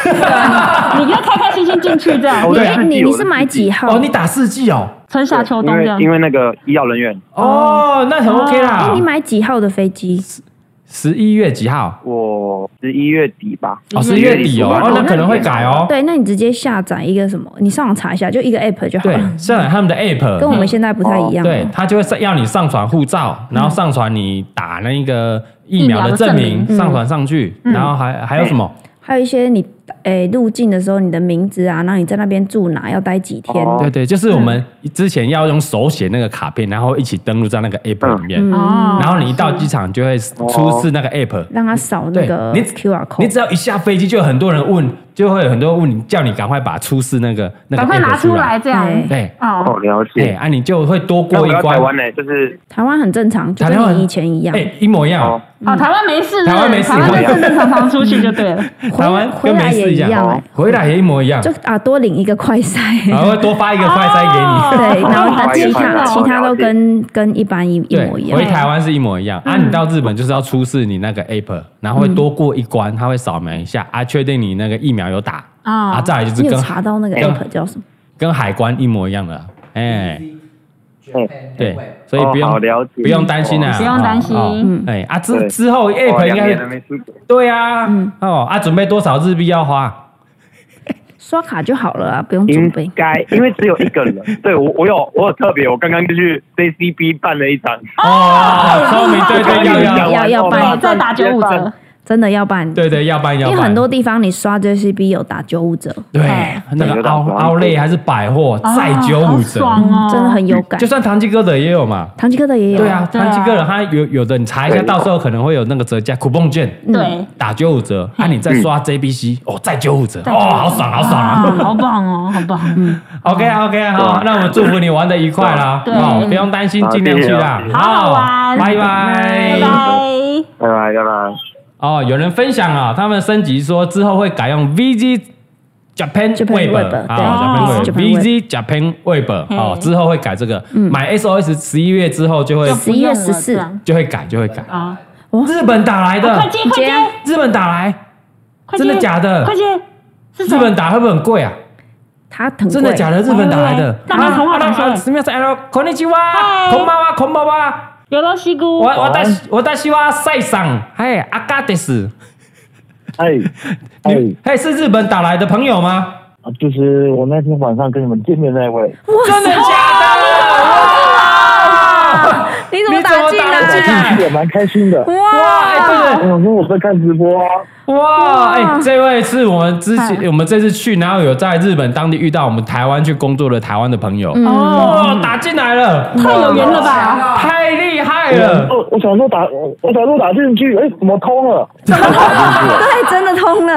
S2: 你就开开心心进去这 样，
S5: 哦
S3: 你
S5: 对
S3: 哎
S5: 自己
S3: 你
S5: 有
S3: 你
S5: 的
S3: 是买
S5: 自己
S3: 几号？
S1: 哦，你打四 G 哦。
S2: 春夏秋冬
S5: 因
S2: 这
S5: 为
S2: 样。
S5: 因为那个医药人员，
S1: 哦，那很 OK
S3: 哎
S1: 啦
S3: 你。买几号的飞机？
S1: 十一月几号？
S5: 我十一月底吧，
S1: 哦，十一月底哦，哦，那可能会改哦。
S3: 对，那你直接下载一个什么？你上网查一下，就一个 app 就好
S1: 对
S3: 了，，
S1: 下载他们的 App，
S3: 跟我们现在不太一
S1: 哦
S3: 样。
S1: 对，他就会上要你上传护照，然后上传你打那个疫苗的证
S2: 疫苗的证
S1: 明，
S3: 嗯
S1: 上传上去，然后还还有什么？
S3: 还有一些你诶入境的时候，你的名字啊，然后你在那边住哪，要待几天。
S5: 哦
S1: 对对，就是我们之前要用手写那个卡片，然后一起登录在那个 app 里面，
S3: 嗯
S2: 哦
S1: 然后你一到机场就会出示那个 app。
S3: 让他扫那
S1: 对
S3: 个
S1: 你
S3: QR
S1: 你
S3: code。
S1: 只要一下飞机，就有很多人问，就会有很多人问你，叫你赶快把出示那个那个
S2: 赶快
S1: app
S2: 拿出
S1: 出
S2: 来。这样。
S3: 对
S1: 对，
S2: 哦，
S5: 哦，了
S1: 哎
S5: 解。
S1: 啊，你就会多
S5: 那
S1: 过
S5: 我
S1: 一
S5: 要台湾
S1: 关。
S5: 呢，就是
S3: 台湾很正常，就
S1: 台湾
S3: 跟你以前一样。
S1: 哎，一模一样
S5: 哦
S1: 哦。，
S2: 哦，台湾没事，
S1: 台湾没
S2: 对
S1: 事
S2: 台湾
S1: 我
S2: 就
S1: 也
S2: 正正常常出去就对了。
S1: 台湾
S3: 回
S1: 跟
S3: 来
S1: 没
S3: 也
S1: 事
S3: 一样哎
S1: 样，哦回来也一模一样
S3: 就，啊多领一个快筛。
S1: 然后会多发一个快筛给你。
S3: 对，
S2: 哦
S3: 然后
S5: 哦
S3: 那其
S5: 哦
S3: 他
S5: 了解
S3: 其他都跟跟一般一一
S1: 对，
S3: 模一
S1: 回
S3: 样。
S1: 台湾是一模一样、啊，你到日本就是要出示你那个 app，然后会多过一关，他会扫描一下啊，确定你那个疫苗有打、
S2: 啊
S1: 啊，再来就是
S3: 你有
S1: 跟
S3: 查到那个
S1: 跟
S3: app 叫什么？
S1: 跟海关一模一样的啦，哎、对，所以不用、
S5: 哦好了解
S1: 不用担心啊，
S2: 不用担心
S1: 哦哦
S3: 嗯
S1: 哎、啊之
S5: 对
S1: 之后 app
S5: 哦
S1: 应
S5: 两
S1: 该
S5: 年了
S1: 会
S5: 没出国。
S1: 对啊，
S3: 嗯
S1: 哦啊，准备多少日币要花？
S3: 刷卡就好了啊，不用准
S5: 应
S1: 嗯
S3: 备。
S5: 该，因为只有一个 人。对我，我有，我有特别，我刚刚就去 JCB 办了一张。
S1: 哦，聪明，对对要
S3: 要
S1: 要
S3: 要要办
S2: 对，再打九五折。
S3: 真的要办，
S1: 对对要办要
S3: 因
S1: 办，
S3: 为很多地方你刷 JCB 有打九五折，
S1: 对
S2: 哎
S1: 那
S5: 对有
S1: 个
S5: 打
S1: 奥
S5: 折
S1: 奥类还是百货再
S2: 哦
S1: 哎九
S2: 好
S1: 五折，
S2: 爽哦，
S3: 嗯真的很有感
S1: 就。算唐吉诃德也有嘛。
S3: 唐吉诃德也有，
S1: 对啊，
S2: 对啊
S1: 唐吉诃德它有有的你查一下，
S5: 对
S1: 到时候可能会有那个折价 coupon 券，
S2: 对，
S1: 打九五折，啊你再
S5: 嗯
S1: 刷 JBC 哦，再九五折，哦好爽好爽
S2: 啊
S1: 啊
S2: 好棒哦，好棒。
S1: ！OK 啊 OK 啊
S5: 对啊
S1: 好，那我们祝福你玩的愉快啦，
S2: 对
S1: 哦不用担心，
S5: 好
S1: 尽量去啦
S5: 谢，谢
S2: 好好玩
S1: 拜
S2: 拜
S1: 拜。
S2: 拜。
S5: 拜拜，拜拜。
S1: 哦，有人分享啊，他们升级说之后会改用 VG。Japan
S3: Japan
S1: Web
S3: Web，
S1: 啊
S3: 对
S2: 哦
S1: ，Japan
S3: Japan Web
S1: Web，VG Japan Web 哦
S2: 嘿，嗯
S1: 之后会改这个，买 SOS 十一月之后就会
S3: 11月14
S1: 就会改就会改。
S2: 啊，
S1: 日本打来的，
S2: 快接快
S3: 接
S2: 接
S3: 啊
S1: 日本打来，
S2: 快接，
S1: 真的假的
S2: 快接，是
S1: 日
S2: 什么
S1: 本打会不会很贵啊？
S3: 它很贵，
S1: 真的假的？日本打来的？
S2: 那没童话版
S1: 啊啊啊
S2: 税，
S1: すみません。あのこんにちは、こんばんは、こんばんは。
S2: 有罗西姑
S1: 我，我大我大西瓜赛上，嘿，阿嘎德斯，
S6: 哎，哎，
S1: 你嘿是日本打来的朋友吗？
S6: 啊就是我那天晚上跟你们见面那一位，
S1: 真的假的？哇
S3: 你怎么
S1: 你怎么
S3: 打进
S1: 打
S6: 我
S1: 进
S6: 自
S1: 来
S3: 来？
S6: 己也蛮开心
S3: 嗯
S6: 的。
S1: 哇，
S3: 哇！
S1: 哎，这个
S6: 我想说我在看直播啊，
S1: 哇，哎、这位是我们之前我们这次去，然后有在日本当地遇到我们台湾去工作的台湾的朋友，哦，打进来了，
S2: 太有缘了吧？
S4: 吧？
S1: 太厉害
S6: 我想
S1: 了！
S6: 说哦我想说打，我想说打进去，哎，怎么通了？
S3: 对，真的通了。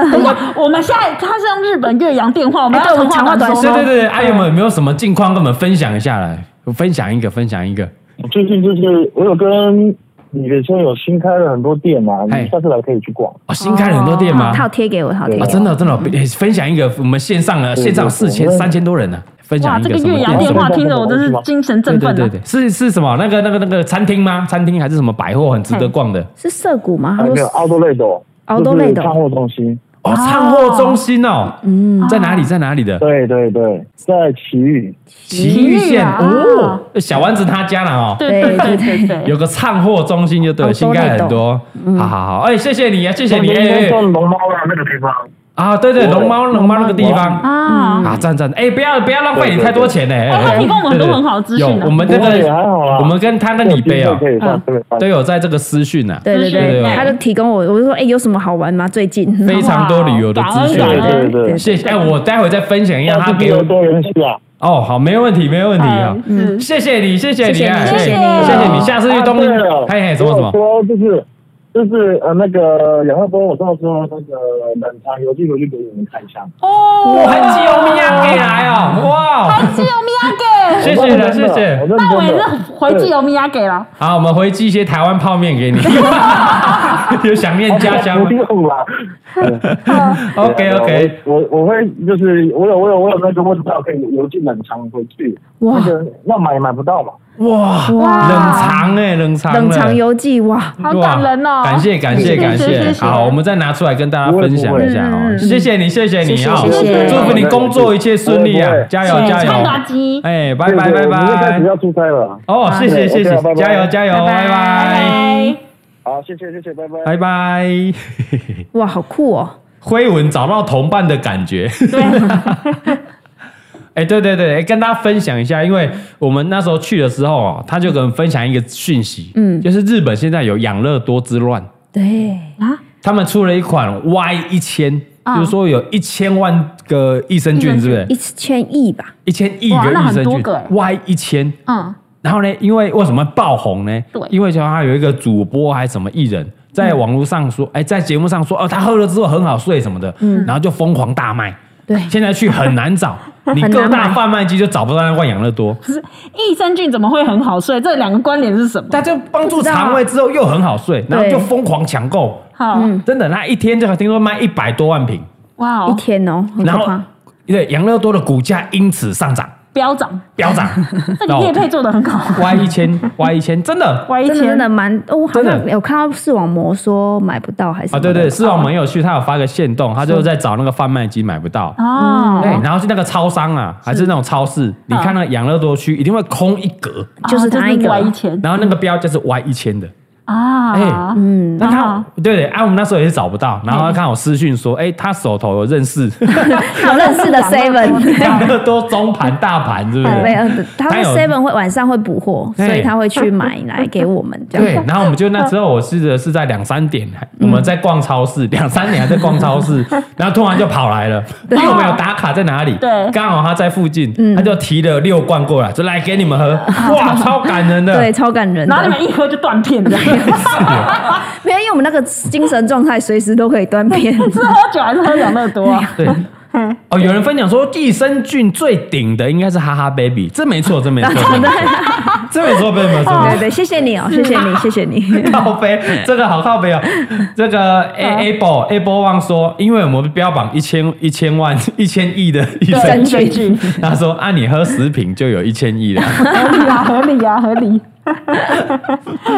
S2: 我们现在他是用日本岳阳电话，我们
S3: 哎
S2: 要
S3: 对我们
S2: 长话
S3: 长话短
S2: 短
S3: 说
S1: 对对对，阿友们有没有什么近况跟我们分享一下来？分享一个，分享一个。
S6: 我最近就是我有跟你的亲友新开了很多店嘛，
S1: 哎
S6: 你下次来可以去逛。
S1: 哦，新开了很多店吗？
S3: 他有
S1: 啊，
S3: 贴给我，他有贴给我。
S1: 真的真的，哎分享一个，我们线上啊，
S6: 对
S1: 线上
S6: 对
S1: 四千
S6: 我们
S1: 三千多人呢，分
S2: 哇，
S1: 享一
S2: 这
S1: 个
S2: 个
S1: 什么
S2: 岳阳
S1: 店？
S2: 电话听着我真是精神
S1: 对
S2: 振
S1: 对
S2: 奋
S1: 对
S2: 啊！
S1: 对，是是什么？那个那个那个餐厅吗？餐厅还是什么百货很值得逛的？
S3: 是涩谷吗？
S1: 啊
S3: 哦他
S6: 还
S3: 说
S6: 有没有奥多类斗，
S3: 奥多类斗
S6: 就是仓货中心。
S1: 哦，唱货中心哦，
S3: 嗯，
S1: 在哪里？在哪里的？
S6: 对对对，在奇遇。
S1: 奇遇县
S2: 啊
S1: 哦，小丸子他家了哦。
S2: 对对对对对，
S1: 有个唱货中心就对了，
S3: 哦
S1: 新盖很多。好好好，哎，谢谢你啊，谢谢你，
S6: 应该
S1: 哎
S6: 算龙猫的那个地方。
S1: 啊，对对，
S6: 对
S1: 龙猫龙猫那个地方
S2: 啊，
S1: 啊，赞赞，哎，不要不要浪费你太多钱呢，哎
S2: 对对
S1: 哎
S2: 他提供我们很
S1: 对
S2: 多
S1: 对
S2: 很好的资讯啊
S1: 有我们那
S6: 不过也还
S1: 个
S6: 好啦。
S1: 我们跟他跟
S6: 有
S1: 李贝
S6: 机
S1: 哦
S6: 会可以上这边班
S1: 都有在这个私讯啊，
S3: 对对
S1: 对
S3: 对
S1: 对，
S3: 他就提供我，我就说，哎，有什么好玩吗？最近
S1: 非常多旅游的资讯
S2: 感。恩
S6: 对
S2: 感恩
S6: 对对，
S1: 谢谢，哎，我待会再分享一下
S6: 要
S1: 他
S6: 是
S1: 给我
S6: 有多人气啊！
S1: 哦，好，没问题，没问题啊。
S2: 嗯，
S1: 谢谢你，谢谢你，
S3: 谢谢你
S1: 哎
S3: 谢
S2: 谢
S1: 哎
S2: 你
S1: 谢谢你。下次遇东
S6: 啊对了，
S1: 嘿嘿，什么什么
S6: 我，说就是就是呃那个杨浩波，我到时候那个冷藏邮寄回去给你们看一下。
S1: 哦，很吉欧米亚给来哦，哇，
S2: 基友米亚给，
S1: 谢谢了，谢
S6: 我认
S1: 谢。
S6: 真的
S2: 那我也是回基友米亚给了。
S1: 好，我们回寄一些台湾泡面给你， 有想念家乡
S6: 不
S1: 吗
S6: 用啦。
S1: ？OK OK，
S6: 我我我会就是我有我有我有那个味道可以邮寄冷藏回去，
S3: 哇
S6: 那个要买也买不到嘛。
S1: 哇，冷藏哎，冷藏了
S3: 冷藏游记哇，
S2: 好
S1: 哇
S2: 感人哦
S1: 感谢感谢
S2: 谢谢
S1: 感
S2: 谢
S1: 谢，
S2: 谢
S1: 好，我们再拿出来跟大家分享一下
S3: 不会不
S1: 哦，
S3: 会
S1: 谢谢你，谢谢你
S3: 谢谢
S1: 啊，
S3: 谢谢
S1: 祝福你工作一切顺利啊
S6: 不会不，会
S1: 加油加
S2: 唱
S1: 油
S2: 大，鸡，
S1: 哎，拜拜
S6: 对
S1: 拜
S6: 对我们开
S1: 拜
S6: 始。要出差了。
S1: 哦，谢谢
S6: 对
S1: 谢谢
S6: OK，拜，拜
S1: 加油加油，拜拜
S2: 拜
S6: 好，谢谢谢谢，拜拜。
S1: 拜拜。
S3: 哇，好酷哦！
S1: 辉文找到同伴的感觉。 哎、对对对，哎跟大家分享一下，因为我们那时候去的时候哦，他就跟我们分享一个讯息，嗯，就是日本现在有养乐多之乱，
S3: 对，
S1: 他们出了一款 Y 一千、就是说有一千万个益生菌，是不是
S3: 一？千亿吧，
S1: 一千亿
S2: 哇
S1: 个
S2: 那
S1: 益
S2: 很
S1: 生
S2: 多
S1: 菌
S2: 个哎
S1: ，Y 一千，
S2: 嗯，
S1: 然后呢，因为为什么爆红呢？
S2: 对
S1: 因为像他有一个主播还是什么艺人，在网络上说，哎、在节目上说，哦，他喝了之后很好睡什么的，然后就疯狂大卖。
S3: 对
S1: 现在去很难找，你
S3: 很难
S1: 各大
S3: 买
S1: 贩卖机就找不到那罐养乐多，
S2: 益生菌怎么会很好睡？这两个关联是什么？
S1: 但就帮助肠胃之后又很好睡，然后就疯狂抢购，
S2: 好，
S1: 真的，那一天就听说卖一百多万瓶，
S2: 哇
S3: 一
S2: 哦，
S3: 天哦，很
S1: 然
S3: 可
S1: 后
S3: 怕。
S1: 对养乐多的股价因此上涨
S2: 飙涨，，
S1: 飙涨
S2: 这个叶配做的很 好，
S1: Y 一千 Y 一千真的
S2: 哇，一
S3: 真的真
S2: 千
S3: 的蛮，哦我好
S1: 真
S3: 像
S1: 的
S3: 有看到视网膜说买不到还是什
S1: 啊，
S3: 么
S1: 对
S3: 的
S1: 对，视网膜有去，他有发个限动，他就在找那个贩卖机买不到。
S2: 哦，
S1: 对，然后去那个超商啊，还是那种超市，你看那个养乐多区一定会空一格，
S3: 就是
S2: 他
S3: 他一个
S2: 一千
S1: 然后那个标价是 Y 一千的。
S2: 啊，
S3: 嗯，
S1: 那他
S2: 啊
S1: 对对，啊，我们那时候也是找不到，然后他看我私讯说，哎，他手头有认识
S3: 好认识的 Seven。
S1: 养乐多中盘大盘，是不
S3: 没
S1: 是？
S3: 有，他
S1: 他
S3: 们
S1: 有
S3: Seven 会晚上会补货，
S1: 对
S3: 所以他会去买来 给我们这
S1: 对
S3: 样。，嗯
S1: 然后我们就那时候，我记得是在两三点，我们在逛超市， 两三点还在逛超 市，然后突然就跑来了，因为我们有打卡在哪里，
S2: 对
S1: 刚好他在附近，
S3: 嗯
S1: 他就提了六罐过来，就来给你们 喝，哇，超感人的，
S3: 对，超感人的。
S2: 然后你们一喝就断片的，是
S3: 没有，因为我们那个精神状态随时都可以断 片。
S2: 喝酒还是喝养乐多啊？
S1: 对。哦，有人分享说益生菌最顶的应该是哈哈 baby，这没错，这没错，这没 错，这没错，这没错，
S3: 对对，谢谢你哦，谢谢
S2: 啊
S3: 你，谢谢你。
S1: 靠背，这个好靠背哦。这个 A Able Able 忘说，因为我们标榜一千一千万 一千亿的益生
S2: 益
S1: 菌
S2: 生菌，
S1: 他说啊，你喝十瓶就有一千亿了。
S2: 合理啊，合理啊，合理。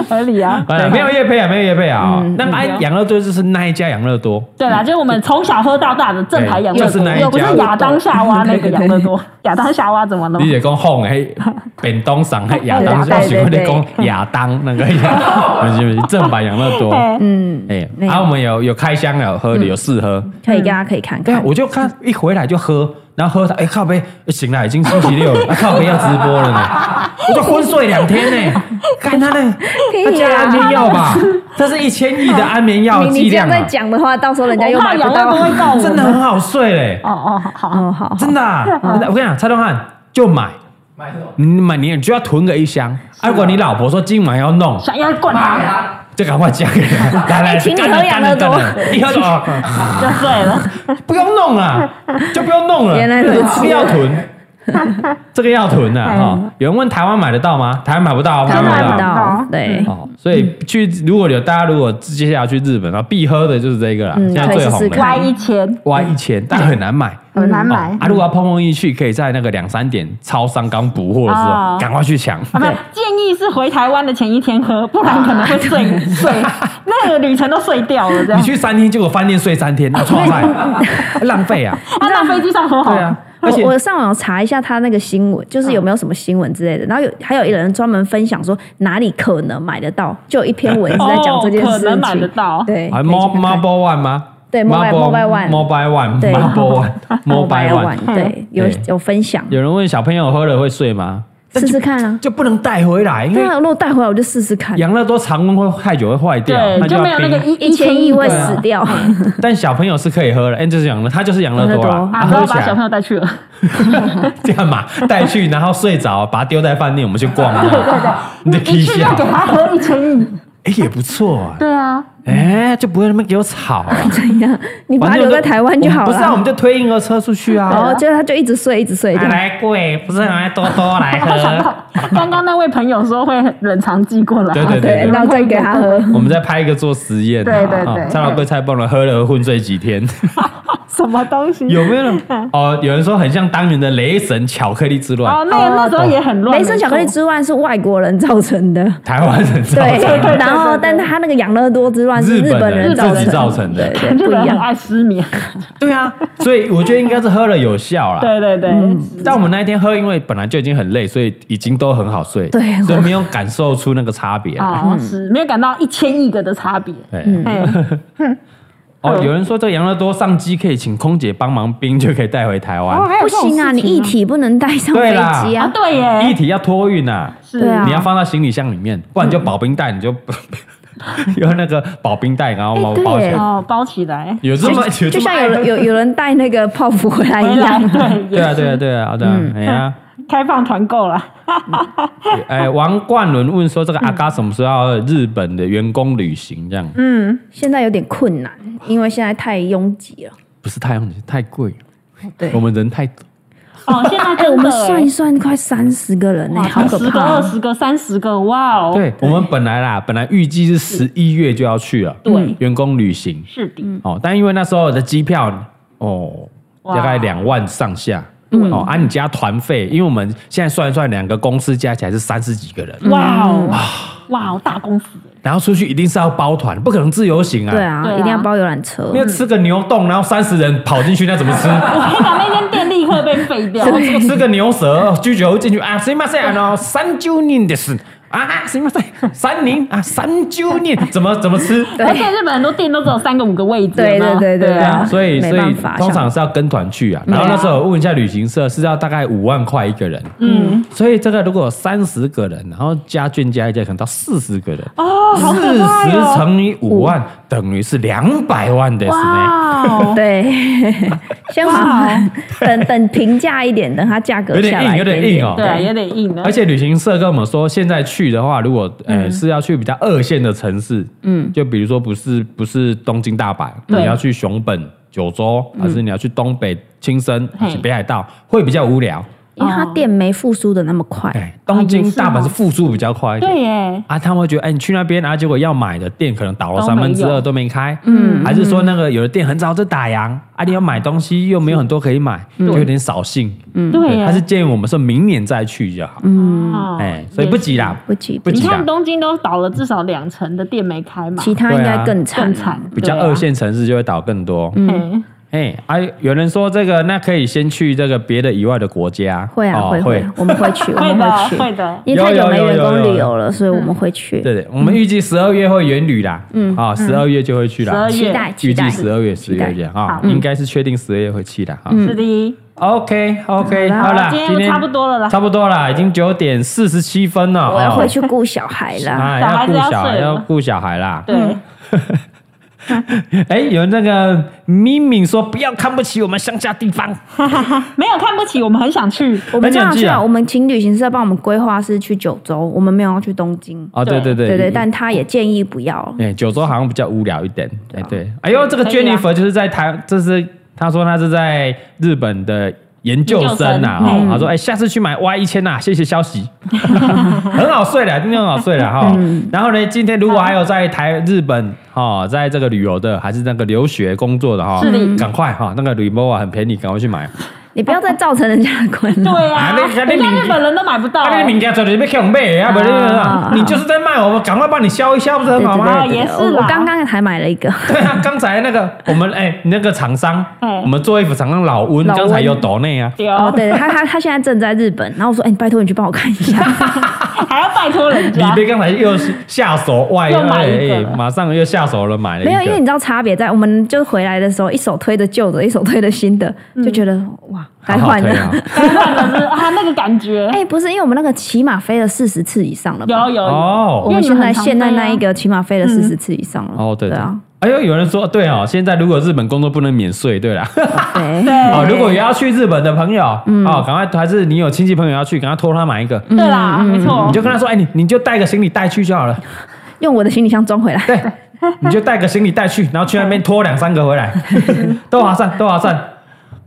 S2: 合理啊。
S1: 哎，没有叶配啊，没有叶配啊。
S3: 嗯哦
S1: 那那养乐多就是那一家养乐多，
S2: 对啦，就是我们从小喝到大的正牌养乐
S1: 对就是那一家
S2: 多，有不是亚当夏娃那个养乐多，亚当夏娃怎么了吗
S1: 你？也讲哄哎，扁东上 哎亚当，
S3: 哦对
S1: 我
S3: 对
S1: 喜欢你
S3: 对
S1: 讲亚当 那个 亚，不是不是正版养乐多。
S2: 哎
S3: 嗯，
S1: 哎，
S3: 那
S1: 然后我们有有开箱有
S3: 嗯
S1: 喝的，有试喝。
S3: 可以，大家可以看
S1: 对啊
S3: 看，。
S1: 我就看一回来就喝，然后喝到哎靠杯醒了，已经星期六了，啊靠杯要直播了呢，我就昏睡两天呢。看他那他加安眠药吧，这是一千亿的安眠药
S3: 你
S1: 剂
S3: 你这
S1: 量
S3: 样再
S1: 啊，
S3: 讲的话，到时候人家又
S2: 我怕
S3: 买不
S2: 养乐多
S3: 到。
S2: 会告 我。
S1: 真的很好睡嘞。
S2: 哦哦，好好，
S3: 哦，好，
S1: 真的、啊，我跟你讲，蔡东汉就买，
S4: 买什么？
S1: 你买你就要囤个一箱。啊如果你老婆说今晚要弄，
S2: 想要灌
S4: 买
S2: 他
S4: 啊！
S1: 就赶快 加给她。来来，
S3: 请你
S1: 干
S3: 喝
S1: 了
S3: 养
S1: 干了
S3: 乐多
S1: 干了你喝就哦，
S2: 就对了。
S1: 不用弄了，就不用弄 了。
S3: 原来如此
S1: 这个要囤， 这个要囤啊！
S3: 哎
S1: 哈，有人问台湾买得到吗？台湾买不到，
S3: 看
S2: 湾
S1: 台
S2: 买
S1: 湾
S3: 不
S2: 不到
S3: 到，对，
S1: 哦，所以去如果有大家如果接下来去日本，然后必喝的就是这个啦，
S3: 嗯
S1: 现在最红
S3: 可以试试
S1: 的
S3: 看
S2: 歪一千，
S1: Y 一千，但很难买。
S2: 很难买
S1: 哦。啊，如果要碰碰运气，可以在那个两三点超商刚补货的时
S2: 哦
S1: 候，赶快去抢。
S2: 啊，不是，建议是回台湾的前一天喝，不然可能会 睡睡，那个旅程都睡掉了这样
S1: 你。去三天，结果饭店睡三天，那错 菜浪费啊！
S2: 啊，那飞机上喝
S3: 哦
S2: 好
S1: 对
S2: 了
S1: 啊，，而
S3: 我
S2: 哦
S1: 且
S3: 我上网查一下他那个新闻，就是有没有什么新闻之类的。然后有还有一人专门分享说哪里可能买得到，就有一篇文是在讲这件
S2: 哦
S3: 事
S2: 可
S3: 情。
S2: 能买得到
S3: 对，
S1: 还
S3: 可以去
S1: 啊 Mo
S3: 看看
S1: Mobile One 吗？
S3: 对 Mobile- Mobile One
S1: Mobile One
S3: 对
S1: Mobile One Mobile
S3: Mobile
S1: One。
S3: One，对，有
S1: 对
S3: 有分享，
S1: 有人问小朋友喝了会睡吗？
S3: 试试看啊。
S1: 就不能带回来，因
S3: 对
S1: 为
S3: 啊，如果带回来我就试试看，
S1: 养乐多常温会太久会坏掉，
S2: 对，
S1: 它
S2: 就
S1: 啊要
S2: 没有那个
S1: 冰。
S2: 一啊
S3: 一千亿
S2: 亿
S3: 会
S2: 的
S3: 死掉。
S1: 但小朋友是可以喝的，哎，这是养乐，它就是养乐多
S3: 养乐
S1: 啦
S3: 多。
S1: 啊
S2: 啊，不要
S1: 喝起
S2: 把 小朋
S1: 来
S2: 友带去了。
S1: 干嘛？带去然后睡着，把它丢在饭店，我们去逛。 对对对，你的 K
S2: 一去要
S1: 笑
S2: 给，他喝一千亿，
S1: 哎也不错啊。
S2: 对啊，
S1: 哎，就不会那么给我吵啊。
S3: 怎样？你 把它留在台湾就好
S1: 我们不是啊，我
S3: 了
S1: 们。就推婴儿车出去啊。
S3: 然后就他就一直睡，一直
S1: 哎
S3: 睡，这样
S1: 来贵，不是很爱多多来
S2: 他想到
S1: 喝。
S2: 刚刚那位朋友说会冷藏寄过来，
S1: 对对
S3: 对，然后再给他喝。
S1: 我们再拍一个做实验，
S2: 对对
S1: 啊
S2: 对
S1: 蔡老贵蔡棒了，喝了混醉几天，
S2: 什么东西？
S1: 有没有人？ 哦，有人说很像当年的雷神巧克力之乱，
S2: 哦，那个那时候也很乱。
S3: 雷神巧克力 之乱是外国人造成的，
S1: 台湾人造
S3: 对
S1: 成 的，，
S3: 然后但他那个养乐多之乱是
S1: 日本
S3: 本
S1: 人
S3: 人
S1: 自己造
S3: 造
S1: 成
S3: 成
S1: 的
S3: 的，对
S2: 没错
S3: 对，
S2: 日
S3: 不
S2: 本
S3: 一
S2: 人很
S3: 样。
S2: 爱失眠，
S1: 对啊，所以我觉得应该是喝了有效啦。
S2: 对对对，
S3: 嗯
S1: 但我们那一天喝，因为本来就已经很累，所以已经都很好睡，
S3: 对
S1: 所以没有感受出那个差别啊。
S2: 哦，
S3: 嗯
S2: 是没有感到一千亿个的差别。
S1: 对，
S2: 哎，
S1: 哦，
S2: 嗯
S1: 有人说这养乐多上机可以请空姐帮忙冰，就可以带回台
S2: 哦
S1: 湾。
S3: 不行啊，你一体不能带上
S1: 对
S3: 飞
S1: 啦
S3: 机
S2: 啊，
S3: 啊，
S2: 对耶，
S1: 一体要托运啊，
S2: 是
S3: 对啊
S1: 你要放到行李箱里面，不然就保冰袋，你就 用那个保冰袋，然后把我包
S3: 哎
S1: 起
S3: 对
S1: 来。
S2: 哦，包起来，
S1: 有 这么有
S3: 就
S1: 这么
S3: 像有人有有人带那个泡芙回来
S2: 回
S3: 一
S2: 来
S3: 样。
S2: 对，
S1: 对啊对啊对啊对啊，
S3: 嗯
S1: 哎 呀，
S2: 开放团购了，
S1: 哎，王冠伦问说这个阿嘎什么时候要日本的员工旅行？这样
S2: 嗯，
S3: 现在有点困难，因为现在太拥挤了。
S1: 不是太拥挤，太贵了，
S3: 对
S1: 我，们人太多。
S2: 哦，现在
S3: 哎，我
S2: 真的
S3: 们算一算，快三十个人呢，
S2: 哇，
S3: 好可
S2: 十个、
S3: 怕
S2: 二
S3: 哦。
S2: 十个、三十个，哇哦，
S1: 对我们本来啦，本来预计是十一月就要去了，
S3: 嗯
S2: 对，
S1: 员工旅行
S2: 是的，
S1: 哦，但因为那时候的机票哦，
S2: 哇
S1: 大概两万上下。哦，啊，你加团费，因为我们现在算一算，两个公司加起来是三十几个人，
S2: 哇哦，哇哦，大公司，
S1: 然后出去一定是要包团，不可能自由行啊。
S3: 对，啊
S2: 对，啊
S3: 一定要包游览车
S1: 因。为吃个牛冻，然后三十人跑进去，那怎么吃？
S2: 我 跟你讲，那间店立刻被废掉，
S1: 吃个牛舌，居酒屋进去啊，すみません，あの三九年です啊，すみません，三零啊，三九年怎么怎么吃？
S2: 而且日本很多店都只有三个五个位置，
S3: 对
S2: 有没有
S3: 对对对
S2: 对啊
S3: 啊
S1: 所以
S3: 没
S1: 所以
S3: 办法
S1: 通常是要跟团去
S2: 嗯
S1: 啊。然后那时候我问一下旅行社是要大概五万块一个人，
S2: 嗯，
S1: 所以这个如果三十个人，然后加券加一加，可能到四十个人，
S2: 哦，好
S1: 四
S2: 可怕
S1: 十
S2: 哟，嗯
S1: 乘以五万等于是两百万的，是呢，
S2: 哇哦，
S3: 对， 先
S2: 哇
S3: 等等平价一点，等它价格
S1: 有
S3: 下
S1: 点
S3: 来
S1: 硬，
S3: 一
S1: 有
S3: 点
S1: 点硬哦。
S2: 对啊，有点硬了，
S1: 而且旅行社跟我们说，现在去的话，如果
S2: 嗯
S1: 呃是要去比较二线的城市，嗯，就比如说不是不是东京、大阪，
S2: 对嗯
S1: 你要去熊本、九州，还是你要去东北、青森、
S2: 嘿
S1: 北海道，会比较无聊。
S3: 因为它
S2: 哦
S3: 店没复苏的那么快。
S1: 哎，东
S2: 啊
S1: 京、
S2: 也是哦
S1: 大阪是复苏比较快一点。
S2: 对耶，
S1: 啊，他们会觉得，哎，你去那边，啊，结果要买的店可能倒了
S2: 都
S1: 三分
S2: 没
S1: 之
S2: 有
S1: 二都没开，
S3: 嗯，
S1: 还是说那个有的店很早就打烊，啊，你要买东西又没有很多可以买，就有点扫兴。
S3: 嗯
S2: 对啊耶，
S1: 他是建议我们说明年再去就好。
S3: 嗯，
S2: 哦
S1: 哎，所以不急啦，
S3: 不急
S1: 不
S3: 不
S1: 急
S2: 你
S1: 啦
S2: 看，东京都倒了至少两成的店没开嘛，
S3: 其他应该更惨
S2: 更。惨，
S1: 比较
S2: 对啊
S1: 二。线城市就会倒更多。
S2: 嗯，
S1: 哎，啊，有人说这个，那可以先去这个别的以外的国家。
S3: 会啊，
S1: 哦
S3: 会
S1: 会
S3: 会。，我们会去，我
S2: 会
S3: 们
S2: 的
S3: 会，
S2: 会
S3: 去，
S2: 的。
S3: 因为太久没
S1: 有有有
S3: 员工
S1: 有有
S3: 旅游了，所以我们会去。
S1: 对的，我们预计十二月会远旅啦。嗯，啊，十二月就会去
S2: 十
S1: 啦。
S2: 二
S3: 期
S2: 月
S3: 待期
S1: 预计
S3: 待
S1: 十二月、十
S3: 期待
S1: 月这样啊
S2: 好，
S1: 应该是确定十二月会去的啊。
S2: 是的，
S1: OK OK，
S3: 好啦
S1: 好啦，
S2: 今天
S1: 今天
S2: 差不多了啦
S1: 差不多啦，已经九点四十七分了。
S3: 我要
S1: 哦
S3: 回去顾小孩啦。
S1: 啊，
S2: 小
S1: 要
S2: 孩子
S1: 顾
S2: 要
S1: 小孩，
S2: 睡了
S1: 要顾小孩啦。
S2: 对，
S1: 哎，有那个敏敏说不要看不起我们乡下地方，
S2: 没有看不起，我们很想去。
S3: 我们
S1: 很
S3: 正
S1: 想
S3: 好
S1: 去
S3: 去
S1: 啊
S3: 啊，我们请旅行社帮我们规划是去九州，我们没有要去东京。
S1: 哦，对对
S2: 对
S1: 对
S3: 对对，但他也建议不要。
S1: 哎，九州好像比较无聊一点。哎，对，哎呦，这个
S2: 可以啊
S1: Jennifer 就是在台，这是他说他是在日本的研究生呐，
S2: 研究
S1: 哈
S2: 生，嗯
S1: 他说哎，下次去买 Y 一千呐，谢谢消息， 很好睡了，今天很好睡了哈。
S2: 嗯
S1: 然后呢，今天如果还有在台日本哈，在这个旅游的，还是那个留学工作的哈
S2: 是的，
S1: 赶快哈，那个 r e m o 很便宜，赶快去买。
S3: 你不要再造成人家的困扰。
S2: 对
S1: 啊
S2: 啊，
S1: 那那
S2: 人家
S1: 你
S2: 日本人都买不到
S1: 啊，那个
S2: 欸。
S1: 物件做就是要去人买的，啊，不然你就
S3: 啊
S1: 你就是在卖我们，赶快帮你消一消，不是很好吗
S2: 对？啊对对也是啦
S3: 我我刚刚还买了一个，
S1: 对啊， 刚才那个我们哎，你那个厂商，
S2: 哎
S1: 我们做衣服厂商老温，
S3: 嗯老温
S1: 刚才有抖内啊，
S2: 对
S3: 哦
S2: 哦，，
S3: 对，他他他现在正在日本，然后我说，哎、你拜托你去帮我看一下，
S2: 还要拜托人
S1: 李
S2: 家。
S1: 贝刚才又下手外，
S2: 又买一个
S1: 哎哎马上又下手了，买了一
S3: 没有，因为
S1: 个
S3: 你，知道差别在，我们就回来的时候，一手推着旧的，一手推着新的，就觉得哇，该
S1: 嗯好好
S3: 换
S1: 推
S3: 了。
S1: 啊
S2: 可是啊，那个感觉
S3: 哎、不是，因为我们那个起码飞了四十次以上了吧？
S2: 有有有，
S3: 我
S1: 哦
S3: 们现在
S2: 因为你们很常
S3: 现在那
S2: 飞啊
S3: 一个起码飞了四十次以上了。
S1: 哦，对
S3: 对
S1: 对
S3: 啊，。
S1: 哎呦，有人说对哦，现在如果日本工作不能免税，对啦。啊
S3: 对嗯
S2: 对
S1: 哦，如果要去日本的朋友，哦，赶快还是你有亲戚朋友要去，赶快托他买一个，
S2: 对啦，没错
S3: 嗯
S1: 你，就跟他说，哎，你你就带个行李袋去就好了。
S3: 用我的行李箱装回来。
S1: 对， 你就带个行李袋去，然后去那边拖两三个回来，都划算，都划算。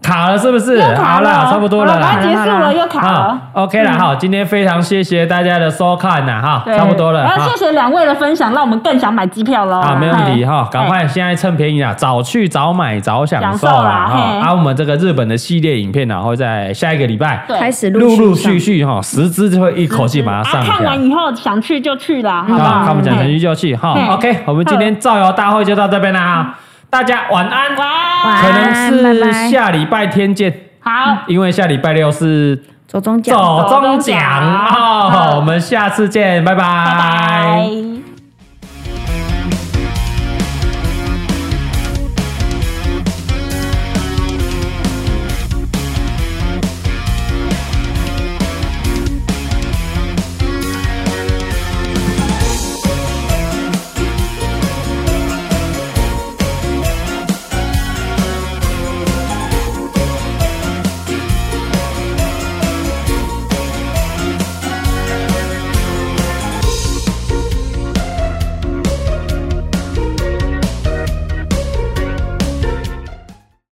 S1: 卡了是不是？
S2: 又卡
S1: 好啦，
S2: 了，
S1: 差不多了
S2: 好赶快
S1: 啦。啊
S2: 结束了，又卡了。嗯
S1: 好，OK 啦，好，今天非常谢谢大家的收看呐，哈，
S2: 对
S1: 差不多了
S2: 然
S1: 哈
S2: 后谢。谢两位的分享，让我们更想买机票喽。
S1: 啊，没问题
S2: 哎
S1: 哈，赶快现在趁便宜啊，早去早买早享受啦
S2: 享受啦
S1: 哈。
S2: 嘿
S1: 啊，我们这个日本的系列影片呢，会在下一个礼拜
S2: 对
S3: 开始
S1: 陆陆
S3: 上
S1: 续续哈，十支就会一口气把它上
S2: 啊，
S1: 架
S2: 看完以后想去就去啦，好不
S1: 啊，
S2: 好？
S1: 看我们讲程
S2: 哎
S1: 序就去哈。
S2: 嗯
S1: OK，我们今天造谣大会就到这边啦，大家晚安，晚
S2: 安
S1: 可能
S3: 拜
S1: 是
S3: 拜
S1: 下礼拜天见，
S2: 好，
S1: 因为下礼拜六是
S3: 左中奖。
S1: 走中
S2: 中
S1: 奖
S2: 奖
S1: 哦。我们下次见，拜
S2: 拜
S1: 拜
S2: 拜。